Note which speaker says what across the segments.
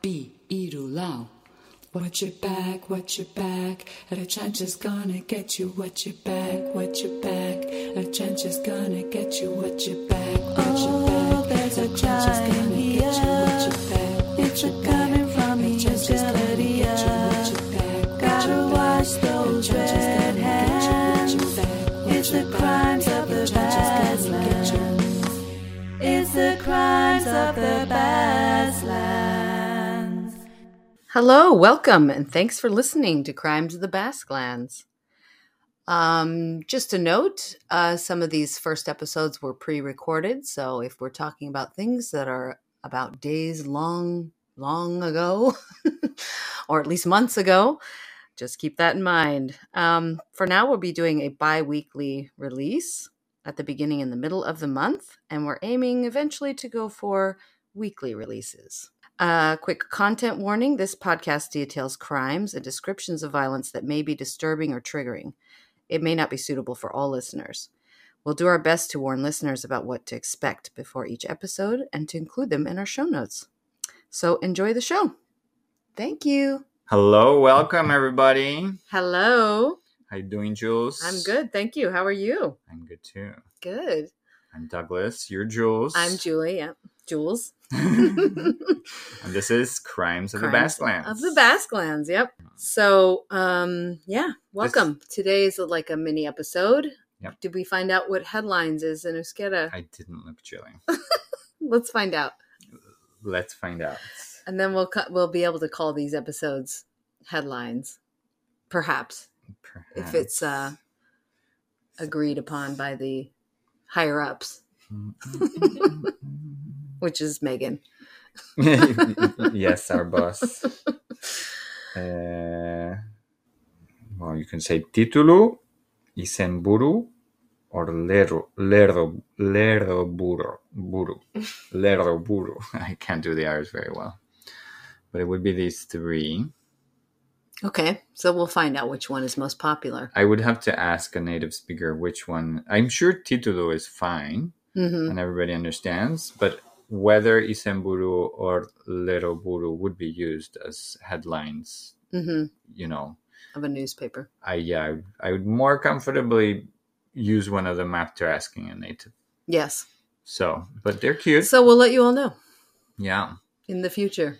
Speaker 1: be Irulau. Watch your back, watch your back. A chance is gonna get you. Watch your back, watch your back. A chance is gonna get you. Watch your back, watch your back.
Speaker 2: Oh, there's a
Speaker 1: chance is
Speaker 2: giant
Speaker 1: gonna get you. Watch your back.
Speaker 2: It's
Speaker 1: watch your
Speaker 2: a
Speaker 1: back.
Speaker 2: coming from
Speaker 1: A chance is gonna
Speaker 2: Ethiopia.
Speaker 1: get you. Watch your back, watch
Speaker 2: Gotta
Speaker 1: your back.
Speaker 2: watch those
Speaker 1: A chance is
Speaker 2: red
Speaker 1: gonna get you. Watch your back,
Speaker 2: hands.
Speaker 1: watch
Speaker 2: It's
Speaker 1: your
Speaker 2: the
Speaker 1: back.
Speaker 2: crimes of
Speaker 1: A
Speaker 2: the
Speaker 1: chance is gonna get you.
Speaker 2: It's the crimes of the Badlands.
Speaker 3: Hello, welcome, and thanks for listening to Crimes of the Basque Lands. Um, just a note uh, some of these first episodes were pre recorded, so if we're talking about things that are about days long, long ago, or at least months ago, just keep that in mind. Um, for now, we'll be doing a bi weekly release at the beginning and the middle of the month, and we're aiming eventually to go for weekly releases. Uh, quick content warning this podcast details crimes and descriptions of violence that may be disturbing or triggering. It may not be suitable for all listeners. We'll do our best to warn listeners about what to expect before each episode and to include them in our show notes. So enjoy the show. Thank you.
Speaker 4: Hello, welcome everybody.
Speaker 3: Hello.
Speaker 4: How you doing, Jules?
Speaker 3: I'm good. Thank you. How are you?
Speaker 4: I'm good too.
Speaker 3: Good.
Speaker 4: I'm Douglas. You're Jules.
Speaker 3: I'm Julie. Yeah. Jules.
Speaker 4: and this is Crimes of the
Speaker 3: Crimes
Speaker 4: Basklands.
Speaker 3: of the Basque Lands. Yep. So, um, yeah, welcome. Today is like a mini episode.
Speaker 4: Yep.
Speaker 3: Did we find out what headlines is in Euskera?
Speaker 4: I didn't look Julie.
Speaker 3: Let's find out,
Speaker 4: Let's find out.
Speaker 3: and then we'll cu- we'll be able to call these episodes headlines, perhaps if it's uh, agreed upon by the higher ups, which is Megan.
Speaker 4: yes, our boss. Uh, well, you can say Titulu, Isenburu, or Lerdo, Lerdo, Lerdo Buru, Buru, Lerdo Buru. I can't do the Irish very well, but it would be these three.
Speaker 3: Okay, so we'll find out which one is most popular.
Speaker 4: I would have to ask a native speaker which one. I'm sure Titulu is fine
Speaker 3: Mm-hmm.
Speaker 4: and everybody understands, but whether Isenburu or Lerdo Buru would be used as headlines,
Speaker 3: Mm-hmm.
Speaker 4: you know,
Speaker 3: Of a newspaper.
Speaker 4: I yeah, I would- I would more comfortably use one of them after asking a native.
Speaker 3: Yes.
Speaker 4: So, but they're cute.
Speaker 3: So we'll let you all know
Speaker 4: yeah,
Speaker 3: in the future.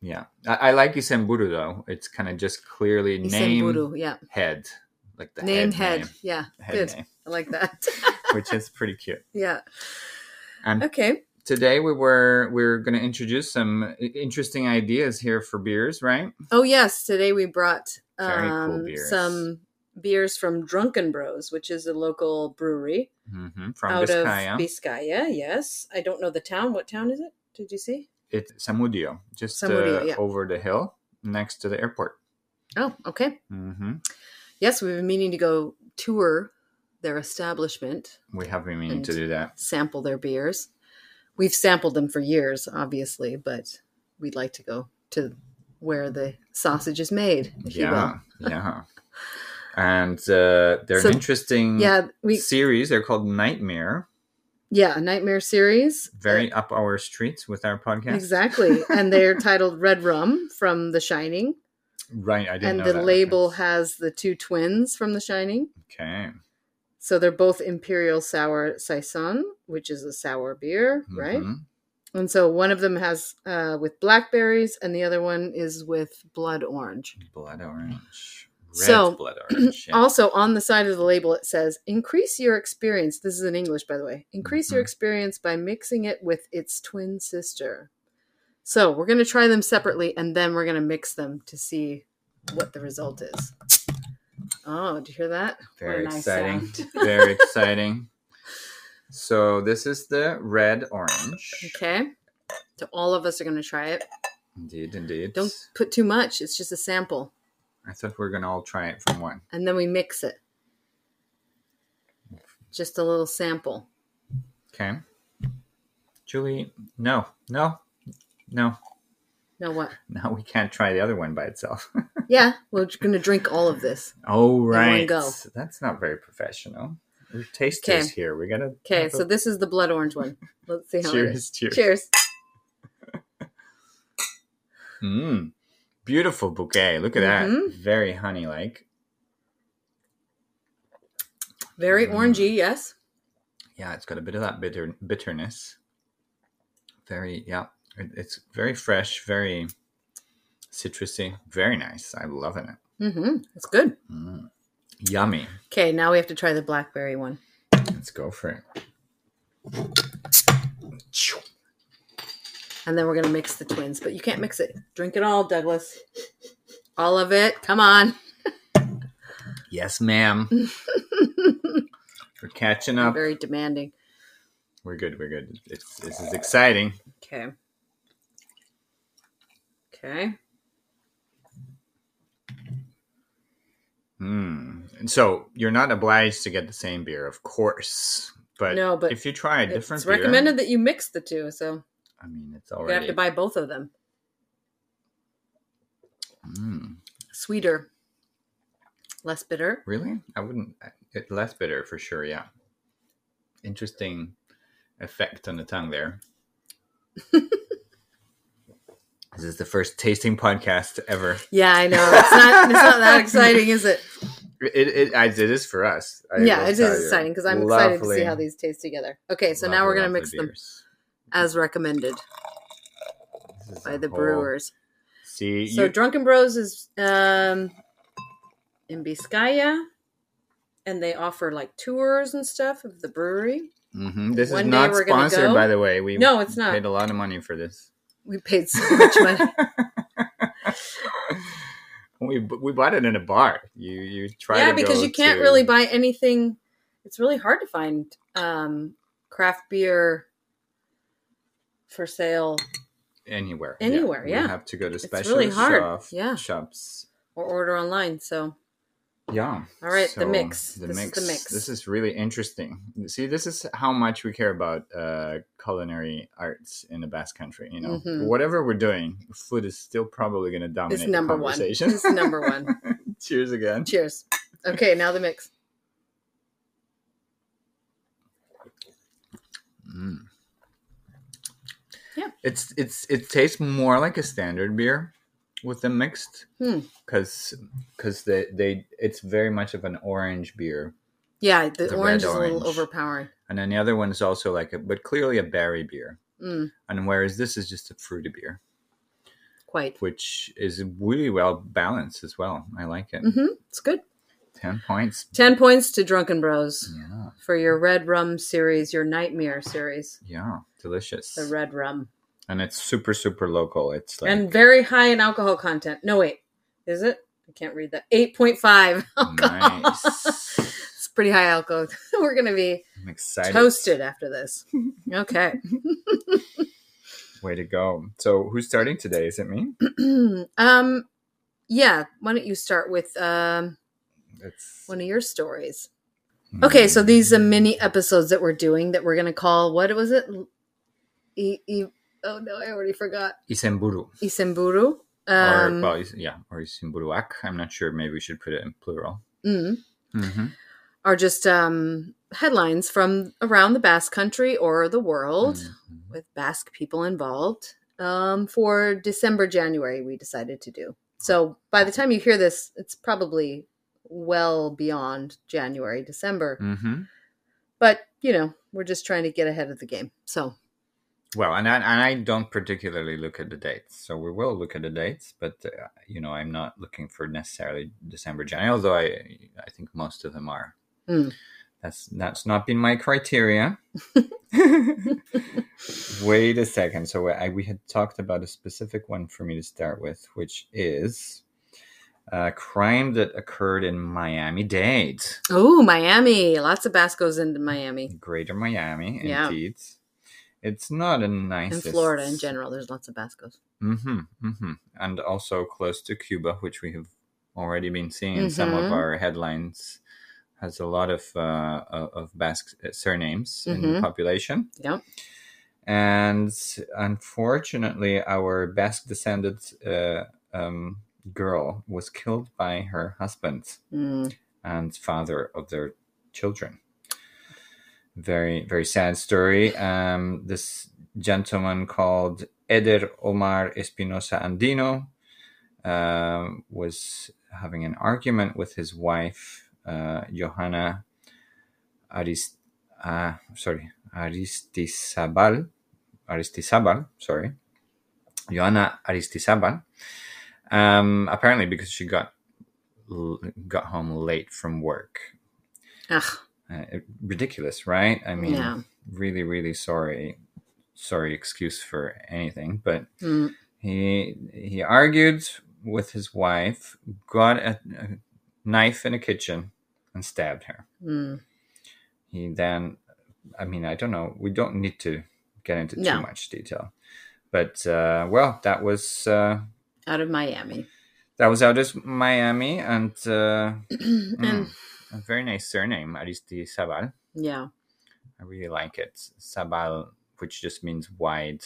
Speaker 4: yeah. I, I like Isenburu though. It's kind of just clearly name
Speaker 3: Isenburu, yeah.
Speaker 4: head, like the
Speaker 3: Name
Speaker 4: head,
Speaker 3: head. Yeah.
Speaker 4: name, head
Speaker 3: Good.
Speaker 4: name,
Speaker 3: I like that.
Speaker 4: which is pretty cute.
Speaker 3: yeah.
Speaker 4: And
Speaker 3: Okay.
Speaker 4: today we were we are going to introduce some i- interesting ideas here for beers, right?
Speaker 3: Oh yes, today we brought
Speaker 4: Very cool
Speaker 3: um,
Speaker 4: beers.
Speaker 3: some beers from Drunken Bros, which is a local brewery
Speaker 4: hmm From
Speaker 3: out
Speaker 4: Vizcaya,
Speaker 3: of Biscaya. Yes. I don't know the town. What town is it? Did you see?
Speaker 4: it's Samudio, just
Speaker 3: Zamudio,
Speaker 4: uh,
Speaker 3: yeah.
Speaker 4: over the hill next to the airport.
Speaker 3: Oh, okay.
Speaker 4: hmm
Speaker 3: Yes, we've been meaning to go tour their establishment,
Speaker 4: We have been meaning
Speaker 3: And-
Speaker 4: to do that.
Speaker 3: sample their beers. We've sampled them for years, obviously, but we'd like to go to where the sausage is made, if you will.
Speaker 4: yeah yeah and uh they're
Speaker 3: So-
Speaker 4: an interesting
Speaker 3: Yeah, we
Speaker 4: series they're called nightmare
Speaker 3: yeah, nightmare series. Uh,
Speaker 4: very up our streets with our podcast
Speaker 3: Exactly. and they're titled Red Rum from The Shining.
Speaker 4: right i didn't
Speaker 3: And
Speaker 4: know
Speaker 3: the
Speaker 4: that
Speaker 3: label
Speaker 4: reference.
Speaker 3: has the two twins from The Shining.
Speaker 4: okay
Speaker 3: So they're both Imperial Sour Saison, which is a sour beer, right?
Speaker 4: Mhm.
Speaker 3: And so one of them has uh, with blackberries and the other one is with blood orange.
Speaker 4: blood orange red
Speaker 3: So,
Speaker 4: blood orange yeah.
Speaker 3: Also, on the side of the label, it says, increase your experience. This is in English, by the way. Increase your
Speaker 4: Mhm.
Speaker 3: experience by mixing it with its twin sister. So, we're going to try them separately and then we're going to mix them to see what the result is. Oh, did you hear that?
Speaker 4: very
Speaker 3: What a nice
Speaker 4: exciting
Speaker 3: sound.
Speaker 4: very exciting so this is the red orange
Speaker 3: Okay. So, all of us are going to try it.
Speaker 4: indeed indeed
Speaker 3: Don't put too much, it's just a sample.
Speaker 4: i thought we were gonna all try it from one
Speaker 3: And then we mix it. Just a little sample.
Speaker 4: okay julie no no no
Speaker 3: Now, what?
Speaker 4: now we can't try the other one by itself
Speaker 3: Yeah, we're going to drink all of this.
Speaker 4: Oh
Speaker 3: one
Speaker 4: right,
Speaker 3: go.
Speaker 4: that's not very professional. We're tasters
Speaker 3: 'Kay.
Speaker 4: here. We gotta.
Speaker 3: Okay,
Speaker 4: have
Speaker 3: so
Speaker 4: a-
Speaker 3: this is the blood orange one. Let's see how it is.
Speaker 4: cheers, cheers,
Speaker 3: Cheers.
Speaker 4: Mm, beautiful bouquet. Look at that. Very honey like.
Speaker 3: Very
Speaker 4: Mm.
Speaker 3: orangey, yes.
Speaker 4: Yeah, it's got a bit of that bitter bitterness. Very yeah, it- it's very fresh, very citrusy. Very nice. I'm loving it.
Speaker 3: Mm-hmm. It's good.
Speaker 4: Mm. Yummy.
Speaker 3: Okay, now we have to try the blackberry one.
Speaker 4: Let's go for it. Choo.
Speaker 3: And then we're going to mix the twins, but you can't mix it. Drink it all, Douglas. All of it. Come on.
Speaker 4: Yes, ma'am. We're catching up.
Speaker 3: Very demanding.
Speaker 4: We're good. We're good. It's this is exciting.
Speaker 3: Okay. Okay.
Speaker 4: Mm. And so you're not obliged to get the same beer, of course. But
Speaker 3: No, but
Speaker 4: if you try a different
Speaker 3: it's
Speaker 4: beer,
Speaker 3: recommended that you mix the two, so
Speaker 4: I mean, it's
Speaker 3: you're going to have
Speaker 4: already
Speaker 3: to buy both of them.
Speaker 4: Mm.
Speaker 3: Sweeter, less bitter.
Speaker 4: Really? I wouldn't. It, less bitter for sure. Yeah. Interesting effect on the tongue there. this is the first tasting podcast ever.
Speaker 3: Yeah, I know. It's not, it's not that exciting, is it?
Speaker 4: It it, I- it is for us. I
Speaker 3: yeah,
Speaker 4: will
Speaker 3: it
Speaker 4: tell
Speaker 3: is
Speaker 4: you.
Speaker 3: exciting because I'm excited to see
Speaker 4: Lovely-
Speaker 3: how these taste together. Okay, so now
Speaker 4: lovely,
Speaker 3: we're going to
Speaker 4: lovely
Speaker 3: mix them
Speaker 4: beers.
Speaker 3: as recommended
Speaker 4: This is
Speaker 3: by
Speaker 4: a
Speaker 3: the
Speaker 4: whole-
Speaker 3: brewers.
Speaker 4: See,
Speaker 3: So
Speaker 4: you,
Speaker 3: Drunken Bros is um, in Biscaya, and they offer like tours and stuff of the brewery.
Speaker 4: Mhm. this is
Speaker 3: one day
Speaker 4: not
Speaker 3: we're gonna
Speaker 4: sponsored,
Speaker 3: go.
Speaker 4: by the way. We
Speaker 3: No, it's not.
Speaker 4: paid a lot of money for this.
Speaker 3: We paid so much money.
Speaker 4: we we bought it in a bar. You you try
Speaker 3: yeah,
Speaker 4: to
Speaker 3: because
Speaker 4: go
Speaker 3: you can't
Speaker 4: to-
Speaker 3: really buy anything. It's really hard to find um, craft beer for sale
Speaker 4: anywhere.
Speaker 3: Anywhere,
Speaker 4: You
Speaker 3: yeah.
Speaker 4: have to go to special
Speaker 3: really hard,
Speaker 4: shop-
Speaker 3: yeah.
Speaker 4: shops.
Speaker 3: or order online. So
Speaker 4: Yeah.
Speaker 3: All right, the mix. This is the mix.
Speaker 4: This is really interesting. See, this is how much we care about uh, culinary arts in the Basque Country. You know,
Speaker 3: Mhm.
Speaker 4: whatever we're doing, food is still probably going to dominate
Speaker 3: it's number
Speaker 4: the
Speaker 3: one.
Speaker 4: conversation.
Speaker 3: It's number one.
Speaker 4: Cheers again.
Speaker 3: Cheers. Okay, now the mix.
Speaker 4: Mm.
Speaker 3: Yeah.
Speaker 4: It's it's it tastes more like a standard beer with them mixed
Speaker 3: Hmm.
Speaker 4: because because they they it's very much of an orange beer
Speaker 3: Yeah, the,
Speaker 4: The
Speaker 3: orange is
Speaker 4: red
Speaker 3: a little
Speaker 4: orange.
Speaker 3: overpowering.
Speaker 4: and then the other one is also like a but clearly a berry beer
Speaker 3: Mm,
Speaker 4: and whereas this is just a fruity beer
Speaker 3: quite.
Speaker 4: which is really well balanced as well i like it
Speaker 3: hmm It's good.
Speaker 4: 10 points
Speaker 3: 10 points to Drunken Bros
Speaker 4: yeah
Speaker 3: for your Red Rum series, your Nightmare series.
Speaker 4: yeah delicious
Speaker 3: The Red Rum.
Speaker 4: and it's super super local it's like
Speaker 3: and very high in alcohol content. No, wait. Is it? I can't read that. 8.5.
Speaker 4: nice
Speaker 3: It's pretty high alcohol. We're going to be
Speaker 4: i'm excited
Speaker 3: toasted after this. Okay.
Speaker 4: Way to go. So who's starting today? Is it me?
Speaker 3: um, yeah. Why don't you start with um,
Speaker 4: It's
Speaker 3: one of your stories? Okay, so these are mini episodes that we're doing that we're going to call what was it? E- e- oh no, I already forgot.
Speaker 4: Isemburu.
Speaker 3: Isemburu.
Speaker 4: or
Speaker 3: Um,
Speaker 4: well, is- yeah, or Isemburuak. I'm not sure. Maybe we should put it in plural.
Speaker 3: mm,
Speaker 4: Mm-hmm.
Speaker 3: are just um, headlines from around the Basque country or the world
Speaker 4: Hmm. Mm-hmm.
Speaker 3: with Basque people involved um, for December, January, we decided to do. So by the time you hear this, it's probably well beyond January, December.
Speaker 4: hmm
Speaker 3: But, you know, we're just trying to get ahead of the game. So
Speaker 4: Well, and I, and I don't particularly look at the dates, so we will look at the dates. But uh, you know, I'm not looking for necessarily December, January. Although I, I think most of them are.
Speaker 3: Mm.
Speaker 4: That's that's not been my criteria. Wait a second. So I, we had talked about a specific one for me to start with, which is a crime that occurred in Miami Dade,
Speaker 3: Oh, Miami. Lots of Bascos in Miami.
Speaker 4: Greater Miami,
Speaker 3: Yeah.
Speaker 4: indeed. It's not a nice.
Speaker 3: In Florida in general, there's lots of Bascos.
Speaker 4: Mm-hmm, mm-hmm. And also close to Cuba, which we have already been seeing in some of
Speaker 3: Mhm.
Speaker 4: our headlines, has a lot of uh, of of Basque uh, surnames in the
Speaker 3: Mhm.
Speaker 4: population.
Speaker 3: Yep.
Speaker 4: and unfortunately, our Basque descended uh, um, girl was killed by her husband
Speaker 3: Mm.
Speaker 4: and father of their children. Very, very sad story. Um, this gentleman called Eder Omar Espinosa Andino uh, was having an argument with his wife, uh, Johanna Arist- uh, sorry, Aristizabal, Aristizabal, sorry, Johanna Aristizabal. Um, apparently, because she got l- got home late from work.
Speaker 3: Ugh.
Speaker 4: Uh, ridiculous, right? I mean,
Speaker 3: Yeah.
Speaker 4: really, really sorry, sorry excuse for anything, but
Speaker 3: Mm.
Speaker 4: he he argued with his wife, got a, a knife in a kitchen, and stabbed her.
Speaker 3: Mm.
Speaker 4: He then, I mean, I don't know. We don't need to get into
Speaker 3: No.
Speaker 4: too much detail, but uh, well, that was uh,
Speaker 3: Out of Miami.
Speaker 4: that was out of Miami, and uh,
Speaker 3: and
Speaker 4: mm, a very nice surname, Aristi Sabal.
Speaker 3: yeah.
Speaker 4: I really like it. Sabal, which just means wide,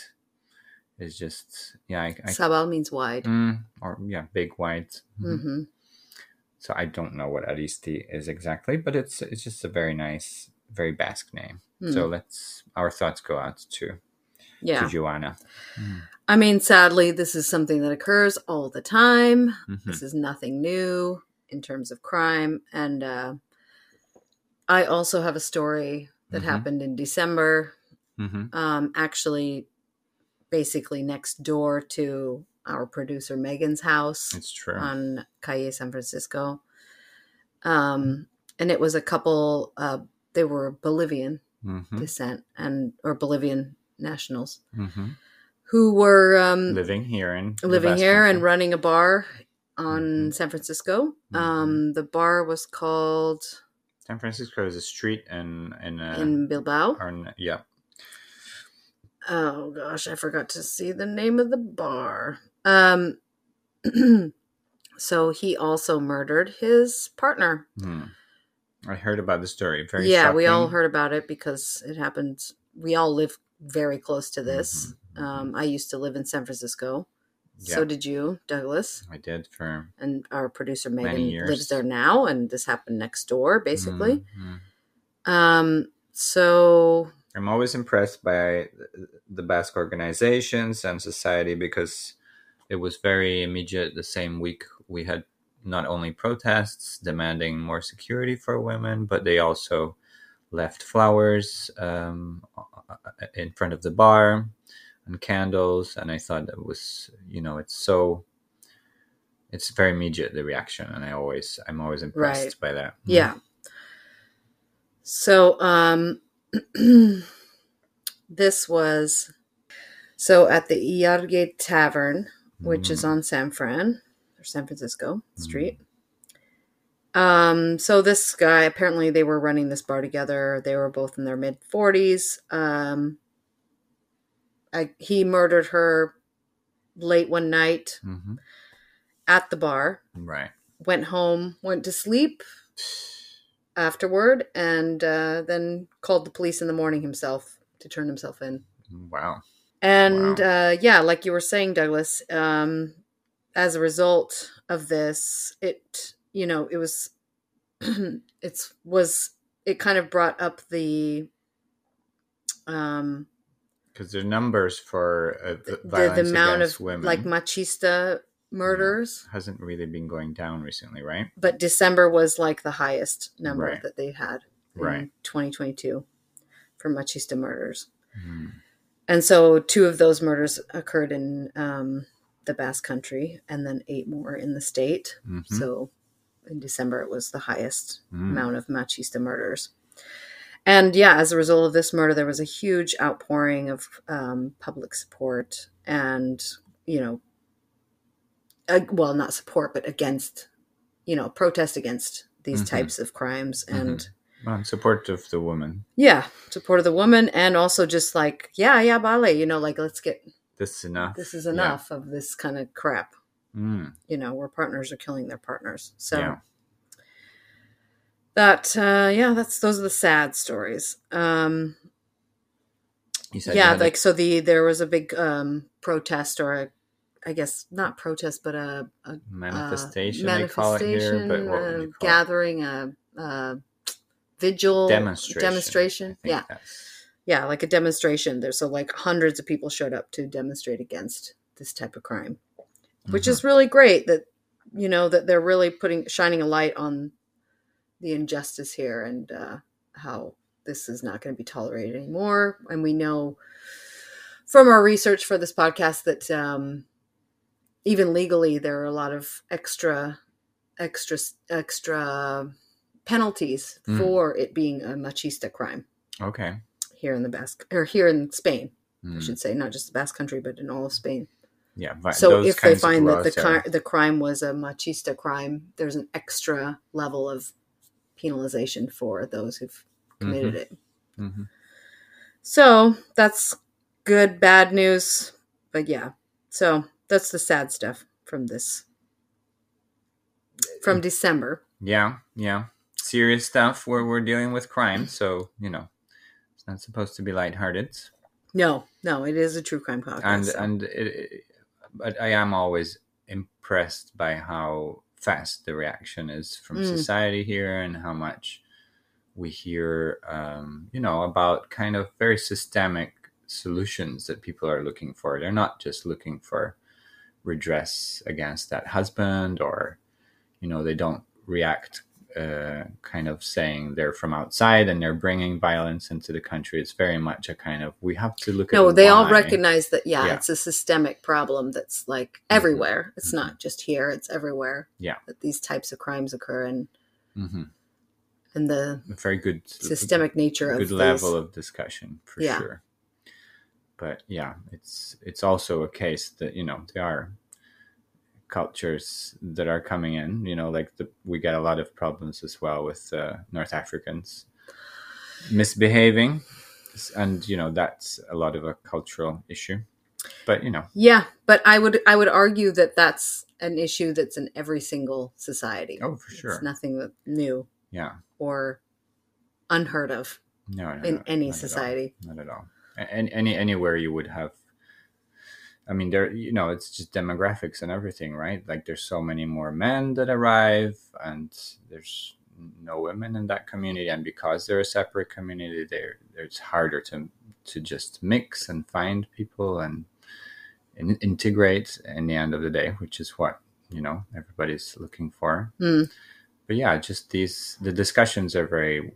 Speaker 4: is just yeah, I, I
Speaker 3: Sabal means wide.
Speaker 4: mm, or yeah, big wide. Mm-hmm.
Speaker 3: hmm
Speaker 4: So I don't know what Aristi is exactly, but it's it's just a very nice, very Basque name. So let's our thoughts go out to
Speaker 3: Hmm. Mm. Yeah.
Speaker 4: to Joanna.
Speaker 3: I mean, sadly, this is something that occurs all the time.
Speaker 4: Mhm.
Speaker 3: This is nothing new in terms of crime. And uh, I also have a story that
Speaker 4: Mhm.
Speaker 3: happened in December,
Speaker 4: Mhm.
Speaker 3: um, actually, basically next door to our producer Megan's house
Speaker 4: It's true.
Speaker 3: on Calle San Francisco. Um, and it was a couple, uh, they were Bolivian
Speaker 4: Mhm.
Speaker 3: descent and or Bolivian nationals
Speaker 4: Mhm.
Speaker 3: who were um,
Speaker 4: Living here in the
Speaker 3: living
Speaker 4: Basque
Speaker 3: here and
Speaker 4: Country.
Speaker 3: running a bar on
Speaker 4: Mhm.
Speaker 3: San Francisco.
Speaker 4: Mhm.
Speaker 3: Um, the bar was called
Speaker 4: San Francisco is a street and and uh,
Speaker 3: in Bilbao.
Speaker 4: or n- yeah.
Speaker 3: Oh gosh, I forgot to see the name of the bar. Um, so he also murdered his partner.
Speaker 4: Hmm. I heard about the story. Very
Speaker 3: yeah, we all
Speaker 4: shocking.
Speaker 3: heard about it because it happened. We all live very close to this.
Speaker 4: Mhm, mhm.
Speaker 3: Um, I used to live in San Francisco.
Speaker 4: Mm-hmm. Yeah,
Speaker 3: So did you, Douglas.
Speaker 4: I did for
Speaker 3: and our producer
Speaker 4: Many
Speaker 3: Megan
Speaker 4: years.
Speaker 3: lives there now, and this happened next door, basically.
Speaker 4: Mhm.
Speaker 3: Um, so
Speaker 4: I'm always impressed by the Basque organizations and society because it was very immediate. The same week, we had not only protests demanding more security for women, but they also left flowers um, in front of the bar and candles. And I thought that was, you know, it's so. It's very immediate the reaction, and I always, I'm always impressed by that.
Speaker 3: yeah, so um, this was so at the Iarge Tavern, which
Speaker 4: Mm-hmm. Mm.
Speaker 3: is on San Fran or San Francisco Street. Um, so this guy apparently they were running this bar together. They were both in their mid forties. Um, I, he murdered her late one night
Speaker 4: hmm
Speaker 3: at the bar.
Speaker 4: right.
Speaker 3: Went home, went to sleep afterward, and uh, then called the police in the morning himself to turn himself in.
Speaker 4: Wow.
Speaker 3: And
Speaker 4: Wow.
Speaker 3: uh, yeah, like you were saying, Douglas, um, as a result of this, it you know it was it's was it kind of brought up the um
Speaker 4: because there's numbers for uh, v-
Speaker 3: the,
Speaker 4: violence
Speaker 3: the amount
Speaker 4: against
Speaker 3: of
Speaker 4: women Mm-hmm.
Speaker 3: like machista murders,
Speaker 4: hasn't really been going down recently, right?
Speaker 3: but December was like the highest number
Speaker 4: Right.
Speaker 3: that they had in
Speaker 4: Right.
Speaker 3: 2022 for machista murders.
Speaker 4: Mm.
Speaker 3: And so two of those murders occurred in um, the Basque Country and then eight more in the state.
Speaker 4: Mhm.
Speaker 3: So in December, it was the highest
Speaker 4: Mm.
Speaker 3: amount of machista murders. And yeah, as a result of this murder, there was a huge outpouring of um, public support and, you know, uh, well, not support, but against, you know, protest against these
Speaker 4: Mhm.
Speaker 3: types of crimes and
Speaker 4: Well, in support of the woman.
Speaker 3: yeah, support of the woman and also just like, yeah, yeah, Bale, you know, like let's get
Speaker 4: This is enough.
Speaker 3: this is enough of this kind of crap
Speaker 4: Yeah. Mm.
Speaker 3: you know where partners are killing their partners so
Speaker 4: Yeah.
Speaker 3: that uh yeah that's those are the sad stories um
Speaker 4: You said you
Speaker 3: yeah
Speaker 4: had a-
Speaker 3: like so the there was a big um protest or a I guess not protest, but a, a
Speaker 4: manifestation,
Speaker 3: uh,
Speaker 4: they call it here, but what would
Speaker 3: manifestation,
Speaker 4: you
Speaker 3: a
Speaker 4: call
Speaker 3: gathering, a, a vigil,
Speaker 4: it? Demonstration.
Speaker 3: demonstration.
Speaker 4: I think
Speaker 3: Yeah,
Speaker 4: that's-
Speaker 3: yeah, like a demonstration. There's so like hundreds of people showed up to demonstrate against this type of crime,
Speaker 4: mm-hmm.
Speaker 3: which is really great that you know that they're really putting shining a light on the injustice here and uh, how this is not going to be tolerated anymore. And we know from our research for this podcast that um, even legally there are a lot of extra, extra, extra penalties
Speaker 4: Mm.
Speaker 3: for it being a machista crime
Speaker 4: okay.
Speaker 3: here in the Basque or here in Spain, I
Speaker 4: Mm.
Speaker 3: should say, not just the Basque Country, but in all of Spain.
Speaker 4: Yeah. vi-
Speaker 3: so
Speaker 4: those
Speaker 3: if they
Speaker 4: kinds of
Speaker 3: find that the
Speaker 4: laws are-
Speaker 3: cri- the crime was a machista crime, there's an extra level of penalization for those who've committed it.
Speaker 4: Mhm.
Speaker 3: So that's good, bad news. But yeah, so that's the sad stuff from this,
Speaker 4: Mm.
Speaker 3: from December.
Speaker 4: Yeah, yeah. Serious stuff where we're dealing with crime, so you know, it's not supposed to be lighthearted.
Speaker 3: No, no, it is a true crime podcast.
Speaker 4: and
Speaker 3: so-
Speaker 4: and it, it, but I am always impressed by how fast the reaction is from
Speaker 3: Mm.
Speaker 4: society here and how much we hear um, you know about kind of very systemic solutions that people are looking for they're not just looking for redress against that husband or you know they don't react uh, kind of saying they're from outside and they're bringing violence into the country it's very much a kind of we have to look at
Speaker 3: no, they all
Speaker 4: why.
Speaker 3: recognize that, yeah,
Speaker 4: Yeah. Mm-hmm.
Speaker 3: it's a systemic problem that's like everywhere. It's not just here, it's everywhere.
Speaker 4: Yeah.
Speaker 3: That these types of crimes occur and,
Speaker 4: Mhm.
Speaker 3: and the
Speaker 4: a very good
Speaker 3: systemic nature of
Speaker 4: good
Speaker 3: these-
Speaker 4: level of discussion for
Speaker 3: Yeah.
Speaker 4: sure but yeah it's it's also a case that you know there are cultures that are coming in you know like the, we get a lot of problems as well with uh, north africans misbehaving and you know that's a lot of a cultural issue but you know
Speaker 3: Yeah, but I would I would argue that that's an issue that's in every single society.
Speaker 4: oh for sure
Speaker 3: It's nothing that new
Speaker 4: yeah
Speaker 3: or unheard of
Speaker 4: no, no
Speaker 3: in
Speaker 4: no,
Speaker 3: any
Speaker 4: not at all.
Speaker 3: society.
Speaker 4: not at all A- any, any anywhere you would have i mean there you know it's just demographics and everything right like there's so many more men that arrive and there's no women in that community and because they're a separate community there it's harder to to just mix and find people and, and integrate in the end of the day which is what you know everybody's looking for
Speaker 3: Mm.
Speaker 4: but yeah just these the discussions are very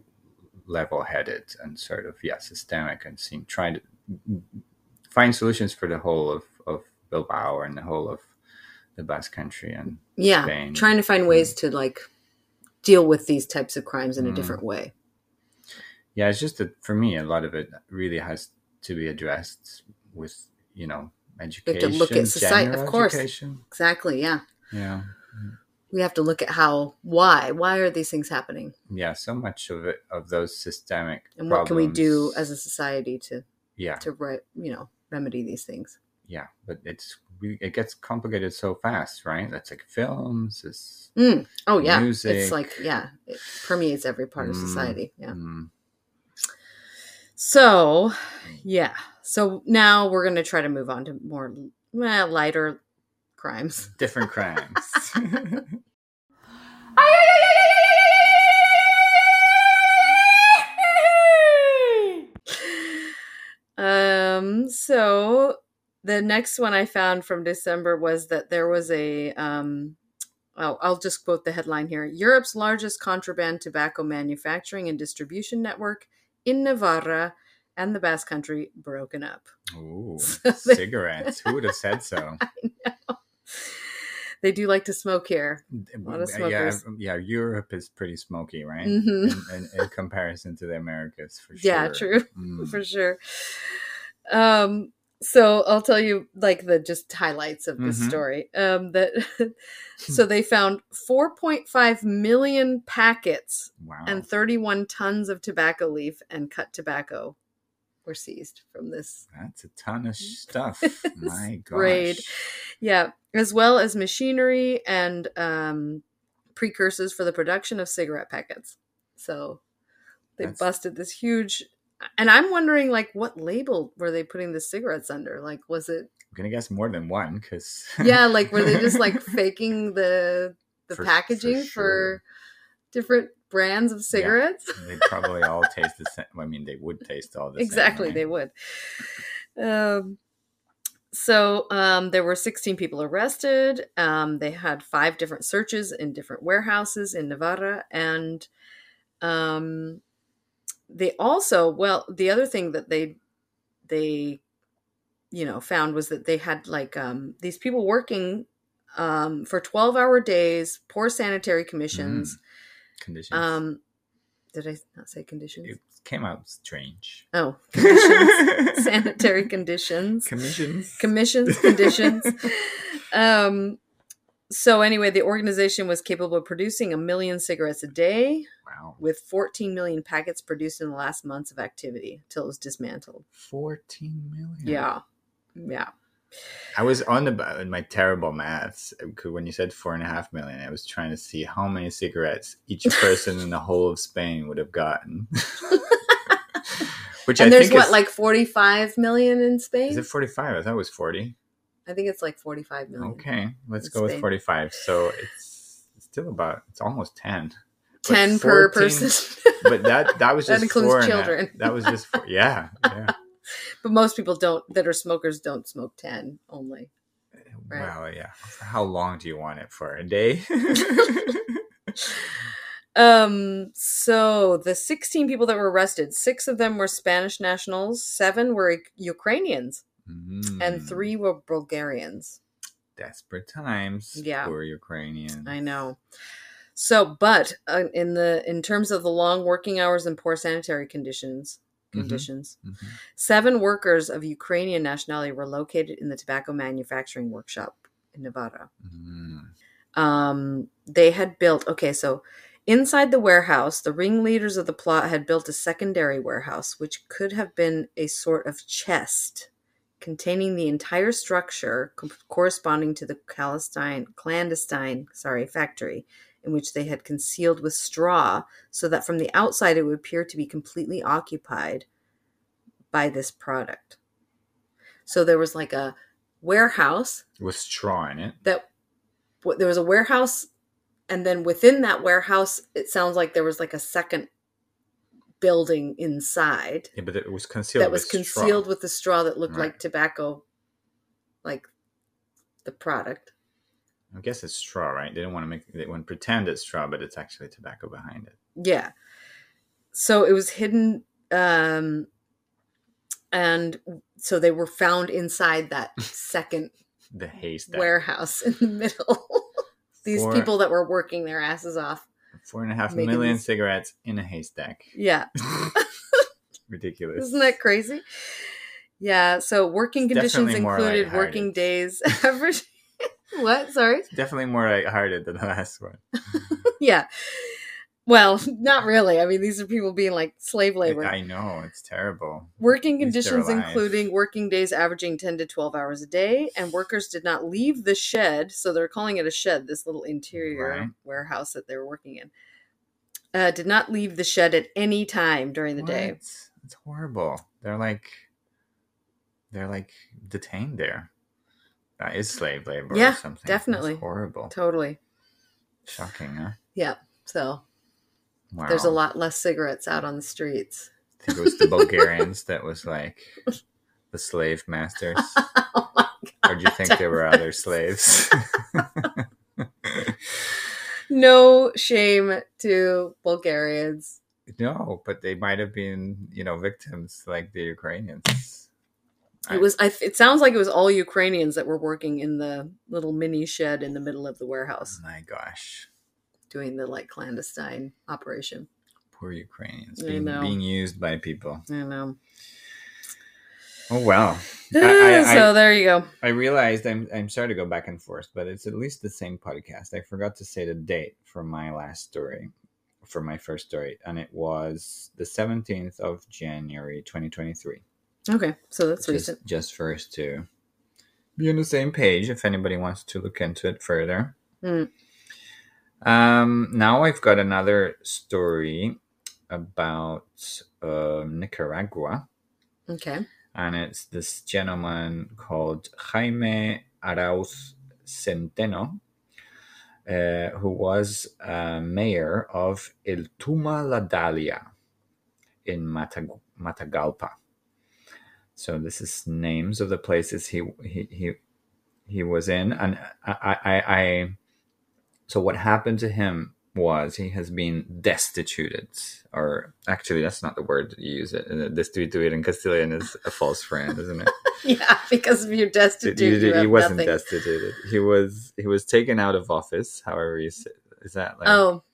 Speaker 4: level-headed and sort of yeah systemic and seem trying to find solutions for the whole of, of bilbao and the whole of the basque country and
Speaker 3: Yeah,
Speaker 4: Spain.
Speaker 3: trying to find ways to like deal with these types of crimes in a
Speaker 4: Mm.
Speaker 3: different way.
Speaker 4: yeah it's just that for me a lot of it really has to be addressed with you know education
Speaker 3: look at society- of
Speaker 4: general
Speaker 3: course.
Speaker 4: education.
Speaker 3: Exactly, yeah.
Speaker 4: yeah
Speaker 3: We have to look at how why why are these things happening
Speaker 4: yeah so much of it of those systemic
Speaker 3: and what can we do
Speaker 4: problems-
Speaker 3: as a society to
Speaker 4: yeah
Speaker 3: to right, you know, remedy these things.
Speaker 4: yeah but it's re- it gets complicated so fast right that's like films it's
Speaker 3: Mm. Oh yeah. It's
Speaker 4: Music.
Speaker 3: like yeah, it permeates every part of
Speaker 4: Mm.
Speaker 3: society. Yeah.
Speaker 4: mm,
Speaker 3: So, yeah. So now we're going to try to move on to more eh, lighter crimes.
Speaker 4: different crimes
Speaker 3: Um so the next one I found from December was that there was a um well, I'll just quote the headline here. Europe's largest contraband tobacco manufacturing and distribution network in Navarra and the Basque Country broken up.
Speaker 4: Ooh,
Speaker 3: So they-
Speaker 4: cigarettes. Who would have said so?
Speaker 3: They do like to smoke here. lot of
Speaker 4: yeah, um,
Speaker 3: smokers.
Speaker 4: yeah, Europe is pretty smoky, right?
Speaker 3: Mhm.
Speaker 4: In, in, in comparison to the Americas, for sure.
Speaker 3: Yeah, true.
Speaker 4: Mm.
Speaker 3: for sure. Um, so I'll tell you like the just highlights of this
Speaker 4: Mhm.
Speaker 3: story. Um, that so
Speaker 4: Hmm.
Speaker 3: they found 4.5 million packets
Speaker 4: Wow.
Speaker 3: and 31 tons of tobacco leaf and cut tobacco were seized from this
Speaker 4: That's a ton of stuff. My
Speaker 3: Mm.
Speaker 4: gosh.
Speaker 3: Great. yeah, as well as machinery and um, precursors for the production of cigarette packets. So they
Speaker 4: That's-
Speaker 3: busted this huge. And I'm wondering, like, what label were they putting the cigarettes under? Like, was it
Speaker 4: I'm gonna guess more than one, because
Speaker 3: yeah? Like, were they just like faking the the
Speaker 4: For- for
Speaker 3: packaging for,
Speaker 4: sure.
Speaker 3: different brands of cigarettes?
Speaker 4: They probably all taste the same. I mean, they would taste all the
Speaker 3: exactly,
Speaker 4: same.
Speaker 3: they
Speaker 4: right?
Speaker 3: would. Um, so um, there were 16 people arrested. Um, they had five different searches in different warehouses in Navarra. And um, they also, well, the other thing that they, they, you know, found was that they had like um, these people working um, for 12 hour days, poor sanitary
Speaker 4: Mm,
Speaker 3: commissions.
Speaker 4: Conditions.
Speaker 3: Um, did I not say conditions?
Speaker 4: it came out strange.
Speaker 3: oh, conditions. sanitary conditions.
Speaker 4: Commissions.
Speaker 3: commissions conditions um so anyway the organization was capable of producing a million cigarettes a day
Speaker 4: wow.
Speaker 3: with 14 million packets produced in the last months of activity till it was dismantled
Speaker 4: 14 million.
Speaker 3: yeah yeah
Speaker 4: I was on the in my terrible maths 'cause when you said four and a half million, I was trying to see how many cigarettes each person in the whole of Spain would have gotten. Which
Speaker 3: and
Speaker 4: I
Speaker 3: there's
Speaker 4: think
Speaker 3: what
Speaker 4: is,
Speaker 3: like 45 million in spain
Speaker 4: is it 45? I thought it was 40.
Speaker 3: i think it's like 45 million
Speaker 4: Okay,
Speaker 3: Mm,
Speaker 4: let's
Speaker 3: It's
Speaker 4: go with
Speaker 3: big.
Speaker 4: 45. So it's still about it's almost 10. But
Speaker 3: 10 per
Speaker 4: 14
Speaker 3: person
Speaker 4: But that that was
Speaker 3: That
Speaker 4: just
Speaker 3: includes
Speaker 4: four and a-
Speaker 3: children.
Speaker 4: that was just four, yeah, yeah.
Speaker 3: but most people don't that are smokers don't smoke 10 only Right.
Speaker 4: Well, yeah. For how long do you want it for? A day?
Speaker 3: Um, so the 16 people that were arrested, six of them were Spanish nationals, seven were Ukrainians, and
Speaker 4: Mm.
Speaker 3: three were Bulgarians.
Speaker 4: desperate times
Speaker 3: Yeah.
Speaker 4: for Ukrainian.
Speaker 3: I know. So, but uh, in the in terms of the long working hours and poor sanitary conditions,
Speaker 4: Mhm.
Speaker 3: conditions,
Speaker 4: Mhm.
Speaker 3: seven workers of Ukrainian nationality were located in the tobacco manufacturing workshop in Nevada.
Speaker 4: Mm.
Speaker 3: um, they had built okay so inside the warehouse the ringleaders of the plot had built a secondary warehouse which could have been a sort of chest containing the entire structure co- corresponding to the clandestine clandestine sorry factory in which they had concealed with straw so that from the outside it would appear to be completely occupied by this product so there was like a warehouse
Speaker 4: With straw in it.
Speaker 3: that w- there was a warehouse and then within that warehouse it sounds like there was like a second building inside
Speaker 4: Yeah, but it was concealed.
Speaker 3: that was
Speaker 4: with
Speaker 3: concealed
Speaker 4: straw.
Speaker 3: with the straw that looked like
Speaker 4: Right.
Speaker 3: tobacco like the product
Speaker 4: I guess it's straw, right? They don't want to make. They want to pretend it's straw, but it's actually tobacco behind it.
Speaker 3: yeah so it was hidden um and so they were found inside that second
Speaker 4: The haystack.
Speaker 3: warehouse in the middle these
Speaker 4: Or-
Speaker 3: people that were working their asses off
Speaker 4: Four and a half
Speaker 3: Making
Speaker 4: million
Speaker 3: these-
Speaker 4: cigarettes in a haystack.
Speaker 3: yeah
Speaker 4: Ridiculous.
Speaker 3: Isn't that crazy? Yeah. So working
Speaker 4: It's
Speaker 3: conditions
Speaker 4: definitely more
Speaker 3: included
Speaker 4: lighthearted.
Speaker 3: working days average. what? Sorry.
Speaker 4: Definitely more lighthearted than the last one.
Speaker 3: Yeah. Well, not really. I mean, these are people being like slave labor.
Speaker 4: I know it's terrible.
Speaker 3: Working
Speaker 4: At least they're
Speaker 3: conditions
Speaker 4: alive.
Speaker 3: including working days averaging 10 to 12 hours a day, and workers did not leave the shed. So they're calling it a shed, this little interior
Speaker 4: Right.
Speaker 3: warehouse that they were working in. Uh, did not leave the shed at any time during the day.
Speaker 4: What? It's horrible. They're like, they're like detained there. That is slave labor.
Speaker 3: Yeah,
Speaker 4: or something. That's
Speaker 3: definitely.
Speaker 4: horrible.
Speaker 3: Totally.
Speaker 4: Shocking, huh?
Speaker 3: Yeah. So
Speaker 4: Wow.
Speaker 3: there's a lot less cigarettes out on the streets.
Speaker 4: I think it was the Bulgarians that was like the slave masters.
Speaker 3: Oh my-
Speaker 4: or do you think there were other slaves?
Speaker 3: no shame to Bulgarians.
Speaker 4: no, but they might have been, you know, victims like the Ukrainians.
Speaker 3: It was. I, it sounds like it was all Ukrainians that were working in the little mini shed in the middle of the warehouse
Speaker 4: Oh My gosh.
Speaker 3: doing the like clandestine operation.
Speaker 4: Poor Ukrainians
Speaker 3: I
Speaker 4: being,
Speaker 3: know.
Speaker 4: being used by people.
Speaker 3: I know.
Speaker 4: Oh well. I- I-
Speaker 3: Ah, so there you go.
Speaker 4: I realized I'm I'm sorry to go back and forth, but it's at least the same podcast. I forgot to say the date for my last story, for my first story, and it was the seventeenth of January, twenty twenty three.
Speaker 3: Okay, so that's
Speaker 4: Just,
Speaker 3: recent.
Speaker 4: just for us to be on the same page, if anybody wants to look into it further.
Speaker 3: Mm.
Speaker 4: Um, now I've got another story about um Nicaragua
Speaker 3: Okay.
Speaker 4: and it's this gentleman called Jaime Arauz Centeno. uh, who was uh, mayor of El Tuma La Dalia in Matag- Matagalpa. So this is names of the places he he he, he was in, and I, I, I, I so what happened to him was he has been destituted, or actually that's not the word that you use. It uh, destituted in Castilian is a false friend, isn't it?
Speaker 3: Yeah, because of your destitute,
Speaker 4: he,
Speaker 3: you
Speaker 4: he
Speaker 3: have
Speaker 4: wasn't
Speaker 3: nothing.
Speaker 4: destituted. He was he was taken out of office. However, you say, is that like
Speaker 3: Oh,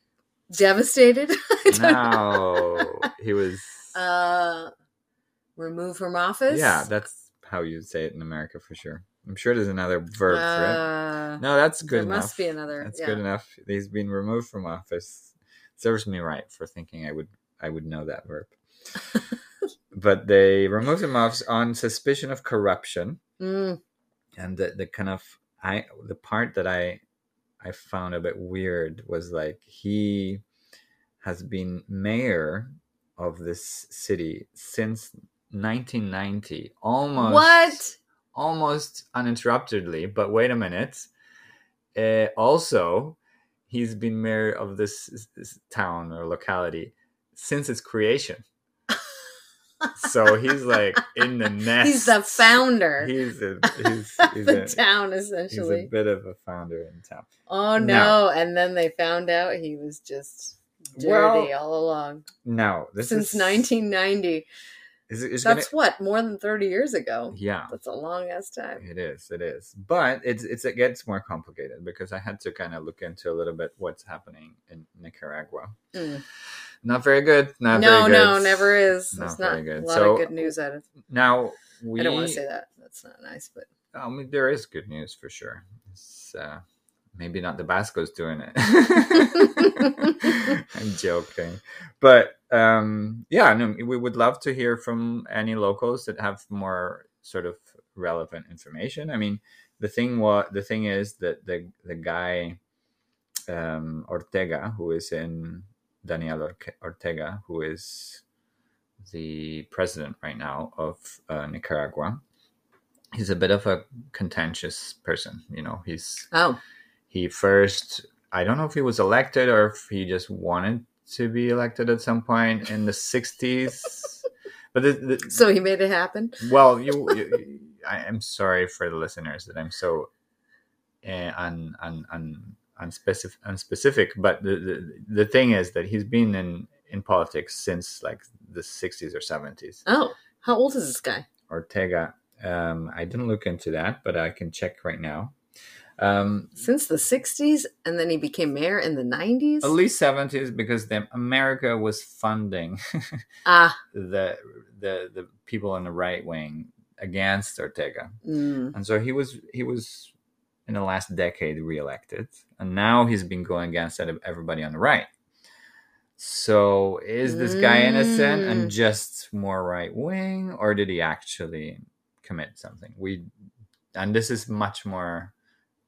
Speaker 3: devastated. I don't
Speaker 4: no? he was.
Speaker 3: know. Uh, remove from office.
Speaker 4: yeah, that's how you say it in America for sure. I'm sure there's another verb for
Speaker 3: Uh,
Speaker 4: it. No, that's
Speaker 3: there
Speaker 4: good enough.
Speaker 3: must be another.
Speaker 4: That's
Speaker 3: yeah.
Speaker 4: good enough. He's been removed from office. Serves me right for thinking I would I would know that verb. but they removed him off on suspicion of corruption,
Speaker 3: Mm,
Speaker 4: and the, the kind of I the part that I I found a bit weird was like he has been mayor of this city since 1990, almost
Speaker 3: what?
Speaker 4: almost uninterruptedly. But wait a minute. Uh, also, he's been mayor of this, this town or locality since its creation. so he's like in the nest.
Speaker 3: He's the founder.
Speaker 4: He's a, he's,
Speaker 3: of
Speaker 4: he's
Speaker 3: the
Speaker 4: a,
Speaker 3: town,
Speaker 4: he's a
Speaker 3: essentially.
Speaker 4: bit of a founder in town.
Speaker 3: oh
Speaker 4: No.
Speaker 3: no. And then they found out he was just dirty
Speaker 4: Well,
Speaker 3: all along
Speaker 4: No, this
Speaker 3: since
Speaker 4: is
Speaker 3: 1990.
Speaker 4: Is, is gonna-
Speaker 3: That's what more than 30 years ago.
Speaker 4: yeah.
Speaker 3: That's a long ass time.
Speaker 4: It is, it is, but it's, it's it gets more complicated because I had to kind of look into a little bit what's happening in Nicaragua.
Speaker 3: Mm.
Speaker 4: Not very good. Not
Speaker 3: no,
Speaker 4: very good.
Speaker 3: no, never is.
Speaker 4: Not
Speaker 3: It's
Speaker 4: very
Speaker 3: not
Speaker 4: good.
Speaker 3: a lot
Speaker 4: So,
Speaker 3: of good news out of.
Speaker 4: Now we.
Speaker 3: I don't want to say that. That's not nice, but
Speaker 4: I mean, there is good news for sure. It's, uh, maybe not the Basco's doing it. I'm joking, but um, yeah, no, we would love to hear from any locals that have more sort of relevant information. I mean, the thing was the thing is that the the guy um, Ortega, who is in Daniel Orke- Ortega, who is the president right now of uh, Nicaragua, he's a bit of a contentious person. You know, he's
Speaker 3: oh,
Speaker 4: he first I don't know if he was elected or if he just wanted to be elected at some point in the '60s. But the, the,
Speaker 3: so he made it happen.
Speaker 4: well, you, you I am sorry for the listeners that I'm so uh, un, un, un, unspecific, unspecific. But the, the the thing is that he's been in in politics since like the 60s or 70s.
Speaker 3: Oh, how old is this guy?
Speaker 4: Ortega. Um, I didn't look into that, but I can check right now. Um,
Speaker 3: Since the 60s, and then he became mayor in the 90s.
Speaker 4: at least 70s because then America was funding
Speaker 3: ah,
Speaker 4: the the the people on the right wing against Ortega.
Speaker 3: mm,
Speaker 4: and so he was he was in the last decade reelected and now he's been going against ev- everybody on the right so is this guy innocent and
Speaker 3: Mm.
Speaker 4: just more right wing or did he actually commit something we and this is much more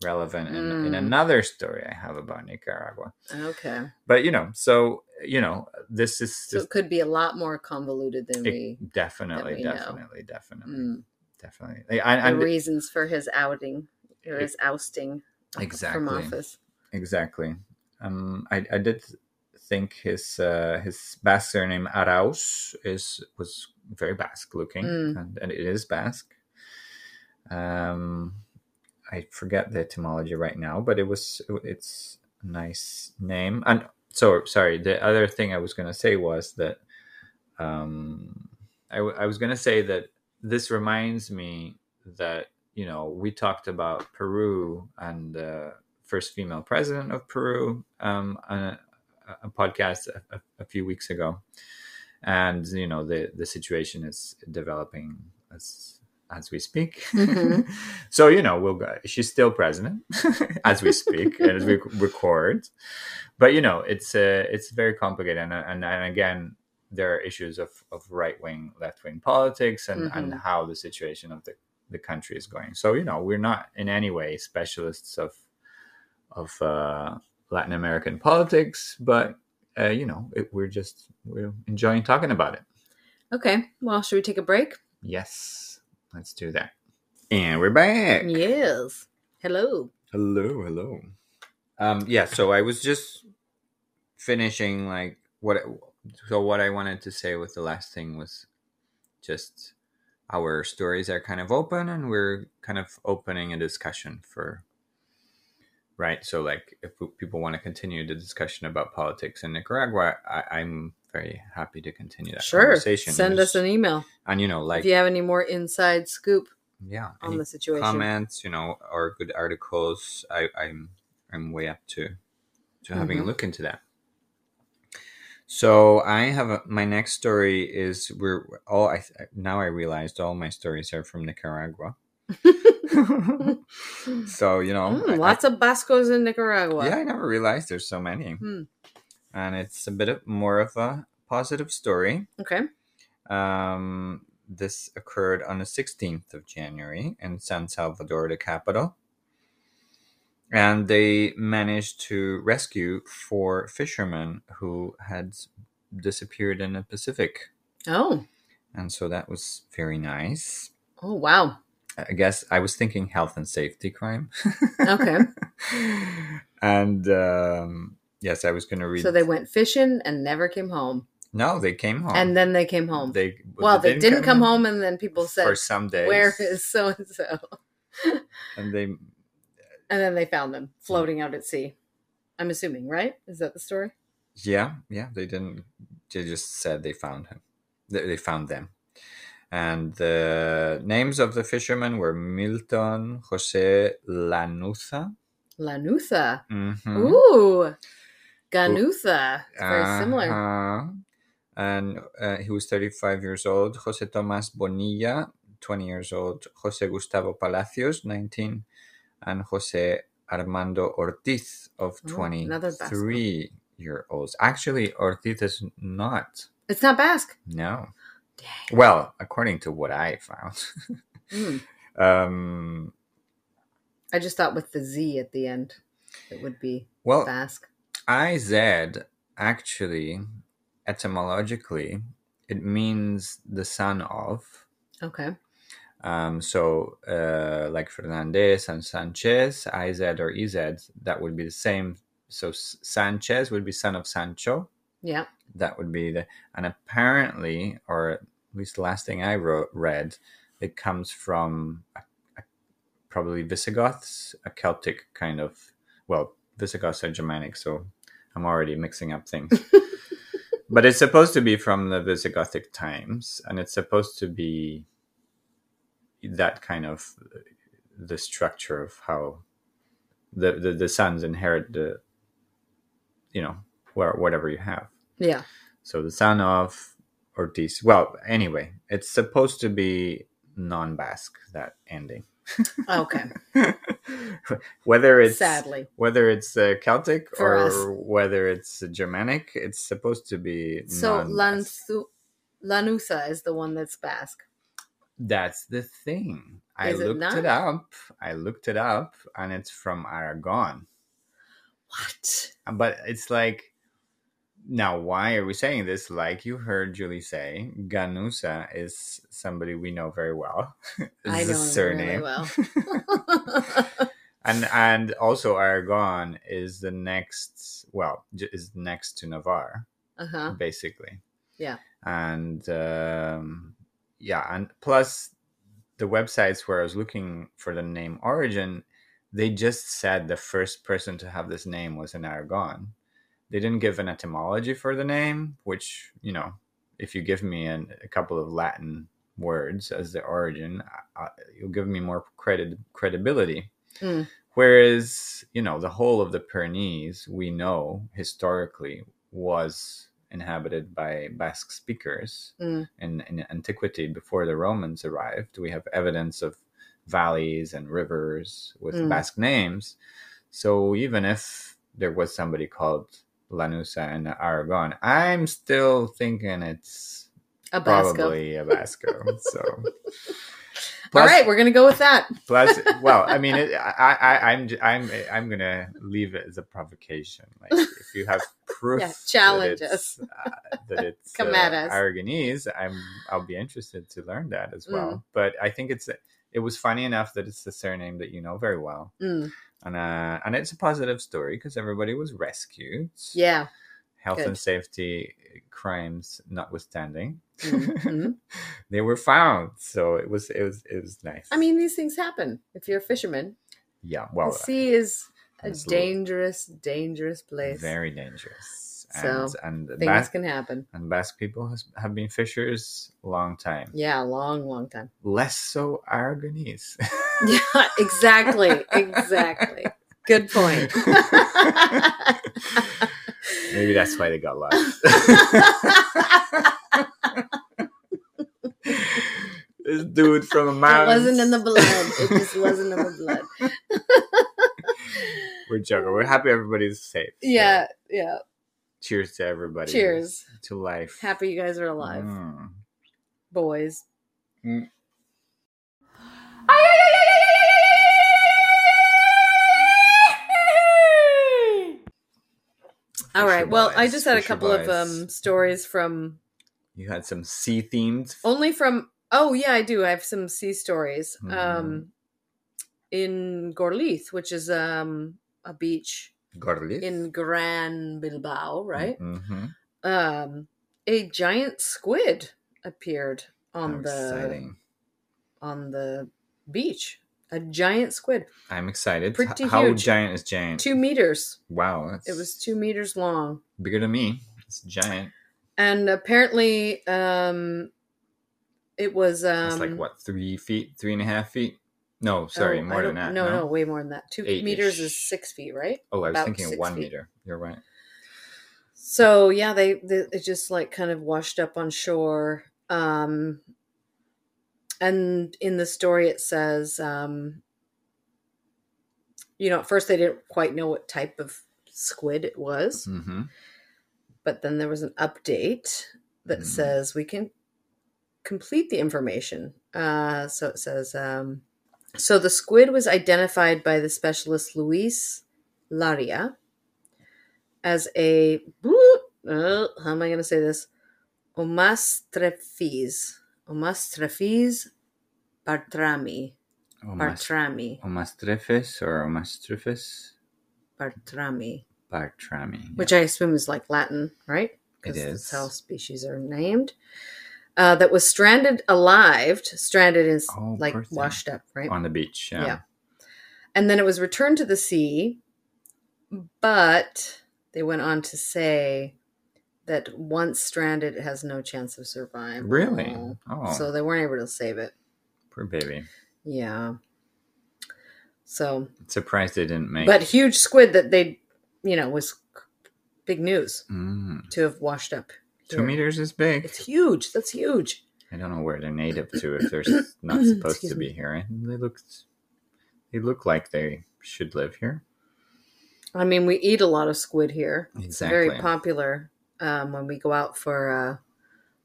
Speaker 4: relevant in, in
Speaker 3: Mm.
Speaker 4: another story i have about nicaragua
Speaker 3: okay.
Speaker 4: but you know so you know this is
Speaker 3: So
Speaker 4: just
Speaker 3: it could be a lot more convoluted than
Speaker 4: it-
Speaker 3: we.
Speaker 4: definitely
Speaker 3: we know.
Speaker 4: definitely definitely
Speaker 3: Mm,
Speaker 4: definitely I,
Speaker 3: the
Speaker 4: and
Speaker 3: reasons for his outing or his ousting
Speaker 4: Exactly.
Speaker 3: from office.
Speaker 4: Exactly. Um, I, I did think his uh, his Basque surname Arauz is was very Basque looking,
Speaker 3: Mm.
Speaker 4: and, and it is Basque. Um, I forget the etymology right now, but it was it's a nice name. And so sorry, the other thing I was gonna say was that um, I, w- I was gonna say that this reminds me that you know we talked about Peru and uh, first female president of Peru um, on a, a podcast a, a- a few weeks ago, and you know the the situation is developing as as we speak.
Speaker 3: Mhm.
Speaker 4: so you know we'll go, she's still president as we speak and as we record, but you know it's uh, it's very complicated and and, and again. There are issues of, of right wing, left wing politics, and, and
Speaker 3: Mhm.
Speaker 4: how the situation of the the country is going. So you know, we're not in any way specialists of of uh, Latin American politics, but uh, you know, it, we're just we're enjoying talking about it.
Speaker 3: Okay. Well, should we take a break?
Speaker 4: Yes, let's do that. And we're back.
Speaker 3: Yes. Hello.
Speaker 4: Hello, hello. Um, yeah, so I was just finishing like what so what I wanted to say with the last thing was just our stories are kind of open and we're kind of opening a discussion for right so like if people want to continue the discussion about politics in nicaragua I, i'm very happy to continue that
Speaker 3: Sure.
Speaker 4: conversation
Speaker 3: Send us an email
Speaker 4: and you know like
Speaker 3: if you have any more inside scoop
Speaker 4: yeah
Speaker 3: on
Speaker 4: any
Speaker 3: the situation.
Speaker 4: comments you know or good articles i i'm i'm way up to to having a
Speaker 3: Mhm.
Speaker 4: look into that so i have a, my next story is we're all i now i realized all my stories are from nicaragua so you know
Speaker 3: Mm,
Speaker 4: Oh, I- I-
Speaker 3: lots of Bascos in Nicaragua.
Speaker 4: yeah i never realized there's so many
Speaker 3: Hmm.
Speaker 4: and it's a bit of more of a positive story
Speaker 3: Okay.
Speaker 4: um, this occurred on the 16th of January in San Salvador, the capital. And they managed to rescue four fishermen who had disappeared in the Pacific.
Speaker 3: Oh.
Speaker 4: And so that was very nice.
Speaker 3: Oh wow.
Speaker 4: I guess I was thinking health and safety crime.
Speaker 3: Okay.
Speaker 4: and um, yes, I was going to read.
Speaker 3: so they went fishing and never came home.
Speaker 4: No, they came home.
Speaker 3: And then they came home.
Speaker 4: Oh. they
Speaker 3: well, they didn't, come home. and then people
Speaker 4: for
Speaker 3: said,
Speaker 4: some days.
Speaker 3: "Where is so and so?"
Speaker 4: and they
Speaker 3: And then they found them
Speaker 4: Hmm.
Speaker 3: floating out at sea. I'm assuming, right? Is that the story?
Speaker 4: Yeah, yeah, they didn't. They just said they found him. They, they found them. And the names of the fishermen were Milton Jose Lanuza.
Speaker 3: Lanutha.
Speaker 4: Mm-hmm.
Speaker 3: Ooh. Ganutha. It's very similar.
Speaker 4: Uh-huh. And uh, he was 35 years old. Jose Tomas Bonilla, 20 years old. Jose Gustavo Palacios, 19. And Jose Armando Ortiz, of
Speaker 3: Oh, another Basque.
Speaker 4: 23 year olds. Actually, Ortiz is not.
Speaker 3: It's not Basque.
Speaker 4: No.
Speaker 3: Dang.
Speaker 4: Well, according to what I found, Hmm.
Speaker 3: Mm.
Speaker 4: um,
Speaker 3: I just thought with the Z at the end, it would be
Speaker 4: well,
Speaker 3: Basque.
Speaker 4: IZ actually etymologically it means the son of.
Speaker 3: Okay.
Speaker 4: Um, so, uh, like Fernandez and Sanchez, IZ or EZ, that would be the same. So, S- Sanchez would be son of Sancho.
Speaker 3: Yeah.
Speaker 4: That would be the, and apparently, or at least the last thing I wrote, read, it comes from a, a, probably Visigoths, a Celtic kind of, well, Visigoths are Germanic, so I'm already mixing up things. but it's supposed to be from the Visigothic times, and it's supposed to be that kind of the structure of how the, the, the sons inherit the, you know, where, whatever you have.
Speaker 3: Yeah.
Speaker 4: So the son of Ortiz. Well, anyway, it's supposed to be non Basque that ending.
Speaker 3: Okay.
Speaker 4: whether it's
Speaker 3: Sadly.
Speaker 4: whether it's uh, Celtic
Speaker 3: For
Speaker 4: or
Speaker 3: us.
Speaker 4: whether it's Germanic, it's supposed to be
Speaker 3: So
Speaker 4: non-Basque.
Speaker 3: Lansu- Lanusa is the one that's Basque.
Speaker 4: That's the thing. I
Speaker 3: Is it
Speaker 4: looked
Speaker 3: not?
Speaker 4: it up. I looked it up, and it's from Aragon.
Speaker 3: What?
Speaker 4: But it's like, now why are we saying this? Like you heard Julie say, Ganusa is somebody we know very well. It's
Speaker 3: I know
Speaker 4: a
Speaker 3: him really
Speaker 4: surname.
Speaker 3: well.
Speaker 4: and and also Aragon is the next, well, j- is next to Navarre,
Speaker 3: uh huh.
Speaker 4: basically.
Speaker 3: Yeah.
Speaker 4: And um, yeah, and plus the websites where I was looking for the name origin, they just said the first person to have this name was in Aragon. They didn't give an etymology for the name, which, you know, if you give me an, a couple of Latin words as the origin, I, I, you'll give me more credit credibility.
Speaker 3: Mm.
Speaker 4: Whereas, you know, the whole of the Pyrenees, we know historically, was inhabited by Basque speakers
Speaker 3: Mm.
Speaker 4: in, in antiquity before the Romans arrived. We have evidence of valleys and rivers with
Speaker 3: Mm.
Speaker 4: Basque names. So even if there was somebody called Lanusa in Aragon, I'm still thinking it's
Speaker 3: A Basco.
Speaker 4: probably a Basco. so.
Speaker 3: All
Speaker 4: Plus-
Speaker 3: right, we're gonna go with that.
Speaker 4: Plus, well, I mean, it, I, I, I'm, j- I'm, I'm gonna leave it as a provocation. Like, if you have proof,
Speaker 3: Yeah, challenge
Speaker 4: that it's, uh, that it's uh,
Speaker 3: Come at us. Mm.
Speaker 4: Aragonese, I'm, I'll be interested to learn that as well. But I think it's, it was funny enough that it's the surname that you know very well,
Speaker 3: Mm,
Speaker 4: and uh, and it's a positive story because everybody was rescued.
Speaker 3: yeah.
Speaker 4: health
Speaker 3: Good.
Speaker 4: and safety crimes notwithstanding
Speaker 3: Mm, mhm.
Speaker 4: they were found so it was it was it was nice
Speaker 3: I mean, these things happen if you're a fisherman.
Speaker 4: yeah
Speaker 3: The
Speaker 4: well
Speaker 3: sea is a
Speaker 4: it's
Speaker 3: dangerous, dangerous place.
Speaker 4: very dangerous
Speaker 3: So,
Speaker 4: and and
Speaker 3: Things
Speaker 4: basque,
Speaker 3: can happen.
Speaker 4: and basque people has, have been fishers long time
Speaker 3: Yeah, a long, long time.
Speaker 4: less so aragonese
Speaker 3: Yeah, exactly. Exactly. Good point.
Speaker 4: maybe that's why they got lost this dude from the
Speaker 3: It
Speaker 4: mountains
Speaker 3: wasn't in the blood. It just wasn't in the blood.
Speaker 4: we're joking we're happy everybody's safe So,
Speaker 3: Yeah, yeah.
Speaker 4: cheers to everybody
Speaker 3: Cheers.
Speaker 4: to life
Speaker 3: Happy you guys are alive,
Speaker 4: Mm.
Speaker 3: boys. All right.
Speaker 4: your
Speaker 3: Well, I
Speaker 4: boys,
Speaker 3: just had a
Speaker 4: push your
Speaker 3: couple of
Speaker 4: boys.
Speaker 3: um stories from
Speaker 4: You had some sea themed.
Speaker 3: only from oh yeah, I do. I have some sea stories.
Speaker 4: Mhm.
Speaker 3: Um in Gorlitz, which is um a beach
Speaker 4: Garlic.
Speaker 3: in Gran Bilbao, right?
Speaker 4: Mm-hmm.
Speaker 3: Um a giant squid appeared on the
Speaker 4: exciting.
Speaker 3: on the beach. A giant squid.
Speaker 4: I'm excited.
Speaker 3: Pretty
Speaker 4: H- How
Speaker 3: huge.
Speaker 4: giant is giant?
Speaker 3: Two meters.
Speaker 4: Wow, that's
Speaker 3: It was two meters long.
Speaker 4: bigger than me. It's giant.
Speaker 3: And apparently, um it was um
Speaker 4: That's like what three feet, three and a half feet? No, sorry,
Speaker 3: Oh, I
Speaker 4: more than that.
Speaker 3: don't- No, no, way more than that. 2
Speaker 4: Eight-ish.
Speaker 3: meters is six feet, right?
Speaker 4: Oh, I was
Speaker 3: about
Speaker 4: thinking
Speaker 3: six
Speaker 4: one
Speaker 3: feet.
Speaker 4: meter. You're right.
Speaker 3: So yeah, they, they it just like kind of washed up on shore. Um, and in the story, it says, um, you know, at first they didn't quite know what type of squid it was,
Speaker 4: Mm-hmm.
Speaker 3: but then there was an update that
Speaker 4: Mhm.
Speaker 3: says we can complete the information. Uh, so it says, um, so the squid was identified by the specialist Luis Laria as a, uh, how am I going to say this? Omastrefis. Omastrefis Bartrami. Bartrami.
Speaker 4: Omastrefis or omastrefis
Speaker 3: Bartrami.
Speaker 4: bartrami.
Speaker 3: which I assume is like Latin, right?
Speaker 4: It
Speaker 3: that's
Speaker 4: is.
Speaker 3: how species are named. Uh, that was stranded alive, stranded is
Speaker 4: Oh,
Speaker 3: like
Speaker 4: poor thing.
Speaker 3: washed up, right?
Speaker 4: Yep. on the beach. Yeah.
Speaker 3: Yeah. And then it was returned to the sea, but they went on to say that once stranded, it has no chance of survival.
Speaker 4: Really? Oh,
Speaker 3: So they weren't able to save it.
Speaker 4: poor baby.
Speaker 3: Yeah. So,
Speaker 4: Surprised they didn't make.
Speaker 3: but huge squid that they, you know, was big news
Speaker 4: Mm.
Speaker 3: to have washed up.
Speaker 4: two
Speaker 3: here.
Speaker 4: meters is big.
Speaker 3: It's huge. That's huge.
Speaker 4: I don't know where they're native to if they're s- not supposed
Speaker 3: Excuse
Speaker 4: to
Speaker 3: me.
Speaker 4: be here. And They looked, they look like they should live here.
Speaker 3: I mean, we eat a lot of squid here. It's
Speaker 4: Exactly.
Speaker 3: very popular um, when we go out for uh,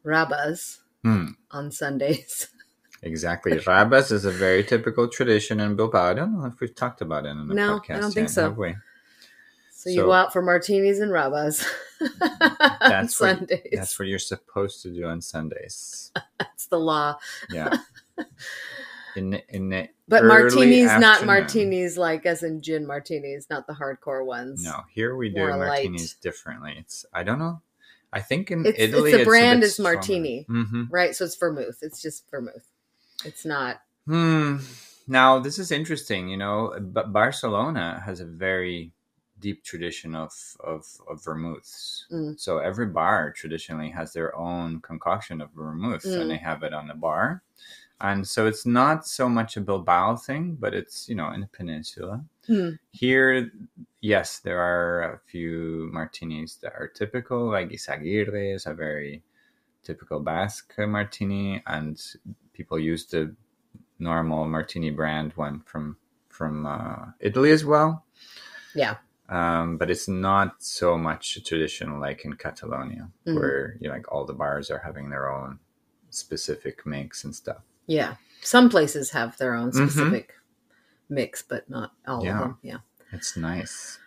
Speaker 3: rabas
Speaker 4: Hmm,
Speaker 3: on Sundays.
Speaker 4: exactly. Rabas is a very typical tradition in Bilbao. I don't know if we've talked about it in the
Speaker 3: No, I
Speaker 4: podcast.
Speaker 3: don't think
Speaker 4: yet,
Speaker 3: so.
Speaker 4: Have we?
Speaker 3: So, you
Speaker 4: So-
Speaker 3: go out for martinis and rabas on
Speaker 4: That's what-
Speaker 3: Sundays.
Speaker 4: That's what you're supposed to do on Sundays.
Speaker 3: That's the law.
Speaker 4: Yeah. In the- in the
Speaker 3: But
Speaker 4: early
Speaker 3: martinis, not
Speaker 4: afternoon.
Speaker 3: martinis like as in gin martinis, not the hardcore ones.
Speaker 4: No, here we do
Speaker 3: More light.
Speaker 4: martinis differently. It's I don't know. I think in
Speaker 3: It's- it's
Speaker 4: Italy,
Speaker 3: the
Speaker 4: a
Speaker 3: brand
Speaker 4: bit
Speaker 3: is martini.
Speaker 4: stronger. Mhm.
Speaker 3: Right? So it's vermouth. It's just vermouth. It's not.
Speaker 4: Hmm. Now this is interesting. You know, B- Barcelona has a very deep tradition of of, of vermouths.
Speaker 3: Mm.
Speaker 4: So every bar traditionally has their own concoction of vermouth,
Speaker 3: Mm.
Speaker 4: and they have it on the bar. And so it's not so much a Bilbao thing, but it's you know in the peninsula.
Speaker 3: Mm.
Speaker 4: Here, yes, there are a few martinis that are typical, like Isagirre is a very typical Basque martini, and people use the normal martini brand one from from uh, Italy as well.
Speaker 3: Yeah.
Speaker 4: Um, but it's not so much a tradition like in Catalonia,
Speaker 3: Mhm.
Speaker 4: where you know, like all the bars are having their own specific mix and stuff.
Speaker 3: Yeah. Some places have their own
Speaker 4: Mhm.
Speaker 3: specific mix, but not all
Speaker 4: Yeah.
Speaker 3: of them. Yeah.
Speaker 4: It's nice.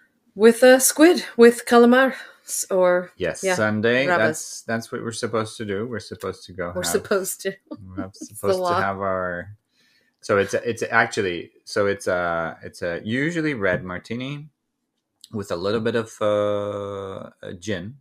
Speaker 3: with a squid with calamar s- or
Speaker 4: Yes,
Speaker 3: Yeah,
Speaker 4: Sunday.
Speaker 3: rabbas.
Speaker 4: That's that's what we're supposed to do. We're supposed to go.
Speaker 3: we're
Speaker 4: have-
Speaker 3: supposed to
Speaker 4: we're supposed to
Speaker 3: law.
Speaker 4: have our So it's it's actually so it's a it's a usually red martini with a little bit of uh, gin.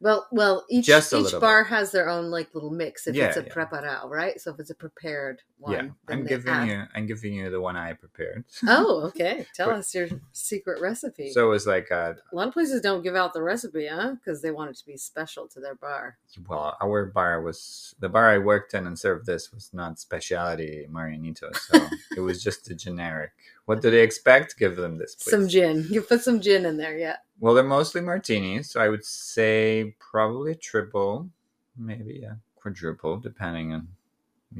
Speaker 3: Well, well, each
Speaker 4: Just a
Speaker 3: each
Speaker 4: little
Speaker 3: bar has their own like little mix. If
Speaker 4: Yeah,
Speaker 3: it's a
Speaker 4: yeah.
Speaker 3: preparado, right? So if it's a prepared one,
Speaker 4: yeah,
Speaker 3: then
Speaker 4: I'm
Speaker 3: they
Speaker 4: giving
Speaker 3: add-
Speaker 4: you I'm giving you the one I prepared.
Speaker 3: Oh, okay. Tell
Speaker 4: But-
Speaker 3: us your secret recipe.
Speaker 4: so it was like uh
Speaker 3: a lot of places don't give out the recipe, huh? Because they want it to be special to their bar.
Speaker 4: well, our bar was the bar I worked in and served this was not specialty Marianito, so it was just a generic. What do they expect? Give them this, please.
Speaker 3: Some gin. You put some gin in there, yeah.
Speaker 4: Well, they're mostly martinis, so I would say probably triple, maybe yeah, quadruple, depending on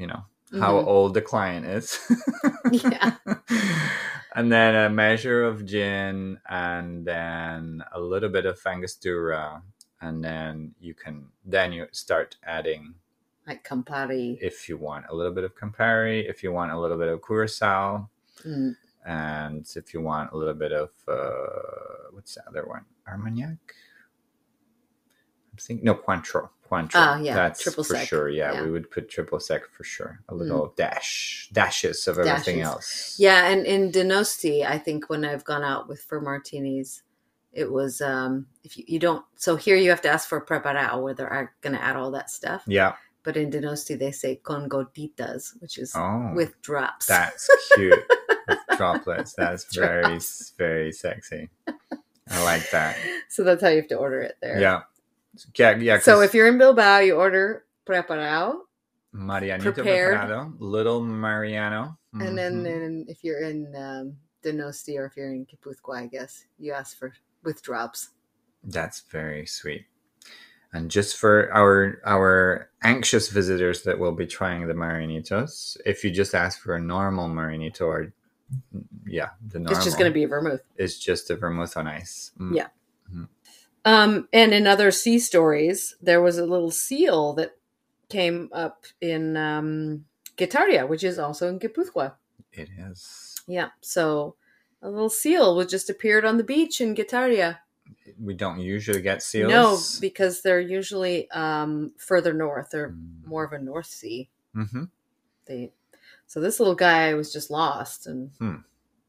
Speaker 4: you know how
Speaker 3: Mhm.
Speaker 4: old the client is.
Speaker 3: Yeah.
Speaker 4: And then a measure of gin, and then a little bit of angostura, and then you can then you start adding
Speaker 3: Mm-hmm. Like Campari.
Speaker 4: if you want a little bit of Campari, if you want a little bit of Curacao,
Speaker 3: Mm.
Speaker 4: and if you want a little bit of uh, what's the other one, Armagnac. I'm thinking no Cointreau. Cointreau.
Speaker 3: Ah, yeah,
Speaker 4: that's
Speaker 3: triple
Speaker 4: for
Speaker 3: sec,
Speaker 4: sure. Yeah,
Speaker 3: yeah. Hmm.
Speaker 4: we would put triple sec for sure. A little dash, dashes of everything
Speaker 3: Dashes.
Speaker 4: else.
Speaker 3: Yeah, and in Donosti, I think when I've gone out with for martinis, it was um if you, you don't so here you have to ask for preparado where they're going to add all that stuff.
Speaker 4: yeah.
Speaker 3: But in Donosti they say con gotitas, which is
Speaker 4: Oh,
Speaker 3: with drops.
Speaker 4: that's cute. With droplets. That's very very sexy. I like that.
Speaker 3: So that's how you have to order it there.
Speaker 4: Yeah. Yeah, yeah.
Speaker 3: So
Speaker 4: 'cause-
Speaker 3: if you're in Bilbao, you order preparado,
Speaker 4: Marianito
Speaker 3: prepared.
Speaker 4: Preparado, Little Mariano.
Speaker 3: and then
Speaker 4: Mhm.
Speaker 3: in, if you're in um, Donosti or if you're in Kipuzkoa, I guess you ask for with drops.
Speaker 4: that's very sweet. And just for our our anxious visitors that will be trying the Marinitos, if you just ask for a normal Marinito or yeah, the normal
Speaker 3: It's just going to be vermouth.
Speaker 4: it's just a vermouth on ice. Mm.
Speaker 3: Yeah. Um, and in other sea stories, there was a little seal that came up in um, Guitaria, which is also in Kipuzkoa.
Speaker 4: It is.
Speaker 3: Yeah, so a little seal was just appeared on the beach in Guitaria.
Speaker 4: We don't usually get seals. Mm.
Speaker 3: No, because they're usually um, further north. They're more of a North Sea
Speaker 4: hmm
Speaker 3: they so this little guy was just lost and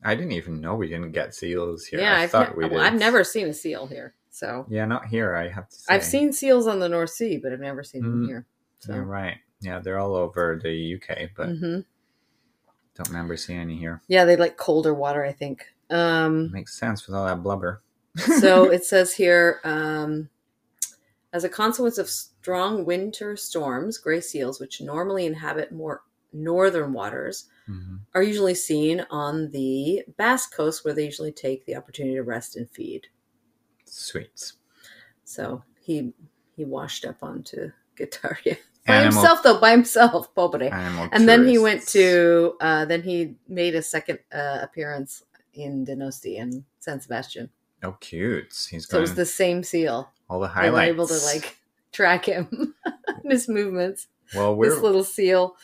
Speaker 4: I didn't even know we didn't get seals here.
Speaker 3: yeah
Speaker 4: I
Speaker 3: I've,
Speaker 4: thought
Speaker 3: ne-
Speaker 4: we did.
Speaker 3: well, I've never seen a seal here so
Speaker 4: Yeah, not here. I have to. Say.
Speaker 3: i've seen seals on the north sea but i've never seen them
Speaker 4: Mm.
Speaker 3: here so
Speaker 4: You're right. Yeah, they're all over the UK, but
Speaker 3: Mhm.
Speaker 4: don't remember seeing any here.
Speaker 3: yeah they like colder water i think um
Speaker 4: Makes sense with all that blubber.
Speaker 3: so it says here um as a consequence of strong winter storms gray seals which normally inhabit more northern waters
Speaker 4: Mhm.
Speaker 3: are usually seen on the basque coast where they usually take the opportunity to rest and feed
Speaker 4: Sweet.
Speaker 3: So he he washed up onto Guitaria by
Speaker 4: Animal-
Speaker 3: himself, though by himself, pobre.
Speaker 4: Animal
Speaker 3: And then he went
Speaker 4: tourists.
Speaker 3: to uh, then he made a second uh, appearance in Donosti and San Sebastian.
Speaker 4: Oh, cute. He's
Speaker 3: So it
Speaker 4: going
Speaker 3: was the same seal.
Speaker 4: all the
Speaker 3: They were
Speaker 4: highlights.
Speaker 3: able to like track him, and his movements.
Speaker 4: Well, we're,
Speaker 3: This little seal,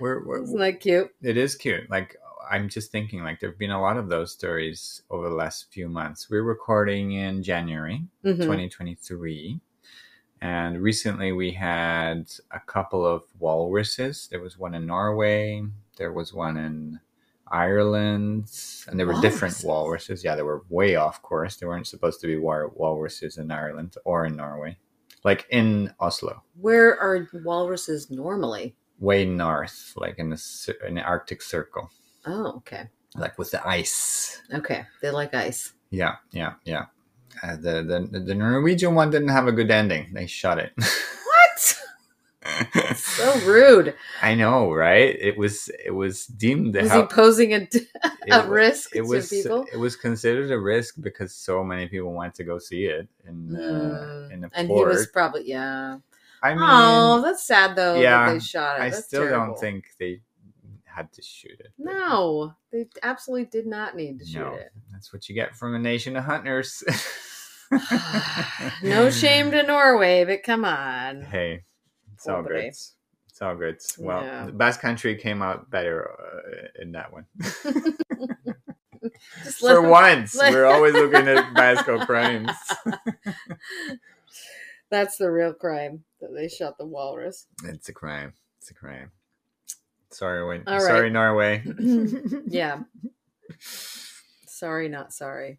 Speaker 4: we're, we're,
Speaker 3: isn't that cute?
Speaker 4: it is cute. Like I'm just thinking, like there've been a lot of those stories over the last few months. We're recording in January,
Speaker 3: Mhm.
Speaker 4: 2023. And recently we had a couple of walruses. There was one in Norway, there was one in Ireland, and there were different
Speaker 3: Walruses?
Speaker 4: walruses. Yeah, they were way off course. They weren't supposed to be war- walruses in Ireland or in Norway, like in Oslo,
Speaker 3: Where are walruses normally?
Speaker 4: way north, like in the, cir- in the Arctic Circle,
Speaker 3: Oh, okay,
Speaker 4: like with the ice.
Speaker 3: okay. They like ice.
Speaker 4: Yeah, yeah, yeah. Uh, the, the the Norwegian one didn't have a good ending. They shot it.
Speaker 3: What? so rude.
Speaker 4: I know, right? It was it was deemed
Speaker 3: Was
Speaker 4: how-
Speaker 3: he posing a,
Speaker 4: it
Speaker 3: a
Speaker 4: wa-
Speaker 3: risk
Speaker 4: It was uh,
Speaker 3: to people?
Speaker 4: it was considered a risk because so many people went to go see it in uh,
Speaker 3: Mm,
Speaker 4: in the
Speaker 3: and
Speaker 4: port.
Speaker 3: he was probably yeah.
Speaker 4: I mean,
Speaker 3: oh, that's sad though.
Speaker 4: yeah,
Speaker 3: that they shot it.
Speaker 4: I
Speaker 3: That's
Speaker 4: still
Speaker 3: terrible.
Speaker 4: don't think they had to shoot it. but
Speaker 3: No, they absolutely did not need to shoot
Speaker 4: No.
Speaker 3: it.
Speaker 4: that's what you get from a nation of hunters.
Speaker 3: No shame to Norway, but come on.
Speaker 4: Hey, it's all
Speaker 3: Pobre.
Speaker 4: good. It's all good. Well,
Speaker 3: Yeah.
Speaker 4: the Basque Country came out better uh, in that one.
Speaker 3: Just let
Speaker 4: For
Speaker 3: them-
Speaker 4: once,
Speaker 3: let-
Speaker 4: we're always looking at Basco crimes.
Speaker 3: That's the real crime that they shot the walrus.
Speaker 4: It's a crime. It's a crime. Sorry, wait.
Speaker 3: All
Speaker 4: Sorry,
Speaker 3: right.
Speaker 4: Norway.
Speaker 3: yeah. Sorry, not sorry.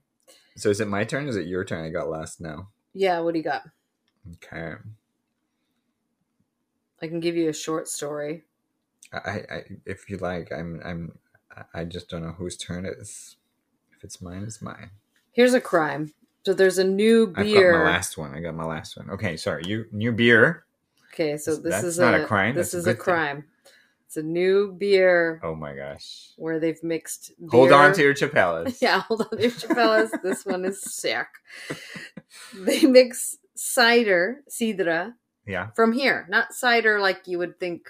Speaker 4: So is it my turn? Is it your turn? I got last now.
Speaker 3: Yeah, what do you got?
Speaker 4: Okay.
Speaker 3: I can give you a short story.
Speaker 4: I, I, I- if you like, I'm, I'm, I- I just don't know whose turn it is. If it's mine, it's mine.
Speaker 3: Here's a crime. So there's a new
Speaker 4: I've
Speaker 3: beer.
Speaker 4: got my last one. I got my last one. Okay, sorry. You new beer.
Speaker 3: Okay, so
Speaker 4: That's-
Speaker 3: this
Speaker 4: that's
Speaker 3: is
Speaker 4: not a crime,
Speaker 3: This
Speaker 4: that's a
Speaker 3: is a
Speaker 4: good thing.
Speaker 3: crime. It's a new beer
Speaker 4: Oh my gosh.
Speaker 3: where they've mixed. Beer.
Speaker 4: Hold on to your chapelas.
Speaker 3: Yeah, hold on to your chapelas. this one is sick. They mix cider, sidra,
Speaker 4: Yeah.
Speaker 3: from here, not cider like you would think.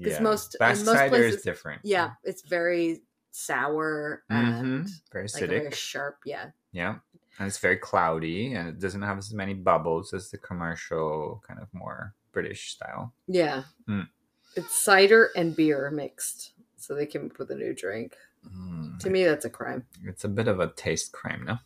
Speaker 3: 'Cause
Speaker 4: Yeah.
Speaker 3: most- in
Speaker 4: Basque
Speaker 3: most
Speaker 4: cider
Speaker 3: places-
Speaker 4: is different.
Speaker 3: Yeah, it's very sour and
Speaker 4: Mhm. Very
Speaker 3: like a
Speaker 4: acidic.
Speaker 3: very sharp. Yeah,
Speaker 4: yeah. And it's very cloudy and it doesn't have as many bubbles as the commercial kind of more British style.
Speaker 3: yeah.
Speaker 4: Mm.
Speaker 3: It's cider and beer mixed, so they came up with a new drink.
Speaker 4: Mm.
Speaker 3: To me, that's a crime.
Speaker 4: It's a bit of a taste crime, no?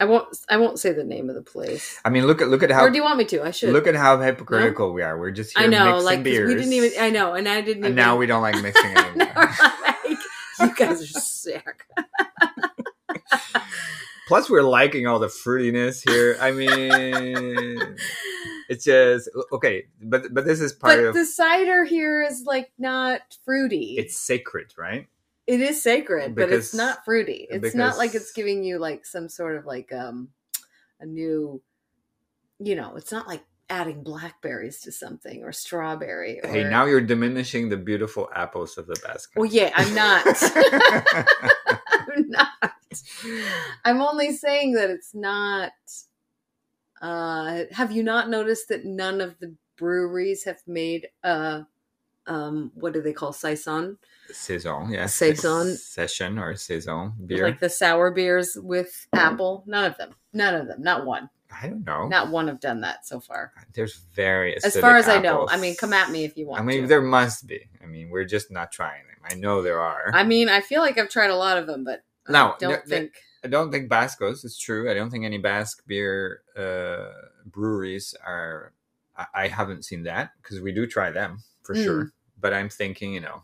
Speaker 3: I won't. I won't say the name of the place.
Speaker 4: I mean, look at look at how
Speaker 3: or do you want me to? I should.
Speaker 4: look at how hypocritical we are. We're just here
Speaker 3: I know,
Speaker 4: mixing
Speaker 3: like 'cause
Speaker 4: beers.
Speaker 3: we didn't even. I know, and I didn't.
Speaker 4: And
Speaker 3: even,
Speaker 4: now we don't like mixing it
Speaker 3: Now
Speaker 4: anymore.
Speaker 3: we're like, you guys are sick.
Speaker 4: Plus, we're liking all the fruitiness here. I mean, it's just okay, but but this is part
Speaker 3: but
Speaker 4: of
Speaker 3: the cider here is like not fruity.
Speaker 4: it's sacred, right?
Speaker 3: it is sacred, but it's
Speaker 4: Because-
Speaker 3: not fruity. It's
Speaker 4: because-
Speaker 3: not like it's giving you like some sort of like um a new, you know, it's not like adding blackberries to something or strawberry. Or,
Speaker 4: Hey, now you're diminishing the beautiful apples of the basket.
Speaker 3: Well, yeah, I'm not. I'm not. I'm only saying that it's not. Uh, have you not noticed that none of the breweries have made a, um, what do they call saison?
Speaker 4: saison, yes,
Speaker 3: Saison.
Speaker 4: session or saison beer. Mm.
Speaker 3: Like the sour beers with apple? None of them. None of them. Not one.
Speaker 4: I don't know.
Speaker 3: Not one have done that so far.
Speaker 4: There's very
Speaker 3: As far
Speaker 4: Oh. acidic
Speaker 3: as I know.
Speaker 4: apples.
Speaker 3: I mean, come at me if you want.
Speaker 4: I mean,
Speaker 3: to.
Speaker 4: there must be. I mean, we're just not trying them. I know there are.
Speaker 3: I mean, I feel like I've tried a lot of them, but I
Speaker 4: No,
Speaker 3: don't
Speaker 4: there- there-
Speaker 3: think.
Speaker 4: I don't think Bascos. It's true. I don't think any Basque beer uh, breweries are. I, I haven't seen that because we do try them for
Speaker 3: Mm.
Speaker 4: sure. But I'm thinking, you know,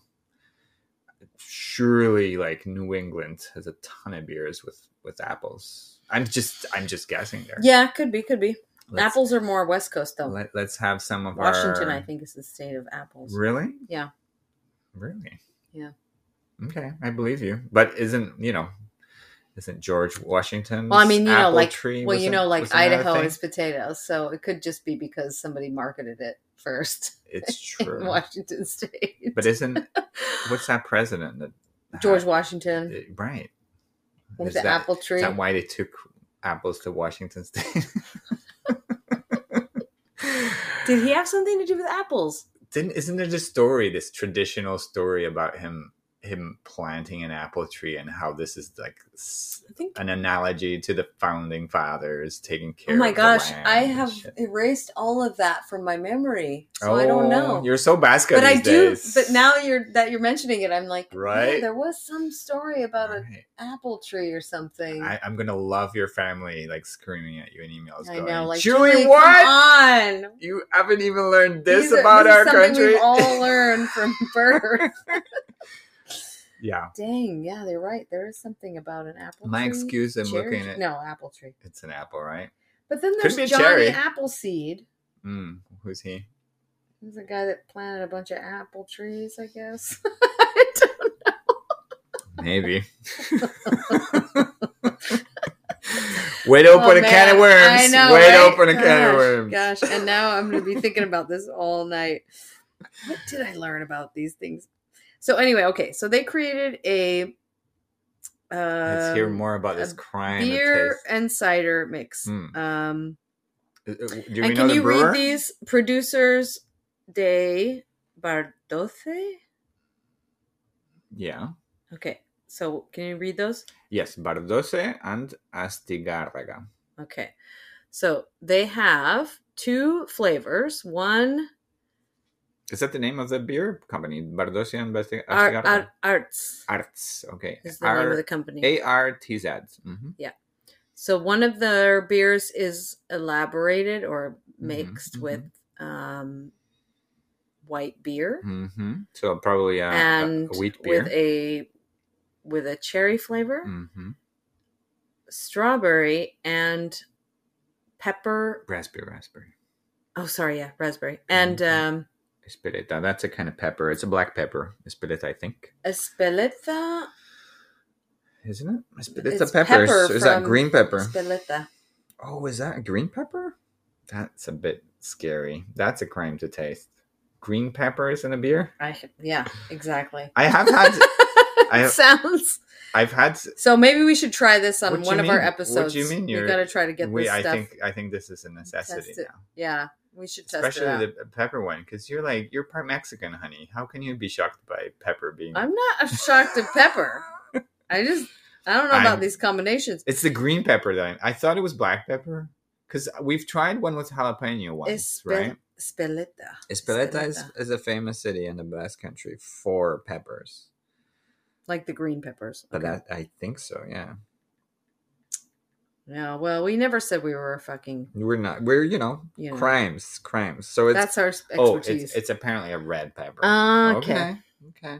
Speaker 4: surely like New England has a ton of beers with with apples. I'm just I'm just guessing there.
Speaker 3: Yeah, could be, could be.
Speaker 4: Let's-
Speaker 3: apples are more West Coast though.
Speaker 4: Let, us have some of
Speaker 3: Washington,
Speaker 4: our
Speaker 3: I think, is the state of apples.
Speaker 4: Really?
Speaker 3: Yeah.
Speaker 4: Really?
Speaker 3: Yeah.
Speaker 4: Okay, I believe you. But isn't you know, isn't George Washington?
Speaker 3: Well, I mean, you know, like well,
Speaker 4: was
Speaker 3: you
Speaker 4: an-
Speaker 3: know,
Speaker 4: was
Speaker 3: like
Speaker 4: another
Speaker 3: Idaho
Speaker 4: thing?
Speaker 3: is potatoes, so it could just be because somebody marketed it first
Speaker 4: It's
Speaker 3: in
Speaker 4: true.
Speaker 3: Washington State.
Speaker 4: But isn't what's that president that
Speaker 3: George
Speaker 4: had-
Speaker 3: Washington
Speaker 4: uh, right?
Speaker 3: with
Speaker 4: Is
Speaker 3: the
Speaker 4: that-
Speaker 3: apple tree?
Speaker 4: Is that why they took apples to Washington State?
Speaker 3: Did he have something to do with apples?
Speaker 4: Didn't isn't there this story, this traditional story about him him planting an apple tree and how this is like s-
Speaker 3: I think.
Speaker 4: an analogy to the founding fathers taking care.
Speaker 3: Oh my
Speaker 4: of the
Speaker 3: gosh,
Speaker 4: land
Speaker 3: I
Speaker 4: and
Speaker 3: have
Speaker 4: shit.
Speaker 3: erased all of that from my memory, so I don't
Speaker 4: Oh,
Speaker 3: know.
Speaker 4: You're so basket,
Speaker 3: but I
Speaker 4: these
Speaker 3: do.
Speaker 4: days.
Speaker 3: But now you're that you're mentioning it, I'm like, yeah,
Speaker 4: Right?
Speaker 3: there was some story about an
Speaker 4: Alright.
Speaker 3: apple tree or something.
Speaker 4: I, I'm gonna love your family like screaming at you in emails.
Speaker 3: I
Speaker 4: going,
Speaker 3: know, like
Speaker 4: Julie,
Speaker 3: Julie,
Speaker 4: what?
Speaker 3: Come on,
Speaker 4: You haven't even learned this
Speaker 3: These are-
Speaker 4: about
Speaker 3: this is
Speaker 4: our
Speaker 3: something
Speaker 4: country.
Speaker 3: We've all learned from birth.
Speaker 4: yeah,
Speaker 3: Dang, yeah, they're right. There is something about an apple.
Speaker 4: my
Speaker 3: tree,
Speaker 4: excuse. I'm
Speaker 3: cherry
Speaker 4: looking
Speaker 3: tree-
Speaker 4: at
Speaker 3: no apple tree.
Speaker 4: it's an apple, right?
Speaker 3: But then
Speaker 4: Could
Speaker 3: there's
Speaker 4: be a
Speaker 3: Johnny
Speaker 4: cherry.
Speaker 3: Appleseed.
Speaker 4: Mm, who's he?
Speaker 3: He's a guy that planted a bunch of apple trees, I guess. I don't-
Speaker 4: Maybe. Way to open
Speaker 3: Oh,
Speaker 4: a can of
Speaker 3: man.
Speaker 4: worms.
Speaker 3: I know,
Speaker 4: Way
Speaker 3: right?
Speaker 4: to open a can
Speaker 3: Gosh,
Speaker 4: of worms.
Speaker 3: Gosh, and now I'm going to be thinking about this all night. What did I learn about these things? So anyway, okay, so they created a. Uh,
Speaker 4: Let's hear more about this
Speaker 3: a
Speaker 4: crime. of
Speaker 3: beer
Speaker 4: taste.
Speaker 3: and cider mix.
Speaker 4: Mm.
Speaker 3: Um,
Speaker 4: Uh, uh, Do we
Speaker 3: and
Speaker 4: know
Speaker 3: can
Speaker 4: the
Speaker 3: you
Speaker 4: brewer?
Speaker 3: read these producers de Bardoce?
Speaker 4: Yeah.
Speaker 3: Okay, so can you read those?
Speaker 4: Yes, Bardoce and Astigarraga.
Speaker 3: Okay, so they have two flavors. One
Speaker 4: Is that the name of the beer company? Bardoce and Basti-
Speaker 3: ar-
Speaker 4: Astigarraga.
Speaker 3: ar- arts
Speaker 4: Arts. Okay.
Speaker 3: is the name of the company.
Speaker 4: A R T Z. Mhm.
Speaker 3: So one of their beers is elaborated or
Speaker 4: Mhm,
Speaker 3: mixed
Speaker 4: mhm.
Speaker 3: with um, white beer
Speaker 4: hmm So probably a, a-
Speaker 3: and
Speaker 4: a wheat beer.
Speaker 3: with a with a cherry flavor,
Speaker 4: hmm
Speaker 3: strawberry and pepper.
Speaker 4: Raspberry, raspberry.
Speaker 3: Oh, sorry, yeah, raspberry and
Speaker 4: Mhm.
Speaker 3: um,
Speaker 4: Espeleta. That's a kind of pepper. It's a black pepper. Espeleta, I think.
Speaker 3: espeleta.
Speaker 4: Isn't it? Espeleta
Speaker 3: It's
Speaker 4: pepper.
Speaker 3: pepper
Speaker 4: so is that
Speaker 3: from
Speaker 4: green pepper?
Speaker 3: Espeleta.
Speaker 4: oh, is that a green pepper? That's a bit scary. That's a crime to taste. Green peppers in a beer?
Speaker 3: I yeah, exactly.
Speaker 4: I have had. I have-
Speaker 3: sounds
Speaker 4: I've had.
Speaker 3: so. Maybe we should try this on
Speaker 4: What you
Speaker 3: one of our
Speaker 4: mean? What
Speaker 3: episodes.
Speaker 4: you mean
Speaker 3: We've
Speaker 4: you're-
Speaker 3: got to try to get
Speaker 4: We,
Speaker 3: this
Speaker 4: I
Speaker 3: stuff.
Speaker 4: think. I think this is a necessity
Speaker 3: Test it.
Speaker 4: now.
Speaker 3: yeah, we should test it out.
Speaker 4: Especially the pepper one, because you're like you're part Mexican, honey. How can you be shocked by pepper being?
Speaker 3: I'm not shocked at pepper. I just I don't know about
Speaker 4: I'm-
Speaker 3: these combinations.
Speaker 4: It's the green pepper that I, I thought it was black pepper because we've tried one with jalapeno once,
Speaker 3: Espe-
Speaker 4: right?
Speaker 3: Espeleta.
Speaker 4: Espeleta is,
Speaker 3: Espeleta.
Speaker 4: is a famous city in the Basque Country for peppers,
Speaker 3: like the green peppers.
Speaker 4: but
Speaker 3: Okay.
Speaker 4: that I think so. Yeah,
Speaker 3: No, well, we never said we were a fucking.
Speaker 4: we're not. We're you know
Speaker 3: You know.
Speaker 4: crimes, crimes. So it's
Speaker 3: That's our s-
Speaker 4: oh,
Speaker 3: expertise. Ah,
Speaker 4: it's, it's apparently a red pepper.
Speaker 3: okay.
Speaker 4: okay.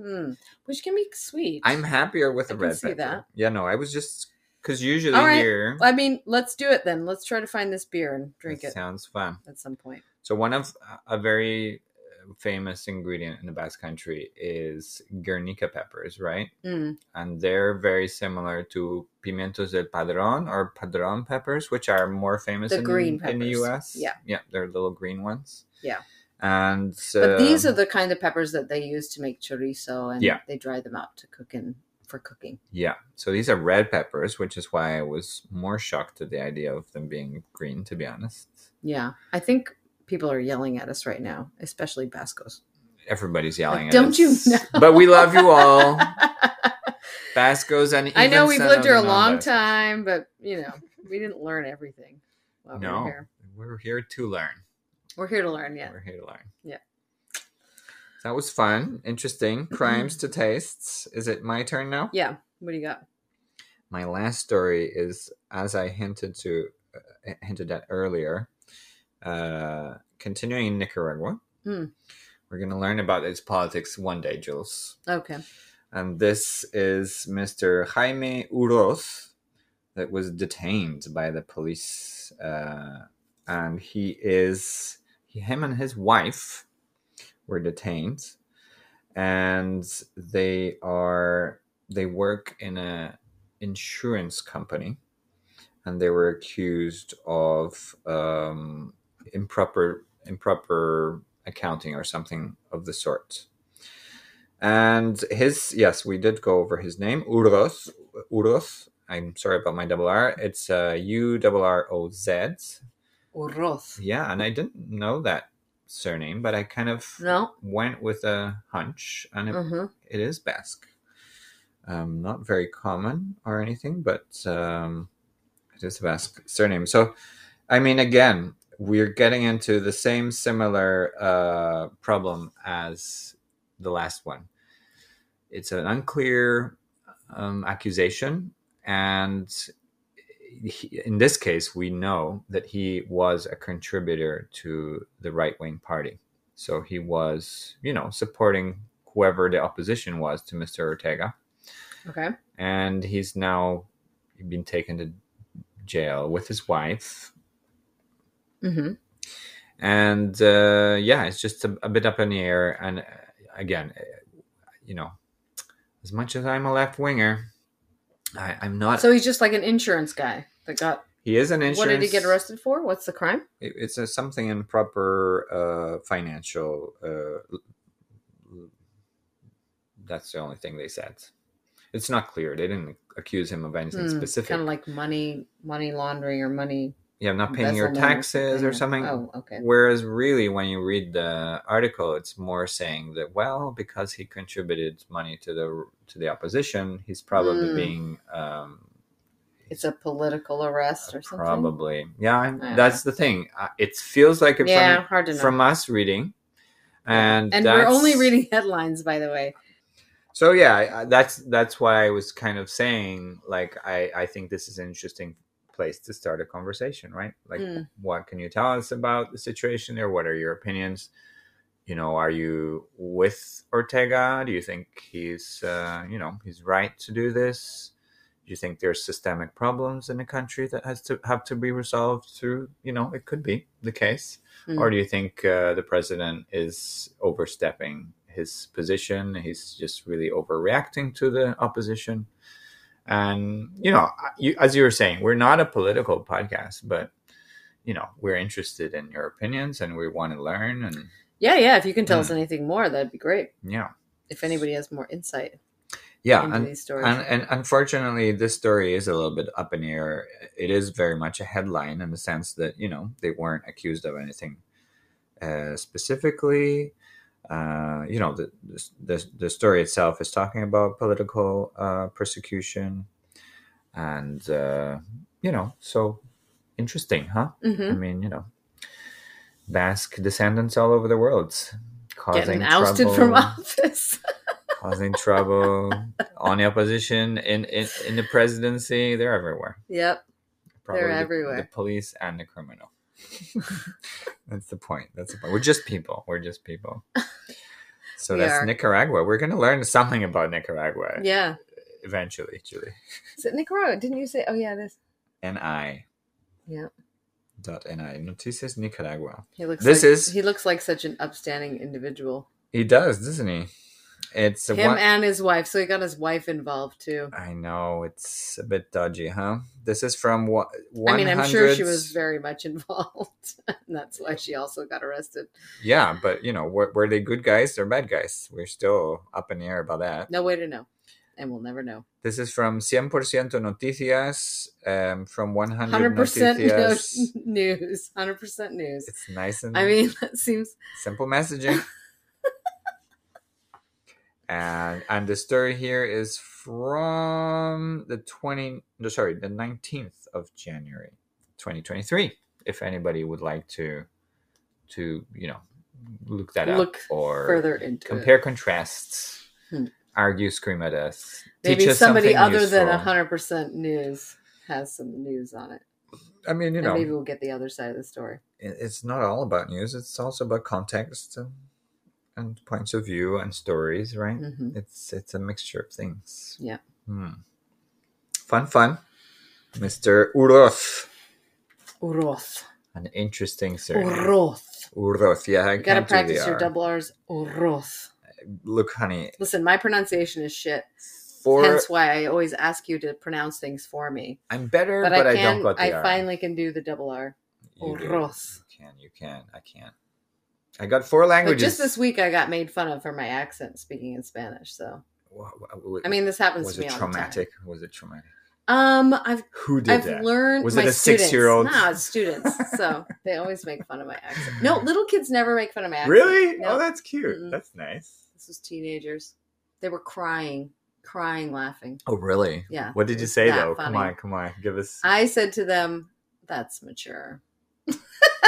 Speaker 3: Hmm. Which can be sweet.
Speaker 4: I'm happier with
Speaker 3: I
Speaker 4: a
Speaker 3: can
Speaker 4: red
Speaker 3: see
Speaker 4: pepper.
Speaker 3: that.
Speaker 4: Yeah, no, I was just because usually
Speaker 3: All right.
Speaker 4: here
Speaker 3: I mean, let's do it then. Let's try to find this beer and drink
Speaker 4: that
Speaker 3: it
Speaker 4: sounds fun.
Speaker 3: at some point.
Speaker 4: So one of a very uh, famous ingredient in the Basque Country is Guernica peppers, right?
Speaker 3: Mm.
Speaker 4: And they're very similar to pimientos del padron or padron peppers, which are more famous
Speaker 3: The
Speaker 4: in,
Speaker 3: green
Speaker 4: in the
Speaker 3: peppers.
Speaker 4: U.S.
Speaker 3: Yeah.
Speaker 4: yeah, they're little green ones.
Speaker 3: Yeah.
Speaker 4: and so,
Speaker 3: but these are the kind of peppers that they use to make chorizo, and
Speaker 4: Yeah.
Speaker 3: they dry them out to cook in for cooking.
Speaker 4: yeah. So these are red peppers, which is why I was more shocked at the idea of them being green, to be honest.
Speaker 3: Yeah, I think people are yelling at us right now, especially Bascos.
Speaker 4: Everybody's yelling
Speaker 3: Like,
Speaker 4: at
Speaker 3: don't
Speaker 4: us.
Speaker 3: you know?
Speaker 4: But we love you all. Bascos and
Speaker 3: I know
Speaker 4: even
Speaker 3: we've
Speaker 4: son
Speaker 3: lived
Speaker 4: of
Speaker 3: here a
Speaker 4: non-Bascos.
Speaker 3: long time, but you know, we didn't learn everything. while we were
Speaker 4: No,
Speaker 3: here.
Speaker 4: we're here to learn.
Speaker 3: we're here to learn. Yeah,
Speaker 4: We're here to learn.
Speaker 3: Yeah. Mm-hmm.
Speaker 4: That was fun, interesting. Crimes to tastes. Is it my turn now?
Speaker 3: yeah. What do you got?
Speaker 4: My last story is, as I hinted to, uh, hinted at earlier, uh, continuing in Nicaragua.
Speaker 3: Hmm.
Speaker 4: We're going to learn about its politics one day, Jules.
Speaker 3: Okay.
Speaker 4: And this is Mr. Jaime Uroz that was detained by the police. Uh, and he is, him and his wife were detained. And they are, they work in a insurance company. And they were accused of um, improper, improper accounting or something of the sort. And his yes, we did go over his name, Uros. Uros. I'm sorry about my double R. It's uh, U double R O Z.
Speaker 3: Urroz.
Speaker 4: Yeah, and I didn't know that surname, but I kind of
Speaker 3: No.
Speaker 4: went with a hunch, and it,
Speaker 3: Mm-hmm.
Speaker 4: it is Basque. Um, not very common or anything, but um, it is a Basque surname. So, I mean, again, we're getting into the same similar uh, problem as the last one. It's an unclear um, accusation, and he, in this case, we know that he was a contributor to the right wing party. So he was, you know, supporting whoever the opposition was to Mr. Ortega
Speaker 3: Okay.
Speaker 4: and he's now been taken to jail with his wife
Speaker 3: Mm-hmm.
Speaker 4: and uh, yeah it's just a, a bit up in the air and uh, again uh, you know as much as i'm a left winger I, i'm not
Speaker 3: So he's just like an insurance guy that got.
Speaker 4: he is an insurance
Speaker 3: What did he get arrested for? What's the crime?
Speaker 4: it- it's a, something improper uh, financial uh, l- l- that's the only thing they said it's not clear they didn't accuse him of anything specific
Speaker 3: Kind of Hmm, like money, money laundering or money.
Speaker 4: yeah i'm not paying your
Speaker 3: embezzlement
Speaker 4: taxes or something
Speaker 3: Oh, okay.
Speaker 4: Whereas, really, when you read the article, it's more saying that well, because he contributed money to the to the opposition, he's probably
Speaker 3: Mm.
Speaker 4: being um,
Speaker 3: It's a political arrest or something.
Speaker 4: probably yeah. and
Speaker 3: Yeah.
Speaker 4: That's the thing. Uh, It feels like it
Speaker 3: Yeah, hard to
Speaker 4: from
Speaker 3: know.
Speaker 4: from us reading, and
Speaker 3: and we're only
Speaker 4: that's-
Speaker 3: reading headlines, by the way.
Speaker 4: So yeah, I- I- that's that's why I was kind of saying like I I think this is an interesting place to start a conversation, right? Like
Speaker 3: Mm.
Speaker 4: what can you tell us about the situation there? What are your opinions? you know, are you with Ortega? Do you think he's, uh, you know, he's right to do this? Do you think there's systemic problems in the country that has to have to be resolved through, you know, it could be the case,
Speaker 3: Mm.
Speaker 4: or do you think uh, the president is overstepping his position? He's just really overreacting to the opposition, and you know, I- you, as you were saying, we're not a political podcast, but you know, we're interested in your opinions and we want to learn and
Speaker 3: Yeah, yeah. If you can tell us
Speaker 4: Mm.
Speaker 3: anything more, that'd be great.
Speaker 4: yeah,
Speaker 3: If anybody has more insight
Speaker 4: yeah,
Speaker 3: into
Speaker 4: and
Speaker 3: these stories,
Speaker 4: And, and unfortunately, this story is a little bit up in the air. It is very much a headline in the sense that, you know, they weren't accused of anything uh, specifically. Uh, you know, the, the, the, the story itself is talking about political uh, persecution. And, uh, you know, so interesting, huh? I
Speaker 3: Mhm.
Speaker 4: mean, you know, Basque descendants all over the world causing
Speaker 3: getting ousted
Speaker 4: trouble
Speaker 3: from office.
Speaker 4: causing trouble on the opposition in, in in the presidency they're everywhere
Speaker 3: yep.
Speaker 4: the-
Speaker 3: everywhere.
Speaker 4: the, police and the criminal that's the point that's the point we're just people we're just people so
Speaker 3: We
Speaker 4: that's
Speaker 3: are.
Speaker 4: nicaragua we're gonna learn something about nicaragua
Speaker 3: Yeah.
Speaker 4: eventually julie
Speaker 3: Is it Nicaragua? Didn't you say? Oh yeah, this.
Speaker 4: ni
Speaker 3: Yeah.
Speaker 4: dot ni noticias nicaragua
Speaker 3: He looks.
Speaker 4: This
Speaker 3: like,
Speaker 4: is-
Speaker 3: He looks like such an upstanding individual.
Speaker 4: he does doesn't he it's a
Speaker 3: Him
Speaker 4: one-
Speaker 3: and his wife. So he got his wife involved too.
Speaker 4: I know it's a bit dodgy, huh? This is from what?
Speaker 3: I mean, I'm sure she was very much involved. and that's why she also got arrested.
Speaker 4: Yeah, but you know, were, were they good guys or bad guys? We're still up in the air about that.
Speaker 3: No way to know. And we'll never know.
Speaker 4: This is from 100% Noticias, um, from 100
Speaker 3: 100%
Speaker 4: Noticias.
Speaker 3: no, news. 100% news.
Speaker 4: It's nice and
Speaker 3: I mean, that seems.
Speaker 4: simple messaging. and and the story here is from the 20 no, sorry, the 19th of January, 2023. If anybody would like to to, you know, look that
Speaker 3: Look
Speaker 4: up or
Speaker 3: further into it.
Speaker 4: compare contrasts
Speaker 3: Hmm.
Speaker 4: argue scream at us
Speaker 3: Maybe somebody
Speaker 4: something
Speaker 3: other than
Speaker 4: useful.
Speaker 3: 100% news has some news on it.
Speaker 4: i mean you
Speaker 3: and
Speaker 4: know
Speaker 3: maybe we'll get the other side of the story.
Speaker 4: it- it's not all about news it's also about context and, and points of view and stories right
Speaker 3: hmm
Speaker 4: it's it's a mixture of things
Speaker 3: Yeah.
Speaker 4: Hmm. fun fun mr uroth
Speaker 3: Uroth.
Speaker 4: an interesting surname
Speaker 3: Uroth.
Speaker 4: uroth yeah i
Speaker 3: You gotta
Speaker 4: can't do the
Speaker 3: practice your
Speaker 4: R.
Speaker 3: double R's. Uroth.
Speaker 4: look honey
Speaker 3: Listen, my pronunciation is shit.
Speaker 4: for
Speaker 3: Hence why I always ask you to pronounce things for me.
Speaker 4: i'm better
Speaker 3: But,
Speaker 4: but,
Speaker 3: I
Speaker 4: don't
Speaker 3: can.
Speaker 4: got the
Speaker 3: I
Speaker 4: R.
Speaker 3: finally can do the double R.
Speaker 4: You do.
Speaker 3: Uroth.
Speaker 4: You can, you can, I can. I got four
Speaker 3: But
Speaker 4: languages.
Speaker 3: just this week, I got made fun of for my accent speaking in Spanish. So
Speaker 4: Wha- wha- wha-
Speaker 3: I mean, this happens
Speaker 4: was
Speaker 3: to me
Speaker 4: it
Speaker 3: all
Speaker 4: traumatic? Was it traumatic?
Speaker 3: the time. Um, I've
Speaker 4: Who did
Speaker 3: I've
Speaker 4: that?
Speaker 3: learned
Speaker 4: Was
Speaker 3: my
Speaker 4: it a
Speaker 3: students-
Speaker 4: six-year-old?
Speaker 3: Nah, it's students. so they always make fun of my accent. No, little kids never make fun of my accent.
Speaker 4: really?
Speaker 3: No,
Speaker 4: Oh, that's cute.
Speaker 3: Mm-mm.
Speaker 4: That's nice.
Speaker 3: this was teenagers. They were crying, crying, laughing.
Speaker 4: Oh, really?
Speaker 3: Yeah,
Speaker 4: What did
Speaker 3: it
Speaker 4: you
Speaker 3: was
Speaker 4: say
Speaker 3: that
Speaker 4: though? Come
Speaker 3: funny.
Speaker 4: on, come on, give us.
Speaker 3: I said to them, "That's mature."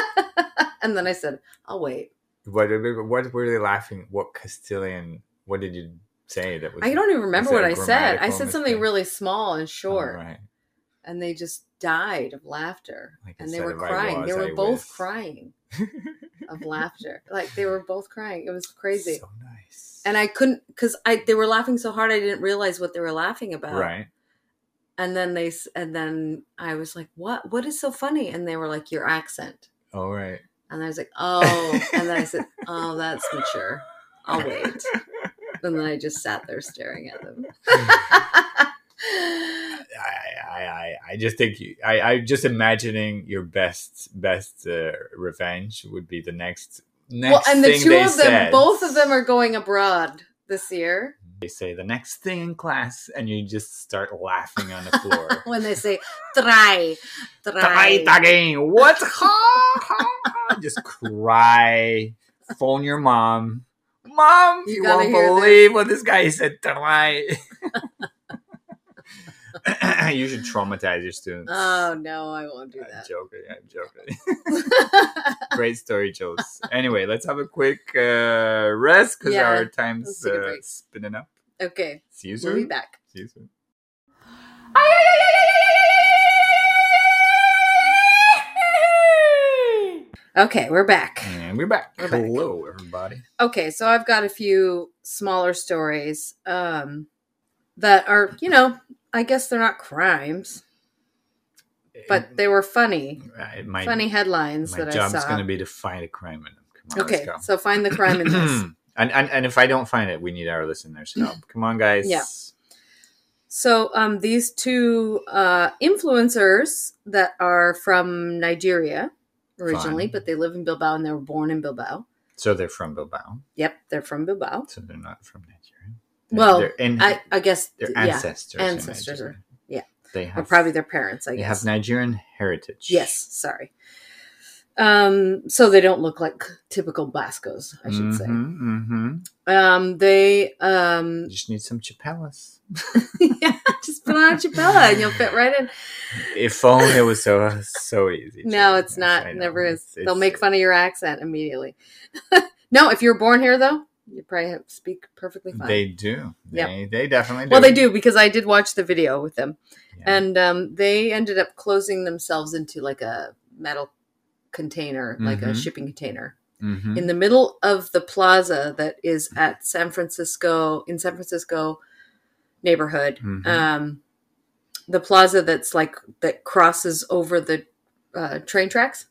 Speaker 3: and then I said, "I'll wait."
Speaker 4: What, what were they laughing? What Castilian? What did you say that was?
Speaker 3: I don't even remember
Speaker 4: that
Speaker 3: what I
Speaker 4: a
Speaker 3: said. I
Speaker 4: grammatical
Speaker 3: said something
Speaker 4: mistake?
Speaker 3: really small and short.
Speaker 4: Oh, right.
Speaker 3: and they just died of laughter
Speaker 4: Like I
Speaker 3: and they
Speaker 4: said,
Speaker 3: were
Speaker 4: if I
Speaker 3: crying they
Speaker 4: was,
Speaker 3: were
Speaker 4: I
Speaker 3: both
Speaker 4: was.
Speaker 3: crying of laughter like they were both crying it was crazy
Speaker 4: So nice.
Speaker 3: and i couldn't because i they were laughing so hard i didn't realize what they were laughing about
Speaker 4: Right.
Speaker 3: and then they s- and then i was like what what is so funny and they were like your accent
Speaker 4: All right.
Speaker 3: and i was like oh and then i said oh that's mature i'll wait and then i just sat there staring at them
Speaker 4: I, I, I- I just think you, I, I just imagining your best, best uh, revenge would be the next, next
Speaker 3: well and the
Speaker 4: thing
Speaker 3: two
Speaker 4: they
Speaker 3: of them
Speaker 4: said.
Speaker 3: both of them are going abroad this year
Speaker 4: They say the next thing in class, and you just start laughing on the floor.
Speaker 3: when they say try,
Speaker 4: Try
Speaker 3: try.
Speaker 4: it again. What? Ha, ha, ha. just cry. Phone your mom. Mom,
Speaker 3: You
Speaker 4: you,
Speaker 3: gotta
Speaker 4: won't
Speaker 3: hear this.
Speaker 4: believe what this guy said. Try. you should traumatize your students.
Speaker 3: Oh no, I won't do
Speaker 4: I'm
Speaker 3: that.
Speaker 4: joking. I'm joking. Great story, Jules. Anyway, let's have a quick uh, rest because
Speaker 3: Yeah,
Speaker 4: our time's
Speaker 3: let's take a
Speaker 4: uh,
Speaker 3: break.
Speaker 4: spinning up.
Speaker 3: okay,
Speaker 4: See you soon.
Speaker 3: we'll be back.
Speaker 4: See you soon.
Speaker 3: Okay, we're back.
Speaker 4: And we're back.
Speaker 3: We're back.
Speaker 4: Hello, everybody.
Speaker 3: Okay, so I've got a few smaller stories um, that are, you know, I guess they're not crimes, but they were funny,
Speaker 4: Uh, Mm. my,
Speaker 3: funny headlines
Speaker 4: my
Speaker 3: that I
Speaker 4: job is going to
Speaker 3: saw.
Speaker 4: be to find a crime in them. Come on,
Speaker 3: Okay,
Speaker 4: let's go.
Speaker 3: so find the crime in this.
Speaker 4: and, and and if I don't find it, we need our listeners' help. Come on, guys.
Speaker 3: Yeah. So um, these two uh, influencers that are from Nigeria originally,
Speaker 4: Fine.
Speaker 3: but they live in Bilbao and they were born in Bilbao.
Speaker 4: So they're from Bilbao.
Speaker 3: Yep, they're from Bilbao.
Speaker 4: So they're not from Nigeria. They're-
Speaker 3: Well,
Speaker 4: they're in,
Speaker 3: I, I guess
Speaker 4: their
Speaker 3: yeah,
Speaker 4: ancestors.
Speaker 3: ancestors
Speaker 4: in
Speaker 3: are-
Speaker 4: Nigeria.
Speaker 3: yeah.
Speaker 4: They
Speaker 3: or
Speaker 4: have
Speaker 3: probably their parents. I
Speaker 4: they
Speaker 3: guess
Speaker 4: have Nigerian heritage.
Speaker 3: yes. Sorry. Um, so they don't look like typical Bascos, I should
Speaker 4: Mm-hmm.
Speaker 3: say. Um, they um,
Speaker 4: Just need some chapelas.
Speaker 3: yeah, just put on a chapella and you'll fit right in.
Speaker 4: If only it was so so easy. to-
Speaker 3: No, it's
Speaker 4: yes,
Speaker 3: not.
Speaker 4: I know.
Speaker 3: Never is.
Speaker 4: It's-
Speaker 3: They'll
Speaker 4: it's-
Speaker 3: make fun of your accent immediately. no, if you were born here though, you probably have, speak perfectly fine.
Speaker 4: They do.
Speaker 3: Yep.
Speaker 4: They, they definitely do.
Speaker 3: well, they do because I did watch the video with them,
Speaker 4: Yeah.
Speaker 3: and um, they ended up closing themselves into like a metal container, like a
Speaker 4: Mhm.
Speaker 3: shipping container,
Speaker 4: Mhm.
Speaker 3: in the middle of the plaza that is
Speaker 4: Mm-hmm.
Speaker 3: at San Francisco in San Francisco neighborhood.
Speaker 4: Mhm.
Speaker 3: Um, the plaza that's like that crosses over the uh, train tracks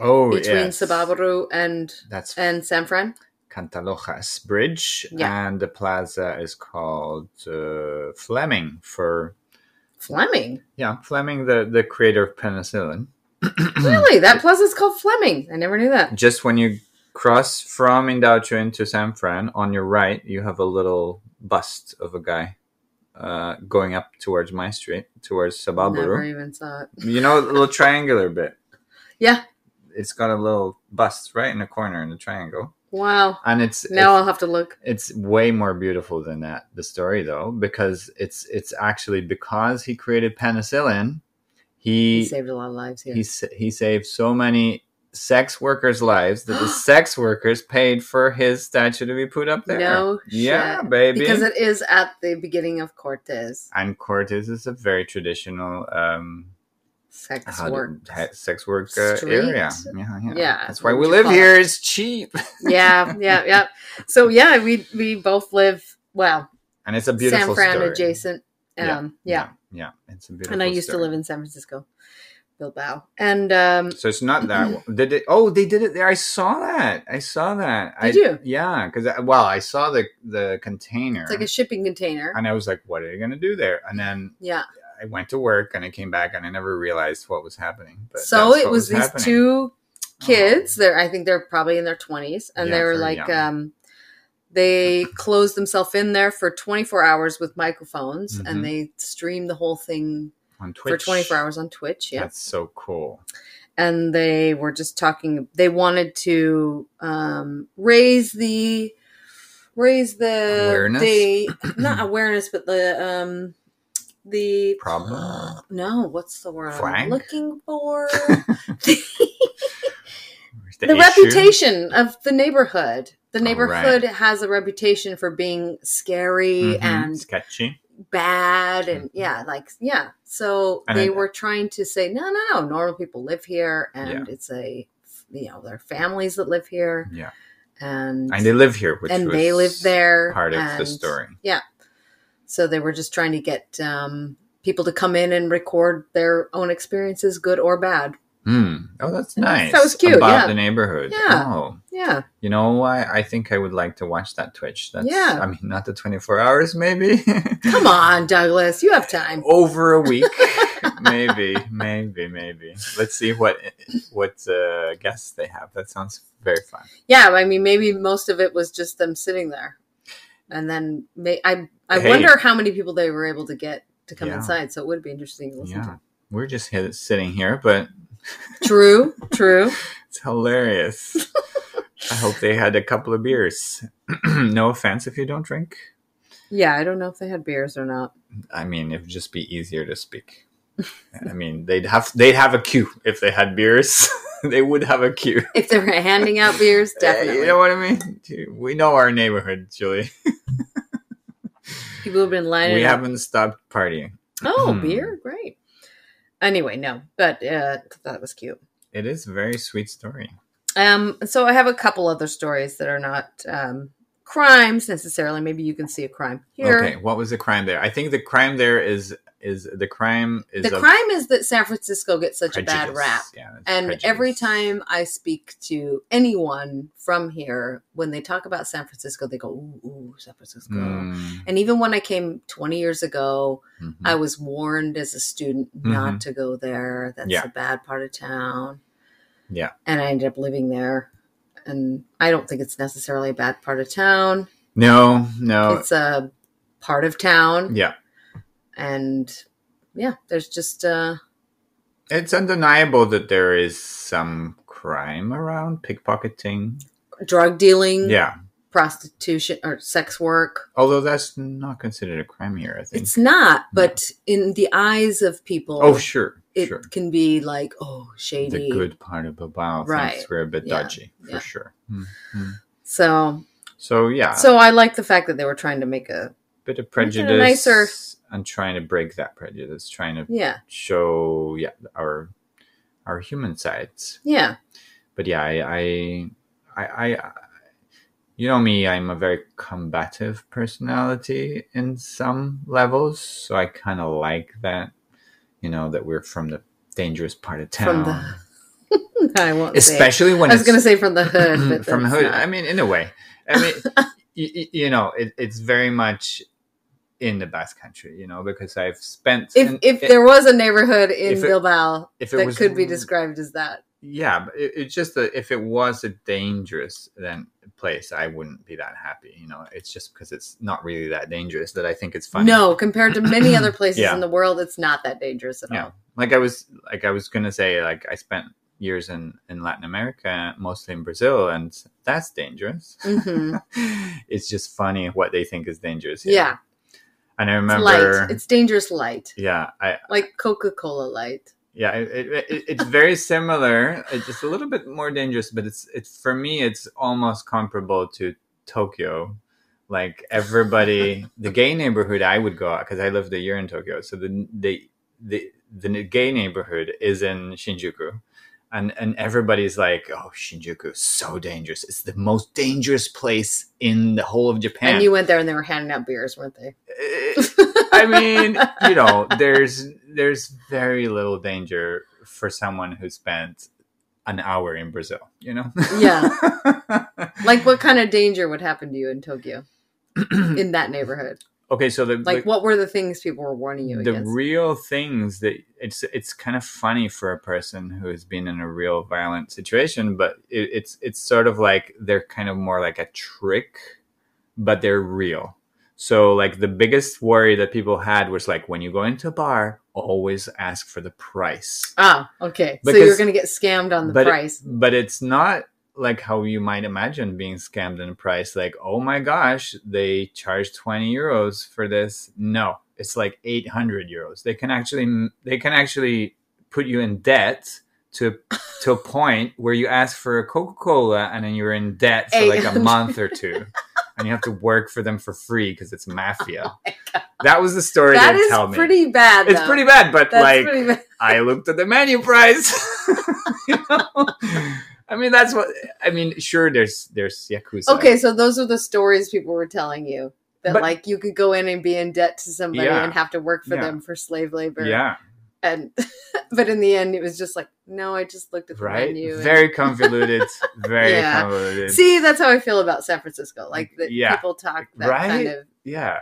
Speaker 4: oh,
Speaker 3: between
Speaker 4: yes.
Speaker 3: Sababaru and
Speaker 4: That's
Speaker 3: and San Fran.
Speaker 4: Cantalojas Bridge,
Speaker 3: Yeah.
Speaker 4: and the plaza is called uh, Fleming for
Speaker 3: Fleming,
Speaker 4: yeah Fleming, the the creator of penicillin.
Speaker 3: really? That plaza's called Fleming. I never knew that.
Speaker 4: Just when you cross from Indautxu into San Fran, on your right you have a little bust of a guy uh, going up towards my street, towards
Speaker 3: Never
Speaker 4: Sababaru.
Speaker 3: even saw it.
Speaker 4: You know, a little triangular bit.
Speaker 3: Yeah.
Speaker 4: It's got a little bust right in the corner in the triangle,
Speaker 3: Wow.
Speaker 4: and it's
Speaker 3: Now
Speaker 4: it's-
Speaker 3: I'll have to look.
Speaker 4: it's way more beautiful than that the story though because it's it's actually because he created penicillin
Speaker 3: He,
Speaker 4: he
Speaker 3: saved a lot of lives here.
Speaker 4: he sa- he saved so many sex workers lives that the sex workers paid for his statue to be put up there
Speaker 3: No
Speaker 4: yeah
Speaker 3: shit.
Speaker 4: baby
Speaker 3: Because it is at the beginning of Cortez
Speaker 4: and cortes is a very traditional um
Speaker 3: sex
Speaker 4: how do-
Speaker 3: work.
Speaker 4: ha- sex work uh,
Speaker 3: Street?
Speaker 4: area yeah, yeah
Speaker 3: Yeah,
Speaker 4: that's why
Speaker 3: what
Speaker 4: we
Speaker 3: would you
Speaker 4: live
Speaker 3: call
Speaker 4: here it's cheap
Speaker 3: yeah, yeah, yeah. So yeah, we we both live well
Speaker 4: and it's a beautiful
Speaker 3: San Fran
Speaker 4: story.
Speaker 3: adjacent. Um, yeah,
Speaker 4: yeah it's a beautiful
Speaker 3: and I used
Speaker 4: story.
Speaker 3: to live in San Francisco, Bilbao, and um,
Speaker 4: So it's not that one. Did it, oh, they did it there. I saw that. I saw that.
Speaker 3: Did
Speaker 4: I,
Speaker 3: you?
Speaker 4: Yeah, because well, I saw the the container,
Speaker 3: it's like a shipping container.
Speaker 4: and I was like, "What are they gonna do there?" And then
Speaker 3: yeah.
Speaker 4: I went to work, and I came back, and I never realized what was happening. But
Speaker 3: so
Speaker 4: that's
Speaker 3: it
Speaker 4: what
Speaker 3: was, these
Speaker 4: happening.
Speaker 3: two
Speaker 4: Oh.
Speaker 3: kids they're i think they're probably in their 20s and
Speaker 4: Yeah,
Speaker 3: they were
Speaker 4: very
Speaker 3: like
Speaker 4: young.
Speaker 3: um they closed themselves in there for 24 hours with microphones
Speaker 4: Mhm.
Speaker 3: and they streamed the whole thing
Speaker 4: on Twitch
Speaker 3: for 24 hours on twitch yeah
Speaker 4: That's so cool.
Speaker 3: and they were just talking they wanted to um raise the raise the
Speaker 4: Awareness?
Speaker 3: the not awareness but the um the
Speaker 4: Problem?
Speaker 3: no what's the word
Speaker 4: Flag?
Speaker 3: i'm looking for
Speaker 4: Where's
Speaker 3: the
Speaker 4: issue? Oh,
Speaker 3: reputation of the neighborhood. The
Speaker 4: right.
Speaker 3: neighborhood has a reputation for being scary
Speaker 4: Mhm,
Speaker 3: and
Speaker 4: sketchy.
Speaker 3: bad, and yeah, like yeah. So
Speaker 4: Mm-hmm. And
Speaker 3: they
Speaker 4: I-
Speaker 3: were trying to say, no, no, no. Normal people live here, and it's a you know their families that live here,
Speaker 4: Yeah,
Speaker 3: and
Speaker 4: and they live here, which
Speaker 3: and
Speaker 4: was
Speaker 3: they live there.
Speaker 4: Part of the
Speaker 3: and-
Speaker 4: story.
Speaker 3: So they were just trying to get um, people to come in and record their own experiences, good or bad.
Speaker 4: Hmm. Oh, that's
Speaker 3: And
Speaker 4: nice.
Speaker 3: that was cute,
Speaker 4: About
Speaker 3: yeah.
Speaker 4: the neighborhood.
Speaker 3: Yeah.
Speaker 4: Oh.
Speaker 3: Yeah,
Speaker 4: You know why? I think I would like to watch that Twitch. That's,
Speaker 3: Yeah.
Speaker 4: I mean, not the 24 hours, maybe.
Speaker 3: come on, Douglas, you have time.
Speaker 4: Over a week, maybe, maybe, maybe. Let's see what what uh, guests they have. That sounds very fun.
Speaker 3: Yeah, I mean, maybe most of it was just them sitting there, and then may, I I
Speaker 4: Hey.
Speaker 3: wonder how many people they were able to get to come
Speaker 4: Yeah.
Speaker 3: inside. So it would be interesting to listen
Speaker 4: Yeah, we're just here, sitting here, but
Speaker 3: to. True, true.
Speaker 4: it's hilarious. I hope they had a couple of beers. no offense if you don't drink.
Speaker 3: Yeah, I don't know if they had beers or not.
Speaker 4: I mean, it would just be easier to speak. I mean, they'd have they'd have a queue if they had beers. they would have a queue.
Speaker 3: If they were handing out beers,
Speaker 4: Uh,
Speaker 3: definitely
Speaker 4: you know what I mean? Dude, We know our neighborhood, Julie.
Speaker 3: people have been lining
Speaker 4: We
Speaker 3: up.
Speaker 4: haven't stopped partying.
Speaker 3: Oh,
Speaker 4: Hmm.
Speaker 3: beer, great. Anyway, no, but uh, that was cute.
Speaker 4: It is a very sweet story.
Speaker 3: Um, so I have a couple other stories that are not um, crimes necessarily. Maybe you can see a crime here.
Speaker 4: Okay, what was the crime there? I think the crime there is is the crime is
Speaker 3: the
Speaker 4: of
Speaker 3: crime is that San Francisco gets such a bad
Speaker 4: prejudice.
Speaker 3: rap.
Speaker 4: Yeah, it's
Speaker 3: And
Speaker 4: prejudice.
Speaker 3: every time I speak to anyone from here, when they talk about San Francisco, they go, ooh, ooh San Francisco.
Speaker 4: Mm,
Speaker 3: And even when I came 20 years ago,
Speaker 4: mhm.
Speaker 3: I was warned as a student not to go there. That's
Speaker 4: Mm-hmm.
Speaker 3: a
Speaker 4: Yeah.
Speaker 3: bad part of town.
Speaker 4: Yeah.
Speaker 3: And I ended up living there. And I don't think it's necessarily a bad part of town.
Speaker 4: no, no,
Speaker 3: It's a part of town.
Speaker 4: Oh. yeah.
Speaker 3: And yeah, there's just, uh,
Speaker 4: It's undeniable that there is some crime around pickpocketing.
Speaker 3: drug dealing,
Speaker 4: Yeah,
Speaker 3: prostitution, or sex work.
Speaker 4: although that's not considered a crime here. I think.
Speaker 3: It's not, but in the eyes of people,
Speaker 4: oh, sure,
Speaker 3: it
Speaker 4: sure.
Speaker 3: can be like, oh,
Speaker 4: The
Speaker 3: shady.
Speaker 4: good part of Bilbao,
Speaker 3: Right.
Speaker 4: things were a bit
Speaker 3: Yeah,
Speaker 4: dodgy for
Speaker 3: yeah.
Speaker 4: sure. Mm.
Speaker 3: So,
Speaker 4: So yeah,
Speaker 3: so I like the fact that they were trying to make a Make it
Speaker 4: bit of
Speaker 3: a
Speaker 4: prejudice.
Speaker 3: nicer-
Speaker 4: And trying to break that prejudice, trying to
Speaker 3: yeah,
Speaker 4: show yeah our our human sides.
Speaker 3: yeah,
Speaker 4: But yeah, I I, I I you know me, I'm a very combative personality in some levels, so I kind of like that. You know that we're from the dangerous part of
Speaker 3: From
Speaker 4: town,
Speaker 3: the- I won't. say.
Speaker 4: especially when
Speaker 3: I was
Speaker 4: it's
Speaker 3: going to say from the hood, but
Speaker 4: from
Speaker 3: that's
Speaker 4: hood.
Speaker 3: not-
Speaker 4: I mean, in a way, I mean, y- y- you know, it, it's very much in the Basque Country, you know, because I've spent
Speaker 3: if
Speaker 4: and
Speaker 3: if
Speaker 4: it-
Speaker 3: there was a neighborhood in
Speaker 4: if it-
Speaker 3: Bilbao
Speaker 4: if it
Speaker 3: that
Speaker 4: was-
Speaker 3: could be described as that,
Speaker 4: yeah, but it, it's just that if it was a dangerous then place, I wouldn't be that happy, you know. It's just because it's not really that dangerous that I think it's funny.
Speaker 3: no, compared to many other places
Speaker 4: Yeah.
Speaker 3: in the world, it's not that dangerous at
Speaker 4: yeah,
Speaker 3: all.
Speaker 4: like I was like I was gonna say like I spent years in in Latin America, mostly in Brazil, and that's dangerous.
Speaker 3: Mhm.
Speaker 4: it's just funny what they think is dangerous. here.
Speaker 3: Yeah,
Speaker 4: and I
Speaker 3: it's
Speaker 4: remember
Speaker 3: light. It's dangerous light,
Speaker 4: yeah, I
Speaker 3: like Coca Cola light.
Speaker 4: yeah, it, it, it, it's very similar. It's just a little bit more dangerous, but it's it's for me, it's almost comparable to Tokyo. Like everybody, the gay neighborhood I would go out because I lived a year in Tokyo, so the the the the gay neighborhood is in Shinjuku. And, and everybody's like, oh, Shinjuku is so dangerous. It's the most dangerous place in the whole of Japan.
Speaker 3: And you went there and they were handing out beers, weren't they?
Speaker 4: Eh, I mean, you know, there's there's very little danger for someone who spent an hour in Brazil, you know?
Speaker 3: Yeah. Like, what kind of danger would happen to you in Tokyo in that neighborhood?
Speaker 4: okay, so the
Speaker 3: Like,
Speaker 4: the,
Speaker 3: what were the things people were warning you
Speaker 4: the
Speaker 3: against?
Speaker 4: real things that it's it's kind of funny for a person who has been in a real violent situation, but it, it's it's sort of like they're kind of more like a trick, but they're real. So like the biggest worry that people had was like when you go into a bar, always ask for the price.
Speaker 3: ah, okay. so
Speaker 4: Because-
Speaker 3: you're going to get scammed on the
Speaker 4: but it-
Speaker 3: price.
Speaker 4: but it's not like how you might imagine being scammed in a price like oh my gosh they charge 20 euros for this no it's like 800 euros they can actually they can actually put you in debt to to a point where you ask for a coca-cola and then you're in debt for like a
Speaker 3: 800.
Speaker 4: month or two and you have to work for them for free because it's mafia that was the story
Speaker 3: Oh that
Speaker 4: they
Speaker 3: is
Speaker 4: tell me
Speaker 3: pretty bad.
Speaker 4: it's
Speaker 3: though.
Speaker 4: pretty bad but
Speaker 3: That's
Speaker 4: like
Speaker 3: pretty bad.
Speaker 4: I looked at the menu price. You know? I mean, that's what I mean. Sure, there's there's yakuza.
Speaker 3: Okay, so those are the stories people were telling you that
Speaker 4: But-
Speaker 3: like you could go in and be in debt to somebody
Speaker 4: Yeah.
Speaker 3: and have to work for
Speaker 4: Yeah.
Speaker 3: them for slave labor.
Speaker 4: yeah,
Speaker 3: And but in the end, it was just like, no, I just looked at the
Speaker 4: right.
Speaker 3: menu. and-
Speaker 4: Very convoluted. Very
Speaker 3: Yeah.
Speaker 4: convoluted.
Speaker 3: See, that's how I feel about San Francisco. Like that
Speaker 4: Yeah.
Speaker 3: people talk that
Speaker 4: Right?
Speaker 3: kind of
Speaker 4: yeah,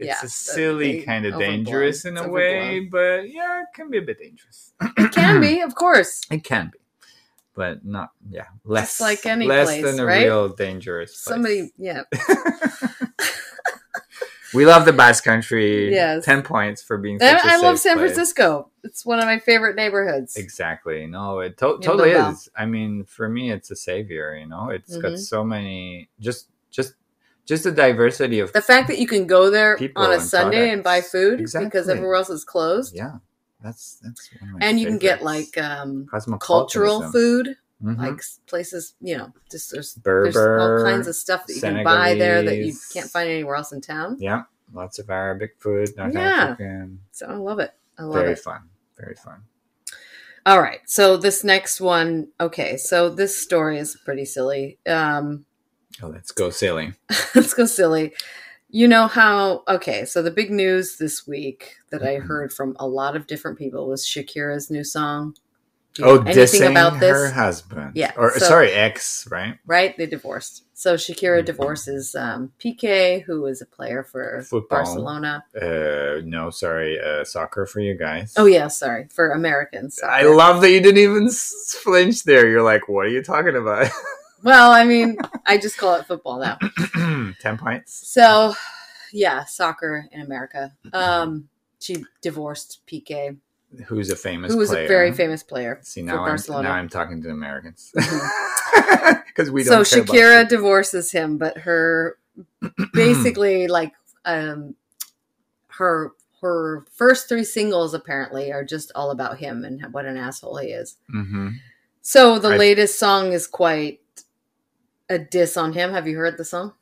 Speaker 4: it's
Speaker 3: Yeah,
Speaker 4: a
Speaker 3: but
Speaker 4: silly
Speaker 3: they-
Speaker 4: kind of
Speaker 3: overblown.
Speaker 4: dangerous in
Speaker 3: It's
Speaker 4: a way, but yeah, it can be a bit dangerous.
Speaker 3: It can be, of course.
Speaker 4: It can be, but not yeah, less
Speaker 3: like any
Speaker 4: less
Speaker 3: place,
Speaker 4: than a
Speaker 3: right?
Speaker 4: real dangerous. Place.
Speaker 3: Somebody, yeah,
Speaker 4: we love the Basque Country.
Speaker 3: Yes.
Speaker 4: ten points for being.
Speaker 3: I
Speaker 4: Such a
Speaker 3: I love
Speaker 4: safe
Speaker 3: San
Speaker 4: place.
Speaker 3: Francisco. It's one of my favorite neighborhoods.
Speaker 4: Exactly. No, it to-
Speaker 3: Yeah,
Speaker 4: totally
Speaker 3: Bilbao.
Speaker 4: is. I mean, for me, it's a savior. You know, it's
Speaker 3: Mhm.
Speaker 4: got so many just just just the diversity of
Speaker 3: The fact that you can go there
Speaker 4: People
Speaker 3: on a
Speaker 4: and
Speaker 3: Sunday and buy
Speaker 4: products.
Speaker 3: food because
Speaker 4: Exactly.
Speaker 3: everywhere else is closed,
Speaker 4: yeah, that's that's one of my
Speaker 3: and you can get
Speaker 4: favorites.
Speaker 3: like um, cultural
Speaker 4: Cosmopolitanism.
Speaker 3: food,
Speaker 4: Mhm.
Speaker 3: like s- places, you know, just there's, there's all
Speaker 4: Berber,
Speaker 3: kinds of stuff that you can buy there that you
Speaker 4: Senegalese.
Speaker 3: can't find anywhere else in town.
Speaker 4: yeah, lots of Arabic food, North
Speaker 3: Yeah.
Speaker 4: African,
Speaker 3: So I love it. I love
Speaker 4: very
Speaker 3: it.
Speaker 4: fun, very fun.
Speaker 3: All right. So this next one, okay. So this story is pretty silly. Um,
Speaker 4: Oh, let's go sailing.
Speaker 3: let's go silly. You know how? Okay. So the big news this week that
Speaker 4: Mm-hmm.
Speaker 3: I heard from a lot of different people was Shakira's new song. Do you
Speaker 4: Oh,
Speaker 3: know anything
Speaker 4: dissing
Speaker 3: about this?
Speaker 4: her husband.
Speaker 3: Yeah,
Speaker 4: Or
Speaker 3: so-
Speaker 4: sorry, ex, right?
Speaker 3: right? They divorced. So
Speaker 4: Mm.
Speaker 3: Shakira divorces um, Piqué, who was a player for
Speaker 4: Football.
Speaker 3: Barcelona.
Speaker 4: Uh, no, sorry, uh, soccer for you guys.
Speaker 3: Oh yeah, sorry for Americans.
Speaker 4: I love that you didn't even s- flinch there. You're like, what are you talking about?
Speaker 3: Well, I mean, I just call it football now.
Speaker 4: 10 pints.
Speaker 3: So, yeah, soccer in America.
Speaker 4: Mm-hmm.
Speaker 3: Um, she divorced Piqué,
Speaker 4: Who's a famous
Speaker 3: who was
Speaker 4: player.
Speaker 3: a very famous player
Speaker 4: See,
Speaker 3: for
Speaker 4: now I'm,
Speaker 3: Barcelona.
Speaker 4: now I'm talking to Americans.
Speaker 3: Mhm.
Speaker 4: Because we
Speaker 3: so
Speaker 4: don't care about-
Speaker 3: Shakira divorces him, but her basically like um her her first three singles apparently are just all about him and what an asshole he is.
Speaker 4: Mhm.
Speaker 3: So the
Speaker 4: I-
Speaker 3: latest song is quite a diss on him. Have you heard the song?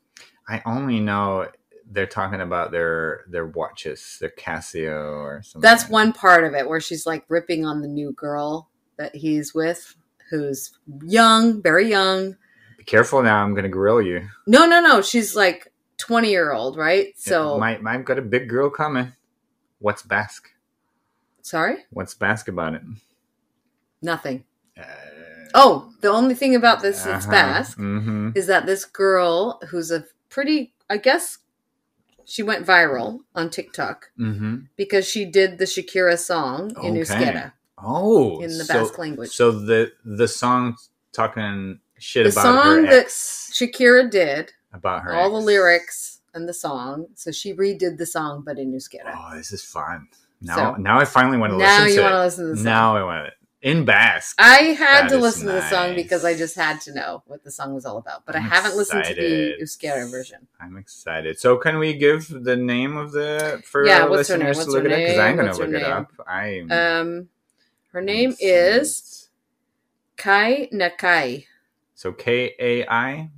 Speaker 4: I only know they're talking about their their watches, their Casio or something.
Speaker 3: That's
Speaker 4: like
Speaker 3: one part of it where she's like ripping on the new girl that he's with, who's young, very young.
Speaker 4: that. Be careful now. I'm going to grill you.
Speaker 3: No, no, no. She's like 20 year old, right? So,
Speaker 4: my, my- I've got a big girl coming. What's Basque?
Speaker 3: sorry?
Speaker 4: What's Basque about it?
Speaker 3: Nothing.
Speaker 4: Uh,
Speaker 3: Oh, the only thing about this that's
Speaker 4: Uh-huh.
Speaker 3: Basque
Speaker 4: hmm
Speaker 3: is that this girl who's a pretty, I guess she went viral on TikTok
Speaker 4: hmm
Speaker 3: because she did the Shakira song in
Speaker 4: Okay.
Speaker 3: Euskera.
Speaker 4: Oh,
Speaker 3: In the Basque language.
Speaker 4: So the the song talking shit
Speaker 3: The
Speaker 4: about
Speaker 3: song
Speaker 4: her
Speaker 3: that-
Speaker 4: ex,
Speaker 3: Shakira did
Speaker 4: about her
Speaker 3: all the
Speaker 4: ex.
Speaker 3: lyrics and the song. So she redid the song, but in Euskera.
Speaker 4: Oh, this is fun. Now,
Speaker 3: So-
Speaker 4: now I finally want to
Speaker 3: Now
Speaker 4: listen
Speaker 3: you
Speaker 4: to
Speaker 3: want to
Speaker 4: it.
Speaker 3: listen to the song.
Speaker 4: now I want it in Basque.
Speaker 3: I had
Speaker 4: That
Speaker 3: to
Speaker 4: is
Speaker 3: listen to the song
Speaker 4: nice.
Speaker 3: because I just had to know what the song was all about. But I'm I
Speaker 4: I'm
Speaker 3: have not listened to the
Speaker 4: excited.
Speaker 3: Euskera version.
Speaker 4: I'm excited. So, can we give the name of the for
Speaker 3: Yeah,
Speaker 4: our
Speaker 3: what's her name?
Speaker 4: listeners to
Speaker 3: What's
Speaker 4: look
Speaker 3: her
Speaker 4: at it? Because I'm
Speaker 3: name?
Speaker 4: going to
Speaker 3: What's her
Speaker 4: look it
Speaker 3: name?
Speaker 4: up. I
Speaker 3: Um, her name is Kai Nakai.
Speaker 4: so K A I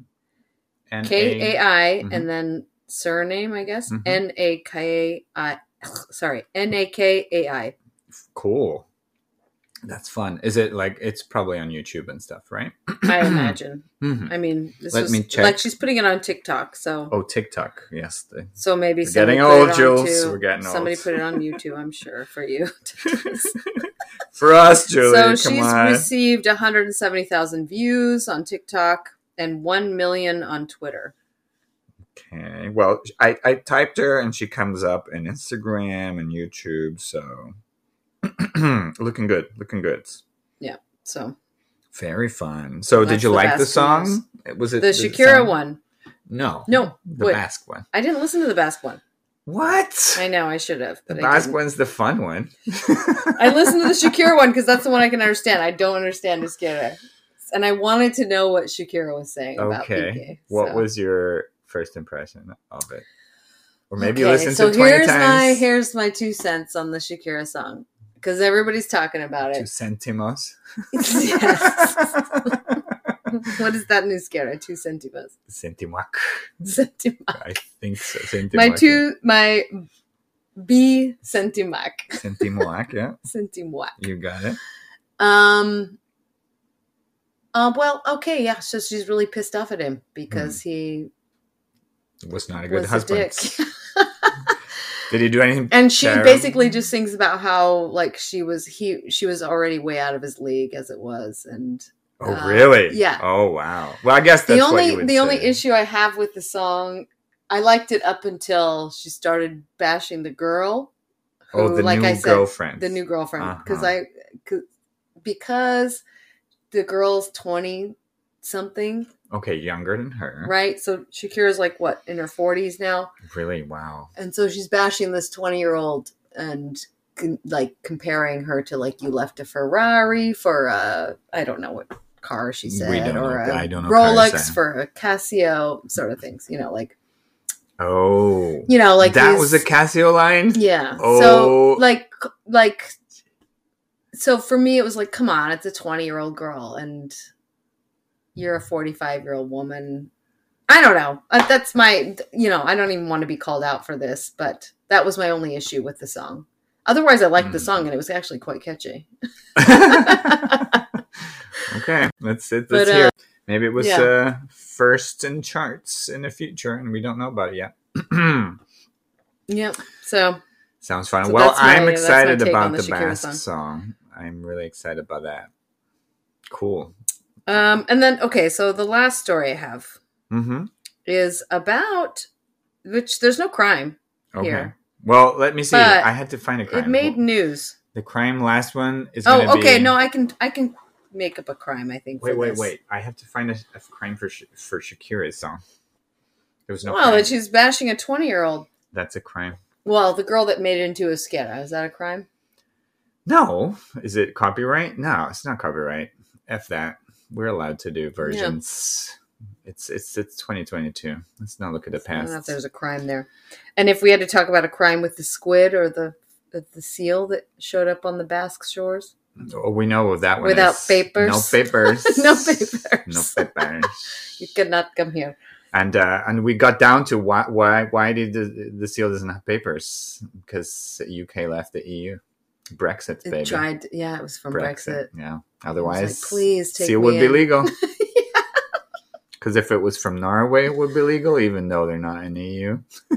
Speaker 4: N
Speaker 3: K A I,
Speaker 4: Mhm.
Speaker 3: and then surname, I guess.
Speaker 4: Mhm.
Speaker 3: N A K I. Sorry, N A K A I.
Speaker 4: Cool. That's fun. Is it like it's probably on YouTube and stuff, right?
Speaker 3: I imagine.
Speaker 4: hmm
Speaker 3: I mean, this
Speaker 4: Let
Speaker 3: was
Speaker 4: me check.
Speaker 3: like she's putting it on TikTok, so
Speaker 4: Oh, TikTok. Yes. the-
Speaker 3: so maybe
Speaker 4: We're
Speaker 3: somebody
Speaker 4: getting
Speaker 3: put
Speaker 4: old,
Speaker 3: it on
Speaker 4: Jules.
Speaker 3: to-
Speaker 4: We're getting
Speaker 3: somebody
Speaker 4: old.
Speaker 3: put it on YouTube. I'm sure for you.
Speaker 4: For us, Julie.
Speaker 3: so
Speaker 4: come
Speaker 3: she's
Speaker 4: on.
Speaker 3: received 170,000 views on TikTok and 1 million on Twitter.
Speaker 4: okay. Well, I, I typed her and she comes up in Instagram and YouTube. So looking good. Looking good.
Speaker 3: So
Speaker 4: Very fun. So
Speaker 3: That's
Speaker 4: did you
Speaker 3: the
Speaker 4: like the
Speaker 3: Basque
Speaker 4: song? Was it
Speaker 3: the
Speaker 4: did it
Speaker 3: Shakira
Speaker 4: sound-
Speaker 3: one.
Speaker 4: No.
Speaker 3: No,
Speaker 4: The
Speaker 3: what?
Speaker 4: Basque one.
Speaker 3: I didn't listen to the Basque one.
Speaker 4: What?
Speaker 3: I know I should have,
Speaker 4: the
Speaker 3: but I,
Speaker 4: Basque
Speaker 3: didn't.
Speaker 4: one's the fun one.
Speaker 3: I listened to the Shakira one because that's the one I can understand. I don't understand Shakira, and I wanted to know what Shakira was saying about PK.
Speaker 4: okay. What
Speaker 3: so.
Speaker 4: was your first impression of it? Or maybe
Speaker 3: Okay,
Speaker 4: listen
Speaker 3: so
Speaker 4: to it 20
Speaker 3: here's my
Speaker 4: times.
Speaker 3: here's my two cents on the Shakira song because everybody's talking about
Speaker 4: Two
Speaker 3: it.
Speaker 4: centimos.
Speaker 3: Yes. what is that new Shakira? Two centimos.
Speaker 4: Centimac.
Speaker 3: Centim-
Speaker 4: I think so. Centimac.
Speaker 3: my two my b centimac
Speaker 4: Centimac, yeah.
Speaker 3: centimoac
Speaker 4: You got it.
Speaker 3: um uh, well okay yeah so she's really pissed off at him because he
Speaker 4: Was not Hmm. a good
Speaker 3: was a
Speaker 4: husband.
Speaker 3: dick
Speaker 4: Did he do anything?
Speaker 3: and she
Speaker 4: Terrible.
Speaker 3: basically just sings about how like she was he she was already way out of his league as it was and
Speaker 4: Oh,
Speaker 3: uh,
Speaker 4: really?
Speaker 3: yeah.
Speaker 4: Oh, wow. Well, I guess
Speaker 3: the
Speaker 4: that's what you
Speaker 3: only
Speaker 4: would
Speaker 3: the only
Speaker 4: say.
Speaker 3: issue I have with the song, I liked it up until she started bashing the girl.
Speaker 4: Oh, the new girlfriend.
Speaker 3: the new girlfriend, because
Speaker 4: Uh-huh.
Speaker 3: I 'cause- because the girl's twenty something,
Speaker 4: Okay, younger than her.
Speaker 3: right? So Shakira's like what in her forties now,
Speaker 4: Really? Wow.
Speaker 3: and so she's bashing this twenty year old and con- like comparing her to like you left a Ferrari for a I don't know what car she
Speaker 4: We
Speaker 3: said
Speaker 4: don't know-
Speaker 3: or a
Speaker 4: I don't know cars,
Speaker 3: Rolex
Speaker 4: uh.
Speaker 3: for a Casio sort of things, you know, like
Speaker 4: Oh.
Speaker 3: you know, like
Speaker 4: that
Speaker 3: these-
Speaker 4: was a Casio line?
Speaker 3: yeah.
Speaker 4: Oh.
Speaker 3: So like like so for me it was like, come on, it's a twenty year old girl and you're a forty five year old woman. I don't know. Uh, That's my you know, I don't even want to be called out for this, but that was my only issue with the song. Otherwise, I liked the
Speaker 4: Mm.
Speaker 3: song and it was actually quite catchy.
Speaker 4: okay, that's it.
Speaker 3: But,
Speaker 4: Let's
Speaker 3: uh,
Speaker 4: hear. Maybe it was
Speaker 3: yeah.
Speaker 4: uh, first in charts in the future, and we don't know about it yet.
Speaker 3: Yep. So
Speaker 4: Sounds fun.
Speaker 3: So
Speaker 4: well,
Speaker 3: that's my- that's
Speaker 4: I'm
Speaker 3: my
Speaker 4: excited
Speaker 3: take on
Speaker 4: about
Speaker 3: the
Speaker 4: the,
Speaker 3: Shakira
Speaker 4: Basque
Speaker 3: song.
Speaker 4: song. I'm really excited about that. Cool.
Speaker 3: Um, and then, okay, so the last story I have
Speaker 4: Mm-hmm.
Speaker 3: is about which there's no crime.
Speaker 4: Okay.
Speaker 3: Here.
Speaker 4: Well, let me see.
Speaker 3: But
Speaker 4: I had to find a crime.
Speaker 3: It made news.
Speaker 4: the crime last one is.
Speaker 3: Oh,
Speaker 4: gonna
Speaker 3: okay.
Speaker 4: be-
Speaker 3: No, I can I can make up a crime. I think.
Speaker 4: Wait,
Speaker 3: for
Speaker 4: wait,
Speaker 3: this.
Speaker 4: wait! I have to find a, a crime for Sh- for Shakira's song. There was no.
Speaker 3: Well,
Speaker 4: crime.
Speaker 3: that she's bashing a twenty year old.
Speaker 4: That's a crime.
Speaker 3: Well, the girl that made it into a skit. Is that a crime?
Speaker 4: No, is it copyright? No, it's not copyright. F that. We're allowed to do versions. It's it's it's 2022. Let's not look at the
Speaker 3: I don't know if
Speaker 4: past.
Speaker 3: there's a crime there. And if we had to talk about a crime with the squid or the the, the seal that showed up on the Basque shores,
Speaker 4: Oh, we know what that one
Speaker 3: Without
Speaker 4: is.
Speaker 3: papers.
Speaker 4: No papers.
Speaker 3: no papers.
Speaker 4: No papers.
Speaker 3: You could not come here.
Speaker 4: and uh, and we got down to why why why did the the seal doesn't have papers? Because UK left the EU. Brexit,
Speaker 3: It
Speaker 4: baby.
Speaker 3: tried. Yeah, it was from Brexit.
Speaker 4: Yeah.
Speaker 3: I was like,
Speaker 4: Otherwise,
Speaker 3: please take
Speaker 4: See, it
Speaker 3: me
Speaker 4: would be
Speaker 3: in.
Speaker 4: legal. Because if it was from Norway, it would be legal, even though they're not in EU.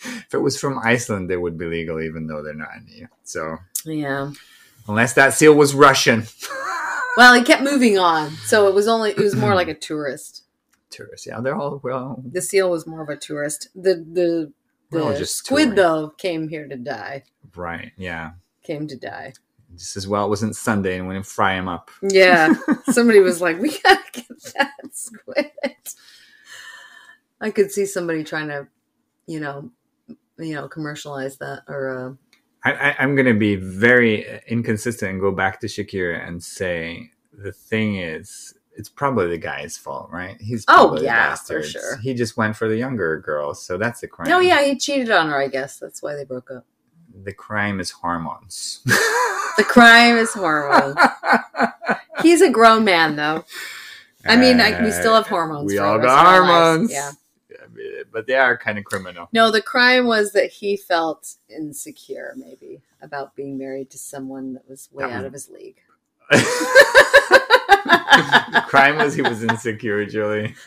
Speaker 4: if it was from Iceland, they would be legal, even though they're not in EU. So
Speaker 3: Yeah.
Speaker 4: unless that seal was Russian,
Speaker 3: Well, he kept moving on, so it was only it was more like a tourist.
Speaker 4: tourists, yeah, they're all well.
Speaker 3: The seal was more of a tourist. The the the
Speaker 4: We're all just
Speaker 3: squid
Speaker 4: touring.
Speaker 3: though came here to die.
Speaker 4: Right, yeah.
Speaker 3: Came to die.
Speaker 4: Just as well, it wasn't Sunday, and we didn't fry him up.
Speaker 3: Yeah, somebody was like, "We gotta get that squid." I could see somebody trying to, you know, you know, commercialize that or uh,
Speaker 4: I, I, I'm going to be very inconsistent and go back to Shakira and say the thing is, it's probably the guy's fault, right? He's
Speaker 3: Oh,
Speaker 4: probably
Speaker 3: yeah,
Speaker 4: the
Speaker 3: for
Speaker 4: bastard.
Speaker 3: sure.
Speaker 4: He just went for the younger girl, so that's the
Speaker 3: uh,
Speaker 4: crime.
Speaker 3: no, yeah, he cheated on her. I guess that's why they broke up.
Speaker 4: the crime is hormones.
Speaker 3: The crime is hormones. He's a grown man though. I mean, I, we still have hormones.
Speaker 4: Uh, We
Speaker 3: for
Speaker 4: all
Speaker 3: the rest
Speaker 4: got
Speaker 3: of our lives.
Speaker 4: hormones.
Speaker 3: Yeah.
Speaker 4: I mean, but they are kind of criminal.
Speaker 3: No, the crime was that he felt insecure, maybe, about being married to someone that was way
Speaker 4: That
Speaker 3: out
Speaker 4: was-
Speaker 3: of his league.
Speaker 4: The crime was he was insecure, Julie.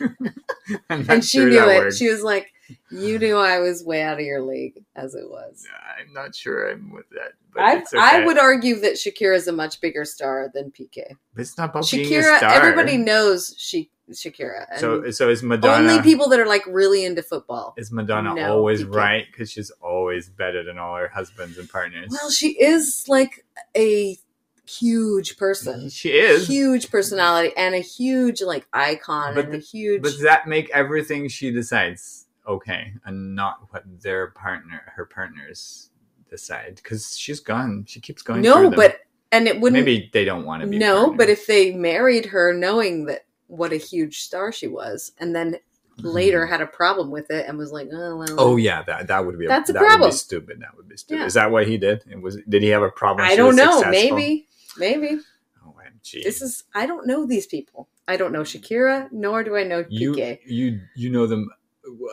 Speaker 4: I'm not
Speaker 3: and she
Speaker 4: sure
Speaker 3: knew
Speaker 4: that
Speaker 3: it.
Speaker 4: works.
Speaker 3: She was like, "You knew I was way out of your league, as it was."
Speaker 4: I'm not sure I'm with that. But
Speaker 3: I
Speaker 4: it's okay.
Speaker 3: I would argue that Shakira is a much bigger star than PK.
Speaker 4: But It's not about being a
Speaker 3: Shakira,
Speaker 4: star.
Speaker 3: everybody knows she Shakira. And
Speaker 4: So so is Madonna.
Speaker 3: only people that are like really into football.
Speaker 4: is Madonna
Speaker 3: No,
Speaker 4: always
Speaker 3: he can't.
Speaker 4: right? Because she's always better than all her husbands and partners.
Speaker 3: Well, she is like a huge person.
Speaker 4: she is.
Speaker 3: huge personality and a huge like icon
Speaker 4: But
Speaker 3: and a
Speaker 4: the-
Speaker 3: huge
Speaker 4: But does that make everything she decides okay, and not what their partner, her partners, decide? Because she's gone. She keeps going. through
Speaker 3: no
Speaker 4: them.
Speaker 3: but and it wouldn't
Speaker 4: maybe they don't want to be.
Speaker 3: no
Speaker 4: partners.
Speaker 3: but if they married her knowing that what a huge star she was and then later had a problem with it and was like oh well
Speaker 4: Mm-hmm. Oh yeah, that that would be
Speaker 3: That's a
Speaker 4: that Would
Speaker 3: problem.
Speaker 4: be stupid. That would be stupid.
Speaker 3: Yeah.
Speaker 4: Is that what he did? It was did he have a problem?
Speaker 3: i
Speaker 4: she
Speaker 3: don't
Speaker 4: was
Speaker 3: know
Speaker 4: successful? Oh,
Speaker 3: maybe maybe
Speaker 4: OMG.
Speaker 3: this is i don't know these people i don't know shakira nor do i know pk
Speaker 4: you you you know them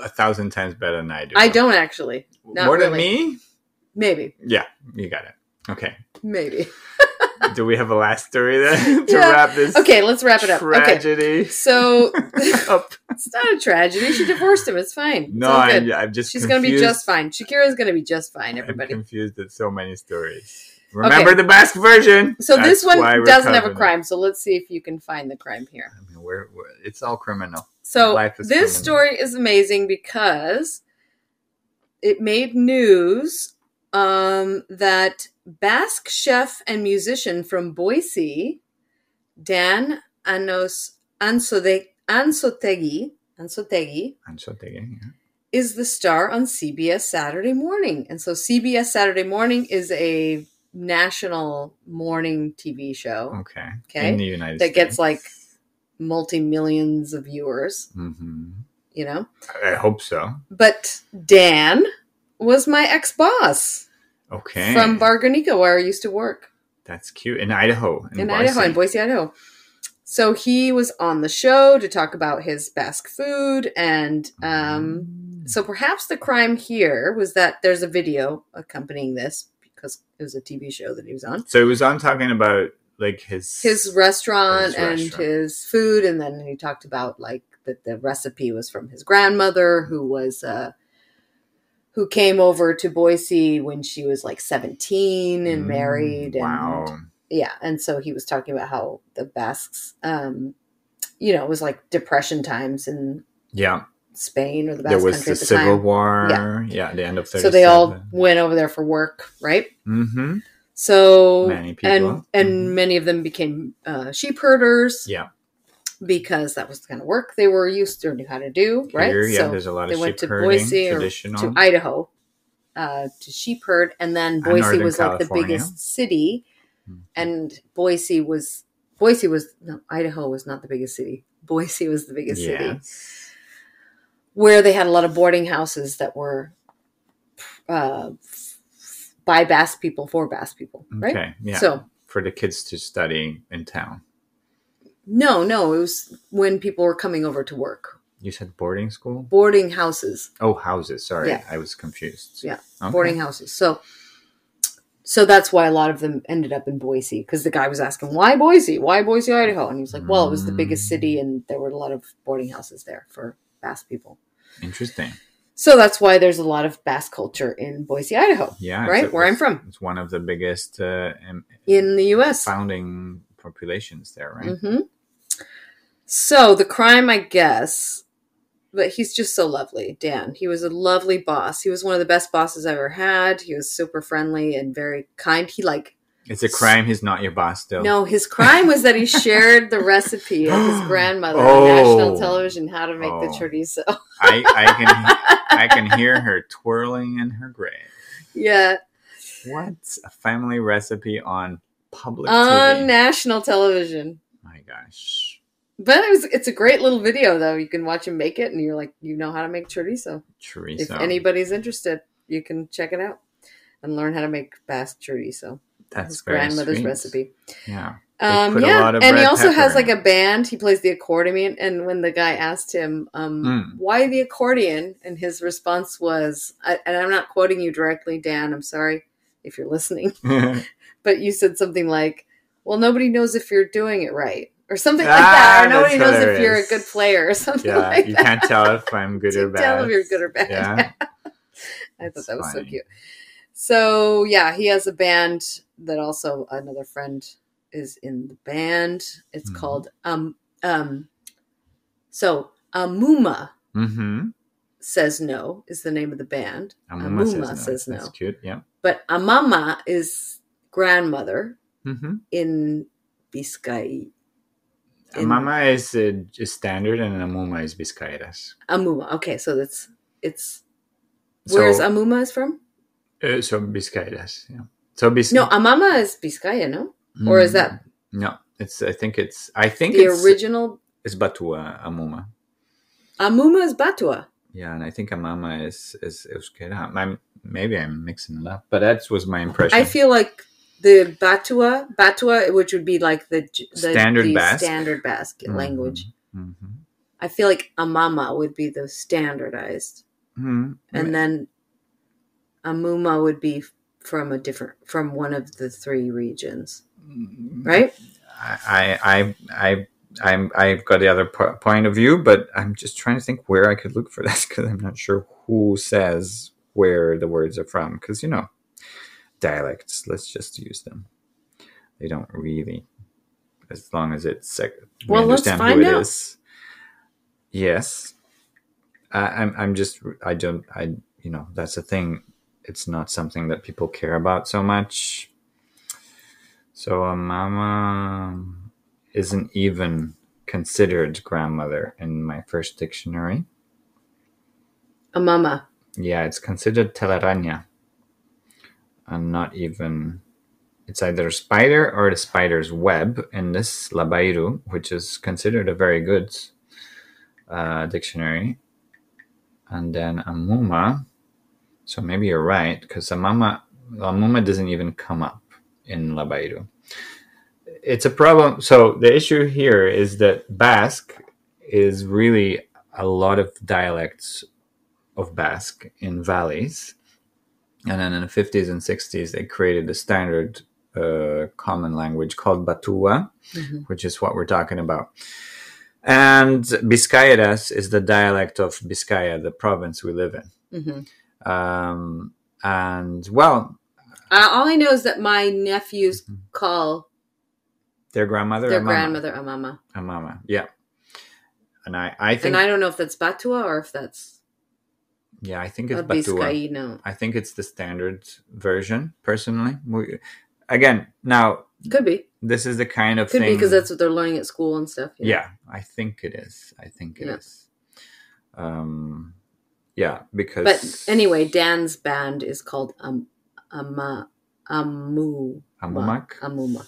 Speaker 4: a thousand times better than I do.
Speaker 3: i don't actually not
Speaker 4: more than
Speaker 3: really.
Speaker 4: me.
Speaker 3: maybe
Speaker 4: Yeah, you got it. Okay.
Speaker 3: maybe
Speaker 4: Do we have a last story then to
Speaker 3: Yeah.
Speaker 4: wrap this
Speaker 3: okay let's wrap it up okay
Speaker 4: tragedy
Speaker 3: so
Speaker 4: up?
Speaker 3: It's not a tragedy. She divorced him. It's fine. It's
Speaker 4: No,
Speaker 3: all
Speaker 4: I'm,
Speaker 3: good.
Speaker 4: I'm just
Speaker 3: she's going to be
Speaker 4: confused.
Speaker 3: just fine. Shakira's going to be just fine. Everybody.
Speaker 4: I'm confused at so many stories. Remember the Basque version.
Speaker 3: So this
Speaker 4: That's
Speaker 3: one
Speaker 4: why we're
Speaker 3: doesn't have a
Speaker 4: covering it.
Speaker 3: crime. So let's see if you can find the crime here.
Speaker 4: I mean, we're, we're, it's all criminal.
Speaker 3: So
Speaker 4: Life
Speaker 3: this
Speaker 4: is criminal.
Speaker 3: story is amazing because it made news um, that Basque chef and musician from Boise, Dan Anos Ansode, Ansotegui, Ansotegui,
Speaker 4: I'm so taking.
Speaker 3: is the star on CBS Saturday Morning. And so CBS Saturday Morning is a national morning TV
Speaker 4: Yeah.
Speaker 3: show
Speaker 4: Okay.
Speaker 3: Okay.
Speaker 4: In the United
Speaker 3: that
Speaker 4: States.
Speaker 3: gets like multi millions of viewers,
Speaker 4: hmm
Speaker 3: you know.
Speaker 4: I hope so.
Speaker 3: But Dan was my ex boss
Speaker 4: Okay.
Speaker 3: from Barganico, where I used to work
Speaker 4: That's cute. In Idaho.
Speaker 3: in Idaho, in Boise, Idaho. So he was on the show to talk about his Basque food and Mm-hmm. um, So perhaps the crime here was that there's a video accompanying this because it was a TV show that he was on.
Speaker 4: So it was on talking about like his
Speaker 3: His restaurant
Speaker 4: His
Speaker 3: and
Speaker 4: restaurant.
Speaker 3: his food, and then he talked about like that the recipe was from his grandmother, who was uh, who came over to Boise when she was like seventeen and
Speaker 4: Mm,
Speaker 3: married, and
Speaker 4: Wow.
Speaker 3: yeah and so he was talking about how the basques um you know it was like depression times in
Speaker 4: Yeah.
Speaker 3: spain or the basque
Speaker 4: There was
Speaker 3: country
Speaker 4: the
Speaker 3: at the
Speaker 4: Civil
Speaker 3: time
Speaker 4: War. Yeah. The end of 37.
Speaker 3: so they all went over there for work right
Speaker 4: Mm-hmm.
Speaker 3: so
Speaker 4: Many people.
Speaker 3: and and
Speaker 4: Mhm.
Speaker 3: many of them became uh, sheep herders
Speaker 4: Yeah.
Speaker 3: because that was the kind of work they were used to or knew how to do right
Speaker 4: Here, yeah,
Speaker 3: so
Speaker 4: there's a lot of
Speaker 3: they
Speaker 4: sheep
Speaker 3: went to
Speaker 4: herding,
Speaker 3: Boise or
Speaker 4: traditional.
Speaker 3: to idaho uh, to sheep herd and then boise
Speaker 4: Northern
Speaker 3: was like the
Speaker 4: California.
Speaker 3: biggest city
Speaker 4: Mhm.
Speaker 3: and boise was boise was no idaho was not the biggest city boise was the biggest city
Speaker 4: Yes.
Speaker 3: where they had a lot of boarding houses that were uh, f- f- by bass people for bass people right
Speaker 4: Okay. Yeah.
Speaker 3: so
Speaker 4: for the kids to study in town.
Speaker 3: no no it was when people were coming over to work
Speaker 4: You said boarding school?
Speaker 3: boarding houses
Speaker 4: Oh, houses. Sorry.
Speaker 3: Yeah.
Speaker 4: I was confused.
Speaker 3: Yeah.
Speaker 4: Okay.
Speaker 3: boarding houses. So so that's why a lot of them ended up in Boise because the guy was asking, "Why Boise? Why Boise, Idaho?" And he was like, "Well, it was the biggest
Speaker 4: Mm.
Speaker 3: city and there were a lot of boarding houses there for Basque people."
Speaker 4: Interesting.
Speaker 3: So that's why there's a lot of Basque culture in Boise, Idaho,
Speaker 4: Yeah. it's-
Speaker 3: right? Where I'm
Speaker 4: it's-
Speaker 3: from
Speaker 4: It's one of the biggest uh, em-
Speaker 3: in the US.
Speaker 4: founding populations there, right?
Speaker 3: hmm So the crime, I guess, but he's just so lovely, Dan. He was a lovely boss. He was one of the best bosses I ever had. He was super friendly and very kind. He like
Speaker 4: It's a crime he's not your boss, though.
Speaker 3: No, his crime was that he shared the recipe of his grandmother
Speaker 4: Oh.
Speaker 3: on national television how to make the
Speaker 4: Oh.
Speaker 3: chorizo.
Speaker 4: I, I can I can hear her twirling in her grave.
Speaker 3: yeah,
Speaker 4: What's a family recipe on public
Speaker 3: on
Speaker 4: TV?
Speaker 3: national television.
Speaker 4: My gosh,
Speaker 3: But it was, it's a great little video though. You can watch him make it, and you're like, you know how to make chorizo.
Speaker 4: Teresa.
Speaker 3: If anybody's interested, you can check it out and learn how to make Basque chorizo.
Speaker 4: that's
Speaker 3: his
Speaker 4: very
Speaker 3: grandmother's
Speaker 4: sweet.
Speaker 3: recipe.
Speaker 4: Yeah,
Speaker 3: Um,
Speaker 4: put a
Speaker 3: yeah,
Speaker 4: lot of
Speaker 3: and he
Speaker 4: red
Speaker 3: also has
Speaker 4: pepper
Speaker 3: like
Speaker 4: in
Speaker 3: a band. He plays the accordion, and when the guy asked him um,
Speaker 4: Mm.
Speaker 3: why the accordion, and his response was, I, and I'm not quoting you directly, Dan. I'm sorry if you're listening, but you said something like, "Well, nobody knows if you're doing it right." Or something like that,
Speaker 4: Ah,
Speaker 3: or nobody
Speaker 4: that's
Speaker 3: knows if you're a
Speaker 4: hilarious.
Speaker 3: good player, or something
Speaker 4: yeah.
Speaker 3: like
Speaker 4: you
Speaker 3: that.
Speaker 4: can't tell if I'm good or
Speaker 3: You
Speaker 4: bad.
Speaker 3: Oh tell if you're good or bad.
Speaker 4: Yeah,
Speaker 3: I thought
Speaker 4: That's
Speaker 3: that was so
Speaker 4: funny.
Speaker 3: cute. So yeah, he has a band that also another friend is in the band. It's
Speaker 4: Mhm.
Speaker 3: called um um so Amuma
Speaker 4: Mm-hmm.
Speaker 3: says no is the name of the band.
Speaker 4: Amuma, says, no. That's cute. Yeah.
Speaker 3: But Amama is grandmother
Speaker 4: Mm-hmm.
Speaker 3: in Biscay In-
Speaker 4: Amama is uh, j- standard, and Amuma is Biscayas.
Speaker 3: Amuma. Okay, so that's it's
Speaker 4: So,
Speaker 3: where's Amuma is from?
Speaker 4: uh, so Biscayas. Yeah. So Bis-
Speaker 3: No, Amama is Biscaya, no? Or is that
Speaker 4: Mm. No, it's. I think it's. I think
Speaker 3: the
Speaker 4: it's.
Speaker 3: original
Speaker 4: it's uh, Batua Amuma.
Speaker 3: Amuma is Batua.
Speaker 4: Yeah, and I think Amama is is Euskera. I'm, maybe I'm mixing it up, but that was my impression.
Speaker 3: I feel like the Batua, Batua, which would be like the, j- the
Speaker 4: Standard
Speaker 3: the
Speaker 4: Basque.
Speaker 3: standard Basque
Speaker 4: Mhm,
Speaker 3: language.
Speaker 4: mhm.
Speaker 3: I feel like Amama would be the standardized,
Speaker 4: Mhm.
Speaker 3: and then Amuma would be from a different, from one of the three regions,
Speaker 4: Mm-hmm.
Speaker 3: right?
Speaker 4: I I I. I'm, I've got the other po- point of view, but I'm just trying to think where I could look for this because I'm not sure who says where the words are from. Because, you know, dialects, let's just use them. They don't really, as long as it's sec- we
Speaker 3: Well, let's
Speaker 4: understand
Speaker 3: find
Speaker 4: who it
Speaker 3: out.
Speaker 4: is. Yes. I, I'm, I'm just, I don't, I, you know, that's the thing. It's not something that people care about so much. So a mama isn't even considered grandmother in my first dictionary.
Speaker 3: Amama.
Speaker 4: Yeah, it's considered telaraña. And not even it's either a spider or the spider's web in this labairu, which is considered a very good uh, dictionary. And then amuma. So maybe you're right, because amama amuma doesn't even come up in labairu. It's a problem. So the issue here is that Basque is really a lot of dialects of Basque in valleys, And then in the 50s and 60s, they created a standard uh, common language called Batua,
Speaker 3: Mm-hmm.
Speaker 4: which is what we're talking about. And Biscayas is the dialect of Biscaya, the province we live in. Um, and well,
Speaker 3: Uh, all I know is that my nephews
Speaker 4: Mm-hmm.
Speaker 3: call
Speaker 4: their grandmother,
Speaker 3: their
Speaker 4: a mama.
Speaker 3: grandmother a mama.
Speaker 4: a mama, yeah. And I, I think,
Speaker 3: And I don't know if that's Batua or if that's
Speaker 4: yeah, I think it's
Speaker 3: a
Speaker 4: Batua.
Speaker 3: Biscaino.
Speaker 4: I think it's the standard version, personally. We, again, now
Speaker 3: Could be.
Speaker 4: this is the kind of
Speaker 3: Could
Speaker 4: thing.
Speaker 3: be because that's what they're learning at school and stuff.
Speaker 4: yeah. I think it is. I think it is.
Speaker 3: Yeah.
Speaker 4: Um, yeah, because
Speaker 3: But anyway, Dan's band is called um, Ama, Amu,
Speaker 4: Amumak?
Speaker 3: Amuma.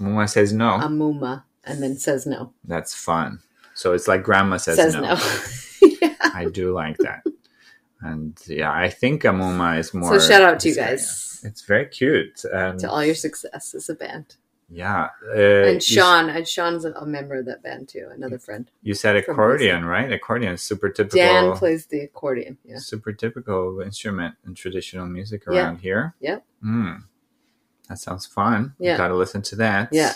Speaker 3: um,
Speaker 4: Mama says no.
Speaker 3: Amuma. And then says no.
Speaker 4: That's fun. So it's like grandma says,
Speaker 3: Says
Speaker 4: no.
Speaker 3: no. Yeah.
Speaker 4: I do like that. And yeah, I think Amuma is more.
Speaker 3: So shout out to you
Speaker 4: Biscaya.
Speaker 3: guys.
Speaker 4: It's very cute. And
Speaker 3: To all your success as a band.
Speaker 4: yeah. Uh, you-
Speaker 3: And Sean, and Sean's a a member of that band too, another friend.
Speaker 4: You, said
Speaker 3: from
Speaker 4: accordion, right? Accordion is super typical.
Speaker 3: Dan plays the accordion. Yeah.
Speaker 4: super typical instrument in traditional music
Speaker 3: Yeah.
Speaker 4: around here.
Speaker 3: Yep.
Speaker 4: Mm. That sounds fun.
Speaker 3: Yeah.
Speaker 4: You got to listen to that.
Speaker 3: Yeah.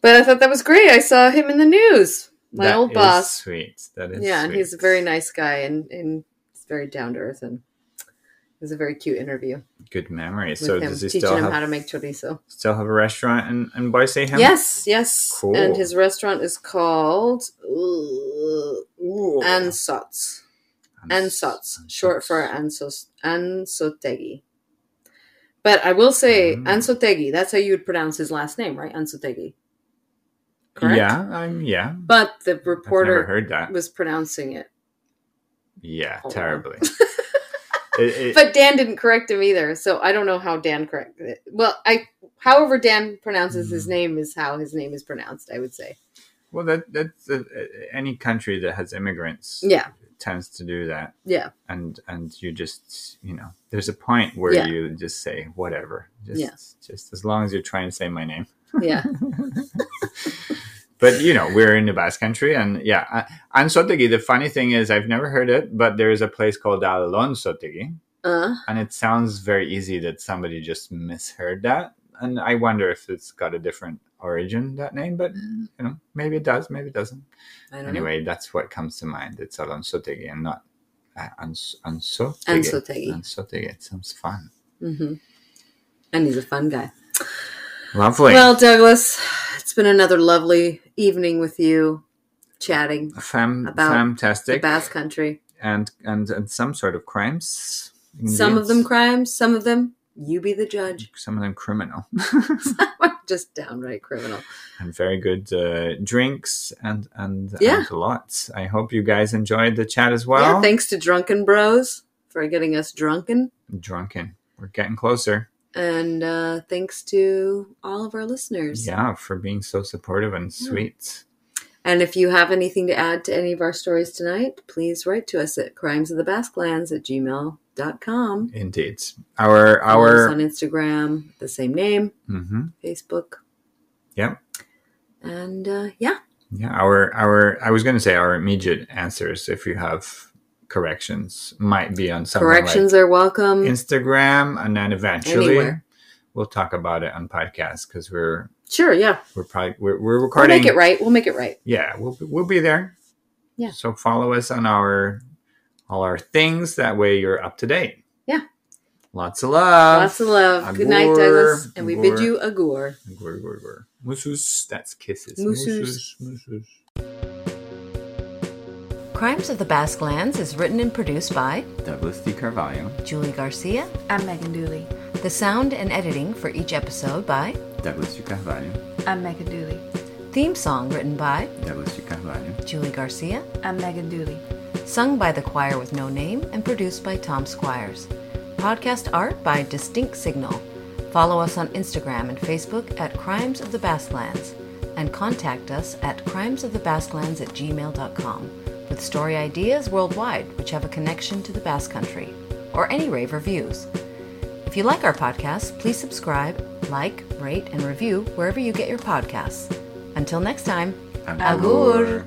Speaker 3: But I thought that was great. I saw him in the news. My
Speaker 4: That
Speaker 3: old
Speaker 4: is
Speaker 3: boss.
Speaker 4: Sweet. That is.
Speaker 3: yeah, and he's a
Speaker 4: sweet.
Speaker 3: very nice guy and, and he's very down to earth and it was a very cute interview
Speaker 4: Good memory.
Speaker 3: with
Speaker 4: So
Speaker 3: him,
Speaker 4: does he
Speaker 3: teaching
Speaker 4: still
Speaker 3: him
Speaker 4: have,
Speaker 3: how to make chorizo.
Speaker 4: still have a restaurant in, in Boise? Him?
Speaker 3: Yes, yes.
Speaker 4: Cool.
Speaker 3: And his restaurant is called Ansots. Ansots, short for Ansos Ansotegi. But I will say
Speaker 4: Mm.
Speaker 3: Ansotegi. That's how you would pronounce his last name, right? Ansotegi. Correct.
Speaker 4: Yeah. I'm, yeah.
Speaker 3: But the
Speaker 4: I've never
Speaker 3: reporter
Speaker 4: heard that.
Speaker 3: was pronouncing it.
Speaker 4: Yeah.
Speaker 3: Hold on.
Speaker 4: terribly. It- it-
Speaker 3: But Dan didn't correct him either, so I don't know how Dan corrected it. Well, I however Dan pronounces his
Speaker 4: Mm.
Speaker 3: name is how his name is pronounced, I would say.
Speaker 4: well, that that's uh, uh, any country that has immigrants
Speaker 3: Yeah.
Speaker 4: tends to do that.
Speaker 3: Yeah.
Speaker 4: and and you just you know there's a point where
Speaker 3: Yeah.
Speaker 4: you just say whatever just
Speaker 3: Yeah.
Speaker 4: just as long as you're trying to say my name
Speaker 3: Yeah.
Speaker 4: but you know we're in the basque country and yeah uh, ansotegi the funny thing is i've never heard it but there is a place called alonsotegi
Speaker 3: uh
Speaker 4: and it sounds very easy that somebody just misheard that and i wonder if it's got a different origin that name but you know maybe it does maybe it doesn't
Speaker 3: I don't
Speaker 4: anyway that's what comes to mind it's alonsotegi and not uh, Ans-
Speaker 3: know. Ansotegi.
Speaker 4: ansotegi and so they get sounds fun.
Speaker 3: hmm And he's a fun guy.
Speaker 4: Lovely.
Speaker 3: Well, Douglas, it's been another lovely evening with you, chatting
Speaker 4: Fam,
Speaker 3: about the
Speaker 4: fantastic,
Speaker 3: Basque Country.
Speaker 4: and, and and some sort of crimes.
Speaker 3: Some of
Speaker 4: Indeed.
Speaker 3: them crimes, some of them you be the judge.
Speaker 4: some of them criminal,
Speaker 3: Just downright criminal.
Speaker 4: and very good uh, drinks and and,
Speaker 3: Yeah.
Speaker 4: and lots. I hope you guys enjoyed the chat as well.
Speaker 3: yeah, thanks to Drunken Bros for getting us drunken.
Speaker 4: Drunken. We're getting closer.
Speaker 3: And uh, thanks to all of our listeners.
Speaker 4: Yeah, for being so supportive and sweet.
Speaker 3: And if you have anything to add to any of our stories tonight, please write to us at crimesofthebaskelands at gmail.com.
Speaker 4: Indeed. Our
Speaker 3: Follow us on
Speaker 4: our
Speaker 3: Instagram, the same name,
Speaker 4: hmm
Speaker 3: Facebook.
Speaker 4: Yep.
Speaker 3: And uh, yeah,
Speaker 4: Yeah, our our I was going to say our immediate answers if you have corrections might be on something like
Speaker 3: corrections are welcome.
Speaker 4: Instagram, and then eventually
Speaker 3: Anywhere.
Speaker 4: we'll talk about it on podcast because we're
Speaker 3: sure, yeah.
Speaker 4: we're probably we're, we're
Speaker 3: We'll
Speaker 4: recording.
Speaker 3: make it right. We'll make it right.
Speaker 4: Yeah, we'll be- we'll be there.
Speaker 3: Yeah.
Speaker 4: So follow us on our all our things. That way you're up to date.
Speaker 3: Yeah.
Speaker 4: Lots of love.
Speaker 3: Lots of love. Good night,
Speaker 4: Agur.
Speaker 3: Douglas. And we bid
Speaker 4: Agur.
Speaker 3: you agur.
Speaker 4: Gur, gur, gur. Musus. That's kisses.
Speaker 3: Musus.
Speaker 4: Musus, musus.
Speaker 3: Crimes of the Basque Lands is written and produced by
Speaker 5: Douglas D. Carvalho,
Speaker 3: Julie Garcia.
Speaker 2: I'm Megan Dooley.
Speaker 3: The sound and editing for each episode by
Speaker 5: Douglas D. Carvalho,
Speaker 2: I'm Megan Dooley.
Speaker 3: Theme song written by
Speaker 5: Douglas D. Carvalho,
Speaker 3: Julie Garcia,
Speaker 2: I'm Megan Dooley.
Speaker 3: sung by the choir with no name, and produced by Tom Squires. Podcast art by Distinct Signal. Follow us on Instagram and Facebook at Crimes of the Basquelands and contact us at crimesofthebasquelands at gmail.com with story ideas worldwide which have a connection to the Basque Country or any rave reviews. If you like our podcast, please subscribe, like, rate, and review wherever you get your podcasts. Until next time, Agur.